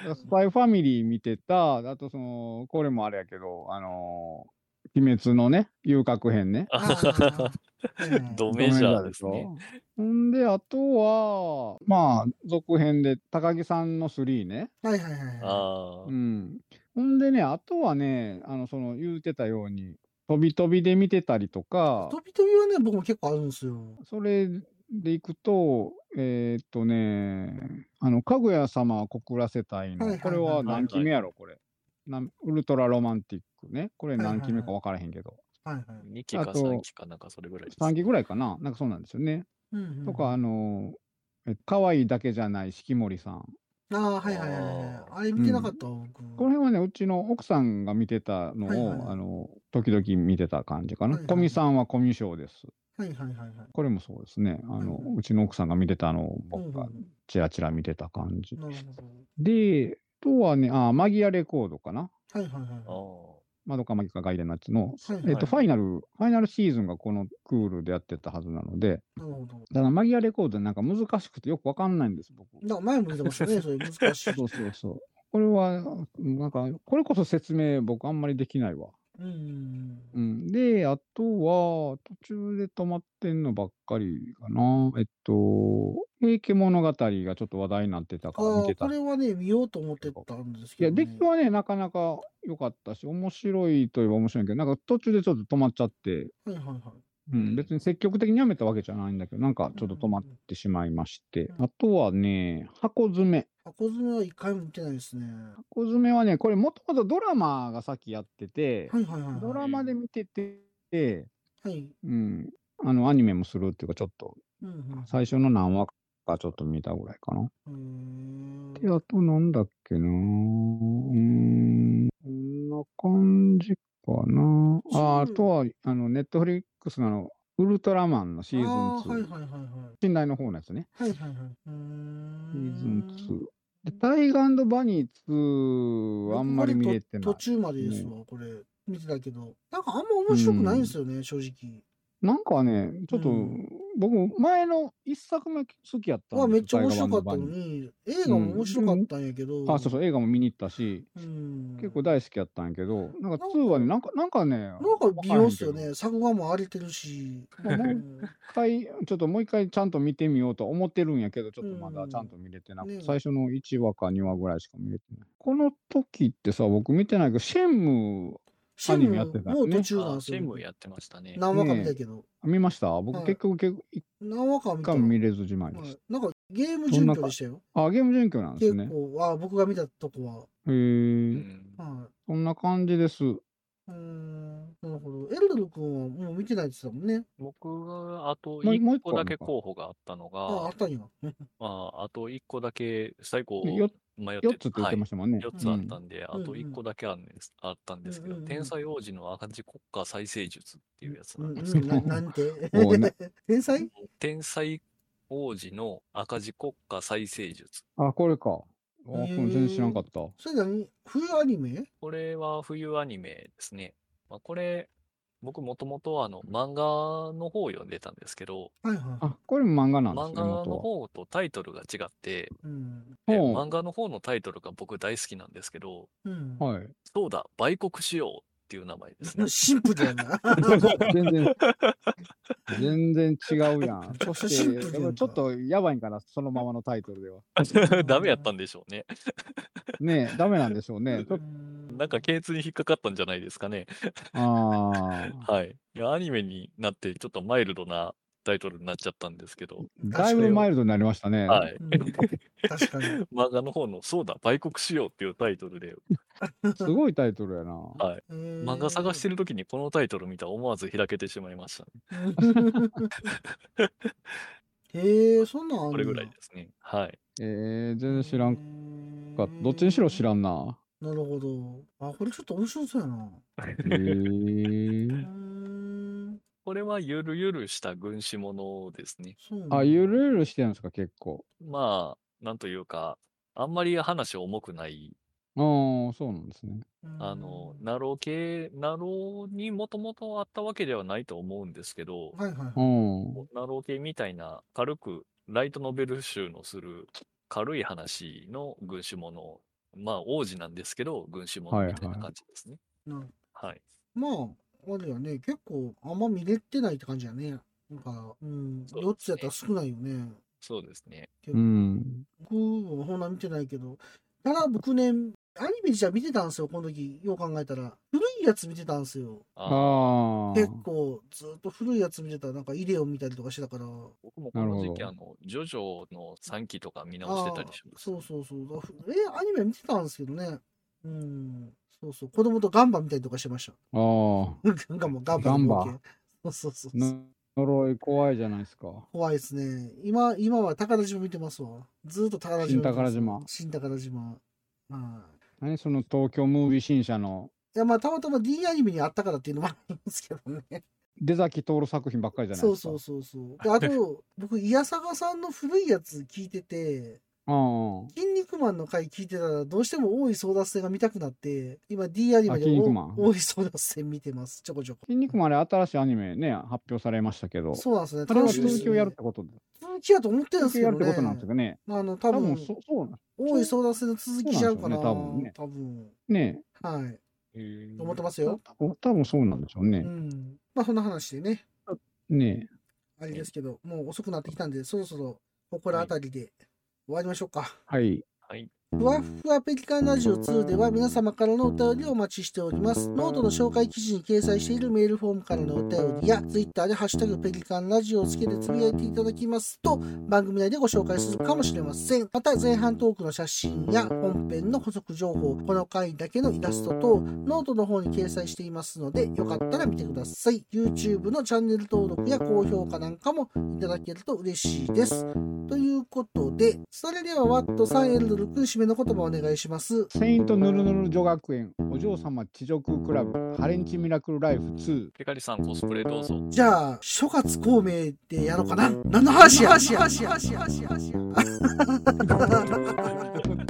S3: らスパイファミリー見てた、あとその、これもあれやけど、あのー鬼滅のね、遊郭編ね。
S4: い。
S2: ん。
S4: ドメジャーです
S3: ドメジ
S4: ね
S3: ャ。ーでしょ。んで、あとは、まあ、続編で、高木さんの3ね。
S2: はいはいはいはい。
S4: ああ
S3: う。ん。ほんでね、あとはね、あの、その、言うてたように、飛び飛びで見てたりとか、
S2: 飛び飛びはね、僕も結構あるんですよ。
S3: それでいくと、えーっとね、あの、かぐや様を告らせたい
S2: はいはい
S3: の、
S2: はい
S3: これは何期目やろ、これ。なんウルトラロマンティックね。これ
S2: はいはい
S3: 何期目か分からへんけど。
S2: はいはい。
S4: 2期か
S3: あと
S4: 3期かなんかそれぐらいです。
S3: 3期ぐらいかななんかそうなんですよね。
S2: うんうん
S3: とか、あの、え可愛いだけじゃない四季森さん。
S2: ああ、はいはいはいはい。あれ見てなかったわ、僕。
S3: この辺はね、うちの奥さんが見てたのを、
S2: はいはいはい
S3: あの、時々見てた感じかな。
S2: はいはい
S3: コミさんはコミショーです。
S2: はいはいはいはい。
S3: これもそうですね。あの、
S2: はいはいう
S3: ちの奥さんが見てたのを
S2: うんう
S3: 僕
S2: ん
S3: がチラチラ見てた感じ。
S2: なるほど。
S3: で、あとはね、あ、マギアレコードかな。
S2: はいはいはい
S4: あ
S2: は
S3: マドカマギカガイデンナッツの、
S2: い。はい
S3: え
S2: は
S3: っ
S2: い。
S3: と、ファイナル、ファイナルシーズンがこのクールでやってたはずなので、
S2: なるほど。
S3: だからマギアレコードなんか難しくてよくわかんないんです、僕。
S2: だから前も見てましたね、それ難
S3: [laughs]
S2: しい。
S3: そうそうそう。これは、なんか、これこそ説明僕あんまりできないわ。
S2: うんうん
S3: う。ん。で、あとは、途中で止まってんのばっかりかな。えっと、平家物語がちょっと話題になってた
S2: ああ
S3: から見て
S2: ー、
S3: た
S2: こ。れはね、見ようと思ってたんです
S3: い
S2: け
S3: や、
S2: どね。
S3: 出来はね、なかなか良かったし、面白いといえば面白いけど、なんか途中でちょっと止まっちゃって、
S2: はいはいはい。
S3: うん、別に積極的にやめたわけじゃないんだけど、なんかちょっと止まってしまいまして、あとはね、箱詰め。
S2: 箱詰めは一回も見てないですね。
S3: 箱詰めはね、これもともとドラマがさっきやってて、
S2: はいはいはい
S3: ド
S2: は
S3: ラマで見てて、
S2: い。はい。
S3: うん、あの、アニメもするっていうか、ちょっと、
S2: うんうん
S3: 最初の何話かちょっと見たぐらいかな。で、あとなんだっけなうーん、こんな感じかなあ、あとは、あの、ネットフリックスのあの、ウルトラマンのシーズン
S2: あーはい
S3: 2。
S2: はいはいはい。
S3: 信頼の方のやつね。
S2: はいはいはい。うー
S3: シ
S2: ん
S3: ーズン2。で、タイガーバニー2はあんまり見れてな
S2: 僕
S3: い。
S2: これと途中までですわ、これ。見てたけど。なんかあんま面白くないんですよね、正直。
S3: なんかね、ちょっと、僕、前の一作目好きやったんですよ
S2: はめっちゃ
S3: タイ
S2: 面
S3: ガー
S2: 白
S3: 版
S2: か
S3: の
S2: った
S3: バ
S2: の
S3: ニー
S2: に、映画も面白かったんやけど。
S3: あ、そうそう、映画も見に行ったし、
S2: うん
S3: 結構大好きやったんやけど、なんか2はね、なんか、なんかね、
S2: なんか微妙っすよね。作画も荒れてる
S3: [laughs]
S2: し。
S3: まあもう一回、ちょっともう一回ちゃんと見てみようと思ってるんやけど、ちょっとまだちゃんと見れてなくて、
S2: ね
S3: 最初の1話か2話ぐらいしか見れてない。この時ってさ、僕見てないけど、シェンムーアニメやってたよ
S2: シェンムーもう
S3: ね。
S2: 途中なんですよあシェンム
S4: やってましたね
S2: 何話か見たけど。
S3: え見ました
S2: は
S3: 僕
S2: い
S3: 結局、結構一
S2: 何話か見た
S3: 回も見れずじまいでし
S2: なんかゲーム
S3: た。
S2: 準拠でしたよ。
S3: あ、ゲーム準拠なんです
S2: 結
S3: ね。
S2: 構、あ僕が見たとこは。
S3: へえ。
S2: は
S3: そんな感じです。
S2: い。うーん、なるほど。エルドル君はもう見てないって言ってたもんね。
S4: 僕は、あと
S2: もうもう
S4: 1
S2: 一個
S4: 個だけ候補があったの
S2: ああ、
S4: が、
S2: ったんや。
S4: まあ、あと1個だけ、最後
S3: よ
S4: 迷って
S3: 4つって言ってましたもんね。
S4: 4つあったんで、あ
S2: うん
S4: と1個だけあんですあったんですけど、
S2: うんうんうん
S4: 天才王子の赤字国家再生術っていうやつ
S2: う
S4: な
S2: ん、
S4: ん
S2: う
S4: [laughs] ですけ
S2: ん、
S4: ど、
S2: ななんて
S3: おうな。
S2: [laughs] 天才
S4: 天才王子の赤字国家再生術。
S3: あ、これか。あ、これ全然知らんかった。
S2: それ何冬アニメ
S4: これは冬アニメですね。まあ、これ、僕もともとあの漫画の方を読んでたんですけど、
S2: はいはい。
S3: あ、これも漫画なんです
S4: 漫
S3: ね、
S4: 画の
S3: 元は。
S4: 方とタイトルが違って、
S2: うん。
S4: で
S3: ほう
S4: 漫画の方のタイトルが僕大好きなんですけど、
S2: うん。
S3: はい。
S4: そうだ、売国しようっていう名前です
S2: [laughs]
S4: ね。
S2: シンプルや
S4: [laughs]
S2: な。
S3: [laughs] 全然、全然違うやん。そし
S2: シンプルやん
S3: て、
S2: か
S3: やっぱちょっとやばいんかな、そのままのタイトルでは。
S4: ダメやったんでしょうね。
S3: ねえ、ダメなんでしょ
S2: [laughs]
S3: うね。ちょっと
S4: なんか検通に引っかかったんじゃないですかね。
S3: ああ、
S4: はい。いや、アニメになってちょっとマイルドなタイトルになっちゃったんですけど、
S3: だいぶマイルドになりましたね。
S4: はい。 [laughs]
S2: 確かに。
S4: 漫画の方の、そうだ、売国しようっていうタイトルで、
S3: すごいタイトルやな。
S4: はい。漫画探してる時にこのタイトル見たら思わず開けてしまいましたね。
S2: へえ、そんなんあん
S4: こ
S2: ねや
S4: れぐらいですね。はい。
S3: えー、全然知らんかった。どっちにしろ知らんな。
S2: なるほど。あ、これちょっと面白そうやな。
S3: えー、
S4: これはゆるゆるした軍師ものですね。
S2: そう
S3: あ、ゆるゆるしてるんですか、結構。
S4: まあ、なんというか、あんまり話重くない
S3: ああ、そうなんですね。
S4: あの、ナロー系、ナローにもともとあったわけではないと思うんですけど、
S2: はいはい。
S3: うん。
S4: ナロー系みたいな軽くライトノベル集のする軽い話の軍師もの、まあ王子なんですけど、軍師ものみたいな感じですね。
S2: なる
S4: はい。
S2: まあ、あれやね、結構あんま見れてないって感じやね。なんか、うん、
S4: そうです
S2: 4つや
S4: ね
S2: ったら少ないよね。
S4: そうですね。
S3: うん。
S2: 僕もそんな見てないけど、ただ僕ね、アニメじゃ見てたんですよ、この時、よう考えたら。古いやつ見てたんですよ。
S3: ああ。
S2: 結構、ずっと古いやつ見てたら、なんかイデオ見たりとかしてたから。
S4: 僕もこの時期、
S3: な
S4: あの、ジョジョの3期とか見直してたりします。
S2: そうそうそう。だえ、アニメ見てたんですけどね。うん、そうそう。子供とガンバ見たりとかしてました。 [laughs]
S3: ああ。
S2: ガンバもガンバ
S3: ガンバ
S2: の冒険そうそうそう。
S3: の呪い怖いじゃないですか。
S2: 怖いですね。今、今は宝島見てますわ。ずーっと宝島見
S3: 新
S2: てま
S3: 宝
S2: す。
S3: 島。
S2: 新宝島。うん
S3: 何その東京ムービー新社の
S2: いや、まあ、たまたま D アニメにあったからっていうのもあるんですけどね。
S3: 出崎徹作品ばっかりじゃない
S2: そ
S3: で
S2: う
S3: すか。
S2: そうそうそう。で、あと、僕、イヤサガさんの古いやつ聞いてて、
S3: うんうん
S2: 筋肉マンの回聞いてたら、どうしても大井争奪戦が見たくなって、今 D アニメで
S3: あ筋肉マン
S2: 大井争奪戦見てます。ちょこちょこ。
S3: 筋肉もあれ新しいアニメね、発表されましたけど。
S2: そうなんですね。
S3: あれは
S2: 楽しみです
S3: 東京
S2: ね
S3: やるってことで。
S2: 続きやと思ってるんで
S3: 東
S2: す
S3: 京
S2: け
S3: や
S2: ど
S3: るっ
S2: ね。
S3: てことなんですかね。
S2: あの、多
S3: 多分
S2: 分、
S3: そそうなん
S2: 大井争奪戦の続きちゃうかな。
S3: そうなんですよね
S2: 多分。
S3: ね
S2: はい。
S4: へー
S2: と思ってますよ。
S3: 多分そうなんでしょう
S2: う
S3: ね。
S2: ん。まあ、そんな話でね、
S3: ね
S2: あれですけど、もう遅くなってきたんで、そろそろ、ここら辺りで終わりましょうか。
S3: はい。
S4: はい。
S2: ふわっふわペリカンラジオ2では皆様からのお便りをお待ちしております。ノートの紹介記事に掲載しているメールフォームからのお便りや、Twitter でハッシュタグペリカンラジオをつけてつぶやいていただきますと、番組内でご紹介するかもしれません。また、前半トークの写真や本編の補足情報、この回だけのイラスト等、ノートの方に掲載していますので、よかったら見てください。YouTube のチャンネル登録や高評価なんかもいただけると嬉しいです。ということで、それではワットさん、エルドル君、締めの言葉をお願いします。
S3: セイントヌルヌル女学園お嬢様地上空クラブハレンチミラクルライフ2
S4: ペカリさんコスプレどうぞ。
S2: じゃあ、諸葛孔明でやろうかな。何の話や、話や、話や、話や、話や。